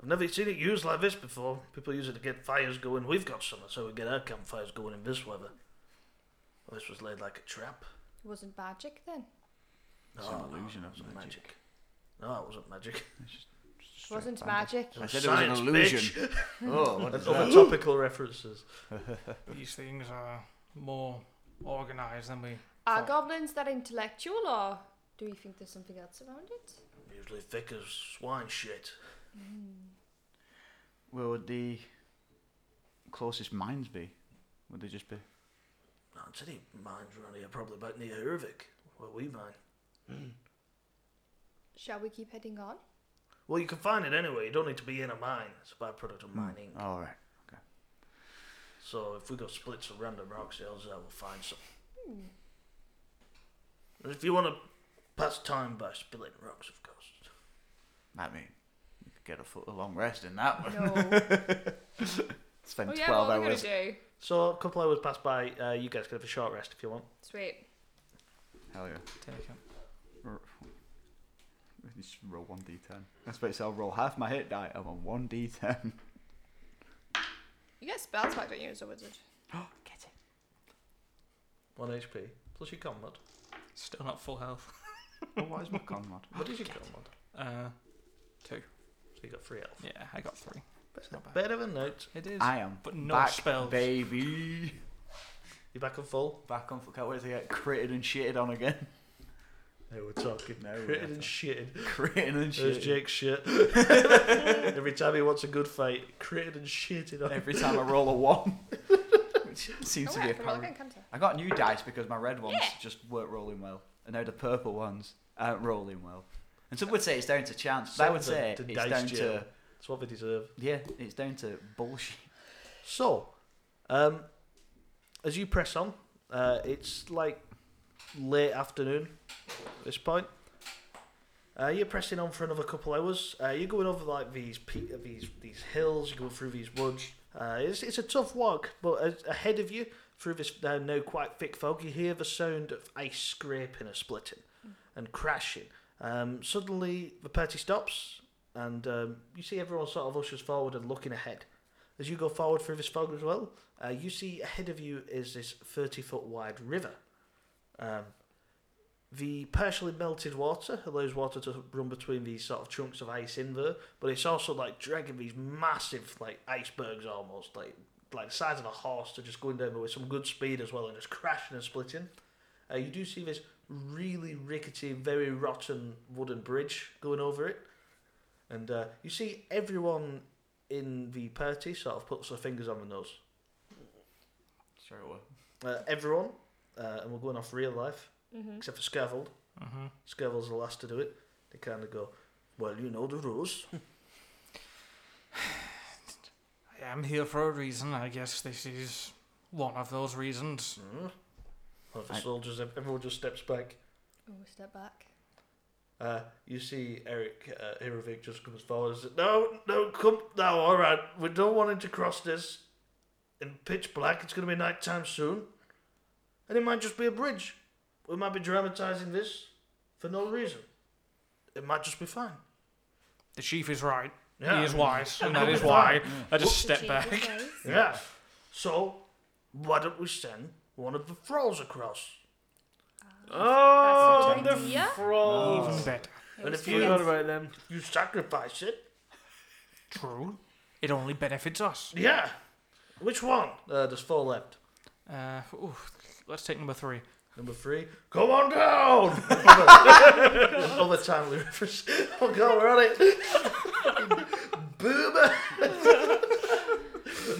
Speaker 6: I've never seen it used like this before. People use it to get fires going. We've got some, so we get our campfires going in this weather. Well, this was laid like a trap. Oh,
Speaker 7: It wasn't magic then.
Speaker 1: It's an illusion of
Speaker 6: wasn't
Speaker 1: magic.
Speaker 6: No, it wasn't magic.
Speaker 7: It wasn't magic.
Speaker 1: I said it was an
Speaker 6: Science,
Speaker 1: illusion. oh, what is
Speaker 6: That's
Speaker 1: that?
Speaker 6: other topical references.
Speaker 5: These things are more organized than we.
Speaker 7: Are
Speaker 5: thought.
Speaker 7: goblins that intellectual, or do you think there's something else around it?
Speaker 6: Usually thick as swine shit.
Speaker 1: Where would the closest mines be? Would they just be?
Speaker 6: Not any mines around here, probably back near Hervik, where we mine.
Speaker 7: Shall we keep heading on?
Speaker 6: Well, you can find it anyway. You don't need to be in a mine. It's a byproduct of mining.
Speaker 1: "Oh, All right.
Speaker 6: So if we go split some random rocks, the odds are we'll find some. And If you want to pass time by spilling rocks, of course.
Speaker 1: I mean, you could get a foot a long rest in that one.
Speaker 7: No.
Speaker 1: Spend
Speaker 7: oh yeah,
Speaker 1: twelve
Speaker 7: what are we gonna
Speaker 1: hours.
Speaker 7: do?
Speaker 6: So a couple hours pass by. Uh, you guys can have a short rest if you want.
Speaker 7: Sweet.
Speaker 1: Hell yeah.
Speaker 5: Take it.
Speaker 1: Just roll one d10. That's about to say I'll roll half my hit die. I'm on one d10.
Speaker 7: You get spells back, don't you, as a wizard?
Speaker 6: One HP plus your con mod.
Speaker 5: Still not full health.
Speaker 1: oh, what is my con mod?
Speaker 6: What is your con mod?
Speaker 5: Uh,
Speaker 6: So you got three health.
Speaker 5: yeah, I got three. It's not bad.
Speaker 6: Better than note.
Speaker 5: It is.
Speaker 1: I am
Speaker 5: But no
Speaker 1: back,
Speaker 5: spells.
Speaker 1: baby.
Speaker 6: You back on full?
Speaker 1: Back on. Can't wait to get critted and shitted on again.
Speaker 6: No, we're talking.
Speaker 1: No, we're
Speaker 6: Critted and
Speaker 1: not.
Speaker 6: shitted.
Speaker 1: critted and
Speaker 6: There's
Speaker 1: shitted.
Speaker 6: Jake's shit. Every time he wants a good fight, critted and shitted on.
Speaker 1: Every time I roll a one, which seems
Speaker 7: Oh,
Speaker 1: to
Speaker 7: yeah, I
Speaker 1: be a
Speaker 7: can roll again,
Speaker 1: pattern.
Speaker 7: can't I?
Speaker 1: I got new dice because my red ones just weren't rolling well, and now the purple ones aren't rolling well. And some would say it's down to chance, but I would
Speaker 6: Send
Speaker 1: say
Speaker 6: them to
Speaker 1: it's
Speaker 6: dice
Speaker 1: down
Speaker 6: jail.
Speaker 1: to
Speaker 6: That's what they deserve.
Speaker 1: yeah, it's down to bullshit.
Speaker 6: So, um, as you press on, uh, it's like late afternoon at this point. Uh, you're pressing on for another couple hours. Uh, you're going over like these pe- uh, these these hills. You're going through these woods. Uh, it's it's a tough walk, but a- ahead of you through this uh, now quite thick fog, you hear the sound of ice scraping and splitting and crashing. Um, suddenly, the party stops, and um, you see everyone sort of ushers forward and looking ahead. As you go forward through this fog as well, uh, you see ahead of you is this 30 foot wide river. Um, the partially melted water allows water to run between these sort of chunks of ice in there, but it's also like dragging these massive like icebergs almost, like like the size of a horse, to just going down there with some good speed as well and just crashing and splitting. Uh, you do see this really rickety, very rotten wooden bridge going over it, and uh, you see everyone in the party sort of puts their fingers on the nose.
Speaker 1: Straight away.
Speaker 6: Uh, everyone, uh, and we're going off real life,
Speaker 7: Mm-hmm.
Speaker 6: except for Scaffold.
Speaker 5: Mm-hmm.
Speaker 6: Scavel's the last to do it. They kind of go, well, you know the rules.
Speaker 5: I'm here for a reason. I guess this is one of those reasons.
Speaker 6: Mm. Well, the
Speaker 1: I-
Speaker 6: soldiers, everyone just steps back.
Speaker 7: Oh, step back.
Speaker 6: Uh, you see Eric uh, Hirovic just comes forward and says, no, no, come now, all right. We don't want him to cross this in pitch black. It's going to be night time soon. And it might just be a bridge. We might be dramatizing this for no reason. It might just be fine.
Speaker 5: The chief is right.
Speaker 6: Yeah.
Speaker 5: He is wise, and that
Speaker 6: It'll
Speaker 5: is
Speaker 6: be
Speaker 5: why
Speaker 6: fine.
Speaker 5: I just
Speaker 7: The
Speaker 5: step
Speaker 7: chief
Speaker 5: back.
Speaker 7: is wise.
Speaker 6: Yeah. So, why don't we send one of the thralls across?
Speaker 4: Oh,
Speaker 7: an
Speaker 4: the
Speaker 7: idea.
Speaker 5: Even
Speaker 4: frogs.
Speaker 5: better.
Speaker 6: And
Speaker 7: was
Speaker 6: if
Speaker 4: You
Speaker 6: you
Speaker 4: forgot about them.
Speaker 6: if you sacrifice it,
Speaker 5: True. It only benefits us.
Speaker 6: yeah. Which one? Uh, there's four left.
Speaker 5: Uh, ooh, let's take number three.
Speaker 6: Number three, come on down. Other timely reference. Oh god, we're on it. Boomer.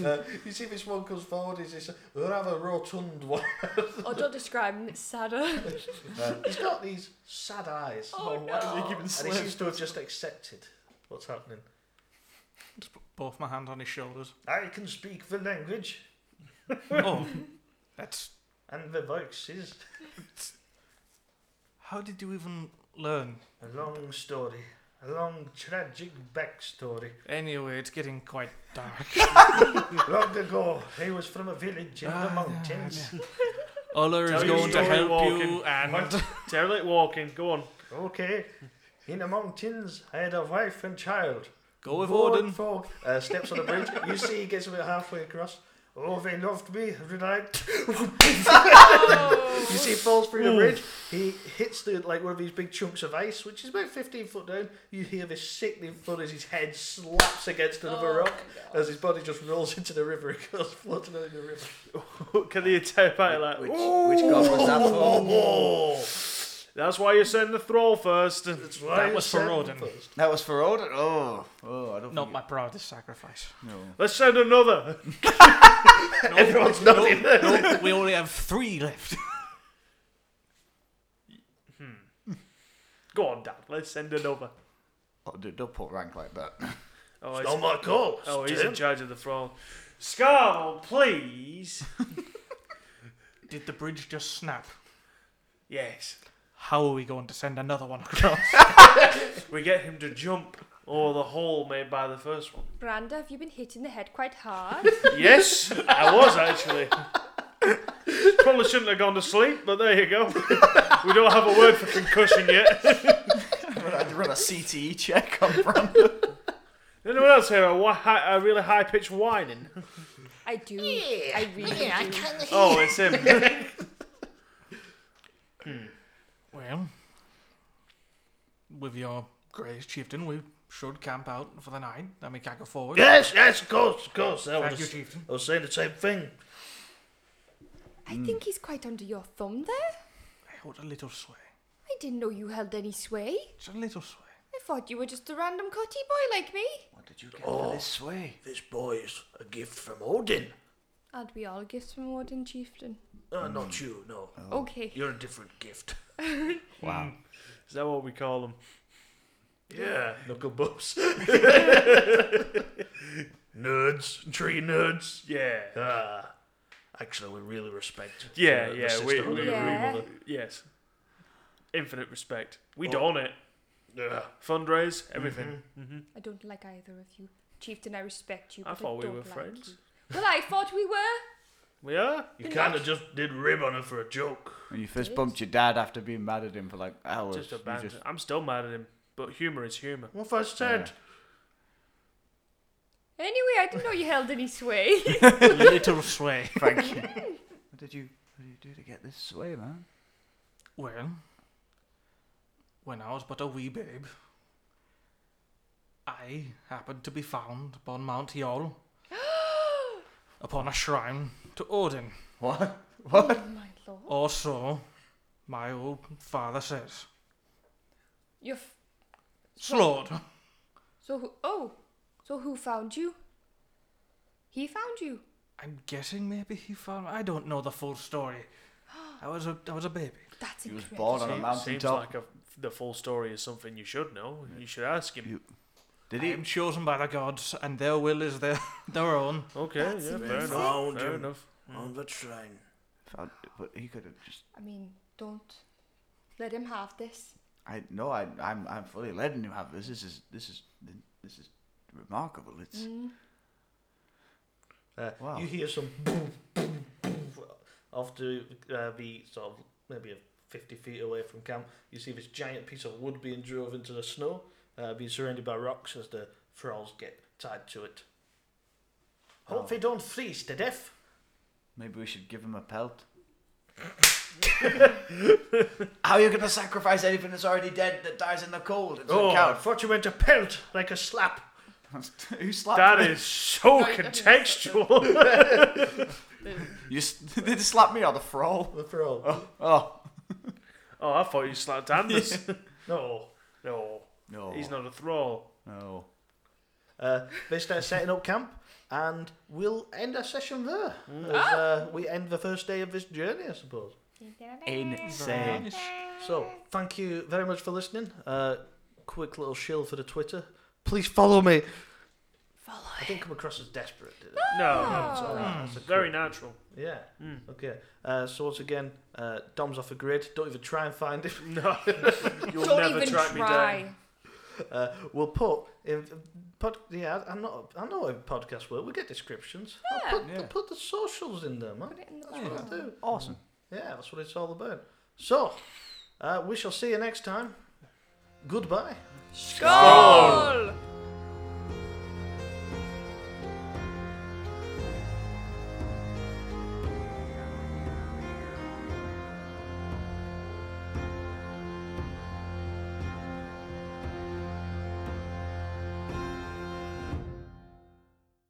Speaker 6: Uh, you see, if this one comes forward, is this? We'll have a rotund one.
Speaker 3: Oh, don't describe him. It's sadder.
Speaker 6: He's got these sad eyes,
Speaker 3: Oh,
Speaker 1: Why
Speaker 3: no.
Speaker 1: did they give him
Speaker 6: and he seems
Speaker 1: slips?
Speaker 6: to have just accepted what's happening.
Speaker 5: Just put both my hands on his shoulders.
Speaker 6: I can speak the language
Speaker 5: oh, that's.
Speaker 6: and the voices.
Speaker 5: How did you even learn?
Speaker 6: A long story, a long tragic backstory.
Speaker 5: Anyway, it's getting quite dark.
Speaker 6: Long ago, he was from a village in the
Speaker 5: Ah,
Speaker 6: mountains.
Speaker 5: Ola is
Speaker 4: Tell your
Speaker 5: going to
Speaker 4: story,
Speaker 5: help you,
Speaker 4: Walken.
Speaker 5: and
Speaker 4: Tell it walking. Go on.
Speaker 6: Okay. In the mountains, I had a wife and child.
Speaker 5: go with
Speaker 6: Bored
Speaker 5: Odin.
Speaker 6: folk, uh, steps on the bridge. You see, he gets about halfway across. Oh, they loved me, relied.
Speaker 3: Oh.
Speaker 6: You see, he falls through the bridge. He hits the like one of these big chunks of ice, which is about 15 foot down. You hear this sickening thud as his head slaps against another
Speaker 3: Oh
Speaker 6: rock
Speaker 3: my God.
Speaker 6: as his body just rolls into the river. It goes floating out in the river.
Speaker 4: Can the entire party like?
Speaker 1: Which, which god was that for?
Speaker 4: Oh, that's why you send the thrall first.
Speaker 6: That's why
Speaker 5: That
Speaker 6: I
Speaker 5: was for
Speaker 6: said
Speaker 5: Rodin.
Speaker 6: first.
Speaker 1: That was for Odin? Oh, oh, I don't
Speaker 5: Not
Speaker 1: think
Speaker 5: my proudest sacrifice.
Speaker 1: it- No.
Speaker 4: Let's send another.
Speaker 6: Everyone's nodding.
Speaker 5: Nope, we only have three left.
Speaker 4: Go on, Dad. Let's send another.
Speaker 1: Oh, dude, don't put rank like that.
Speaker 4: Oh,
Speaker 6: It's not my call.
Speaker 4: oh, he's
Speaker 6: Stan.
Speaker 4: in charge of the thrall. Scarl, please.
Speaker 5: Did the bridge just snap?
Speaker 4: yes.
Speaker 5: How are we going to send another one across?
Speaker 4: We get him to jump over the hole made by the first one.
Speaker 3: Branda, have you been hitting the head quite hard?
Speaker 4: Yes, I was actually. Probably shouldn't have gone to sleep, but there you go. We don't have a word for concussion yet.
Speaker 1: I'd run a CTE check on Brand.
Speaker 4: Anyone else hear a, whi- hi- a really high pitched whining?
Speaker 3: I do. I really do.
Speaker 4: Oh, it's him.
Speaker 5: well, with your grace, chieftain, we should camp out for the night. Then we can go forward.
Speaker 6: Yes, yes, of course, of course. I
Speaker 5: Thank you,
Speaker 6: was,
Speaker 5: chieftain.
Speaker 6: I was saying the same thing.
Speaker 3: I think
Speaker 6: Hmm.
Speaker 3: he's quite under your thumb there.
Speaker 5: I hold a little sway.
Speaker 3: I didn't know you held any sway.
Speaker 5: Just a little sway.
Speaker 3: I thought you were just a random cotty boy like me.
Speaker 1: What did you get
Speaker 6: Oh.
Speaker 1: for this way?
Speaker 6: This boy is a gift from Odin.
Speaker 3: And we all gifts from Warden Chieftain.
Speaker 6: Uh, not you, no.
Speaker 3: Okay.
Speaker 6: You're a different gift.
Speaker 1: Wow.
Speaker 4: Is that what we call him?
Speaker 6: Yeah, knuckle bumps. nerds, tree nerds.
Speaker 4: Yeah.
Speaker 6: Ah, actually, we really respect.
Speaker 4: Yeah,
Speaker 6: the- the
Speaker 4: yeah, we,
Speaker 6: sisterhood
Speaker 4: we,
Speaker 6: of the
Speaker 3: Yeah.
Speaker 4: we,
Speaker 6: mother.
Speaker 4: yes. Infinite respect. We don it.
Speaker 6: Yeah.
Speaker 4: Fundraise, everything.
Speaker 3: I don't like either of you. Chieftain, I respect you.
Speaker 4: I
Speaker 3: But I,
Speaker 4: thought we
Speaker 3: don't
Speaker 4: were
Speaker 3: like
Speaker 4: friends.
Speaker 3: you. Well, I thought we were.
Speaker 4: We are?
Speaker 6: You kind of just did rib on her for a joke.
Speaker 1: When you first bumped your dad after being mad at him for like hours.
Speaker 4: Just a
Speaker 1: you
Speaker 4: banter. I'm still mad at him, but humour is humour.
Speaker 6: What if I said?
Speaker 3: Anyway, I didn't know you held any sway.
Speaker 5: little sway.
Speaker 1: Thank you. what did you what did you do to get this sway, man?
Speaker 5: Well, when I was but a wee babe, I happened to be found upon Mount Yol, upon a shrine to Odin,
Speaker 1: What?
Speaker 3: oh my lord.
Speaker 5: or so my old father says.
Speaker 3: You're f-
Speaker 5: Slaughtered.
Speaker 3: so who- oh, so who found you? He found you.
Speaker 5: I'm guessing maybe he found. I don't know the full story. I was a I was a baby.
Speaker 3: That's
Speaker 1: He was
Speaker 3: incredible.
Speaker 1: born on a
Speaker 4: Seems-
Speaker 1: mountain
Speaker 4: Seems
Speaker 1: top.
Speaker 4: like a, the full story is something you should know. You should ask him.
Speaker 1: You- Did
Speaker 5: I
Speaker 1: he?
Speaker 5: am chosen by the gods, and their will is their their own.
Speaker 4: Okay,
Speaker 3: That's
Speaker 4: yeah, fair
Speaker 3: amazing.
Speaker 4: enough.
Speaker 6: Found
Speaker 4: Fair
Speaker 6: him.
Speaker 4: enough.
Speaker 6: On the train.
Speaker 1: Found, but he could have just.
Speaker 3: I mean, don't let him have this.
Speaker 1: I no. I I'm I'm fully letting him have this. This is this is this is remarkable. It's
Speaker 6: Uh,
Speaker 1: Wow.
Speaker 6: You hear some boom, boom, boom after uh, the sort of maybe 50 feet away from camp. You see this giant piece of wood being drove into the snow, uh, being surrounded by rocks as the thralls get tied to it. Hope
Speaker 1: Oh.
Speaker 6: they don't freeze to death.
Speaker 1: maybe we should give him a pelt. How are you going to sacrifice anything that's already dead that dies in the cold? It's
Speaker 6: Oh,
Speaker 1: a
Speaker 6: I
Speaker 1: cow.
Speaker 6: thought you meant a pelt like a slap.
Speaker 1: Who slapped
Speaker 4: That
Speaker 1: me?
Speaker 4: is so
Speaker 7: Right, okay.
Speaker 4: contextual.
Speaker 1: You s- did they slap me or the thrall?
Speaker 6: The thrall.
Speaker 1: Oh.
Speaker 4: oh, I thought you slapped Anders. No, no,
Speaker 1: No.
Speaker 4: he's not a thrall.
Speaker 1: No.
Speaker 6: Uh, they start setting up camp, and we'll end our session there. As, uh, we end the first day of this journey, I suppose.
Speaker 5: Very
Speaker 1: Insane.
Speaker 5: nice.
Speaker 6: So, thank you very much for listening. Uh, quick little shill for the Twitter. Please follow me.
Speaker 7: Follow
Speaker 6: I didn't come across as desperate, did I?
Speaker 4: No,
Speaker 3: Oh.
Speaker 6: It's all right,
Speaker 5: Mm.
Speaker 6: that's a
Speaker 4: very
Speaker 6: cool-
Speaker 4: natural.
Speaker 6: Yeah.
Speaker 4: Mm.
Speaker 6: Okay. Uh, so once again, uh, Dom's off the grid. Don't even try and find him.
Speaker 4: No, you'll
Speaker 7: Don't
Speaker 4: never
Speaker 7: even
Speaker 4: track me down.
Speaker 7: try.
Speaker 6: Uh, we'll put in pod, yeah. I'm not. I know how podcasts work. We get descriptions.
Speaker 7: Yeah.
Speaker 6: I'll put,
Speaker 1: Yeah.
Speaker 6: put the socials in there, man.
Speaker 7: Put it in the
Speaker 6: That's what I
Speaker 7: bottom.
Speaker 6: do.
Speaker 1: Awesome.
Speaker 6: Yeah, that's what it's all about. So, uh, we shall see you next time. Goodbye.
Speaker 7: Skål!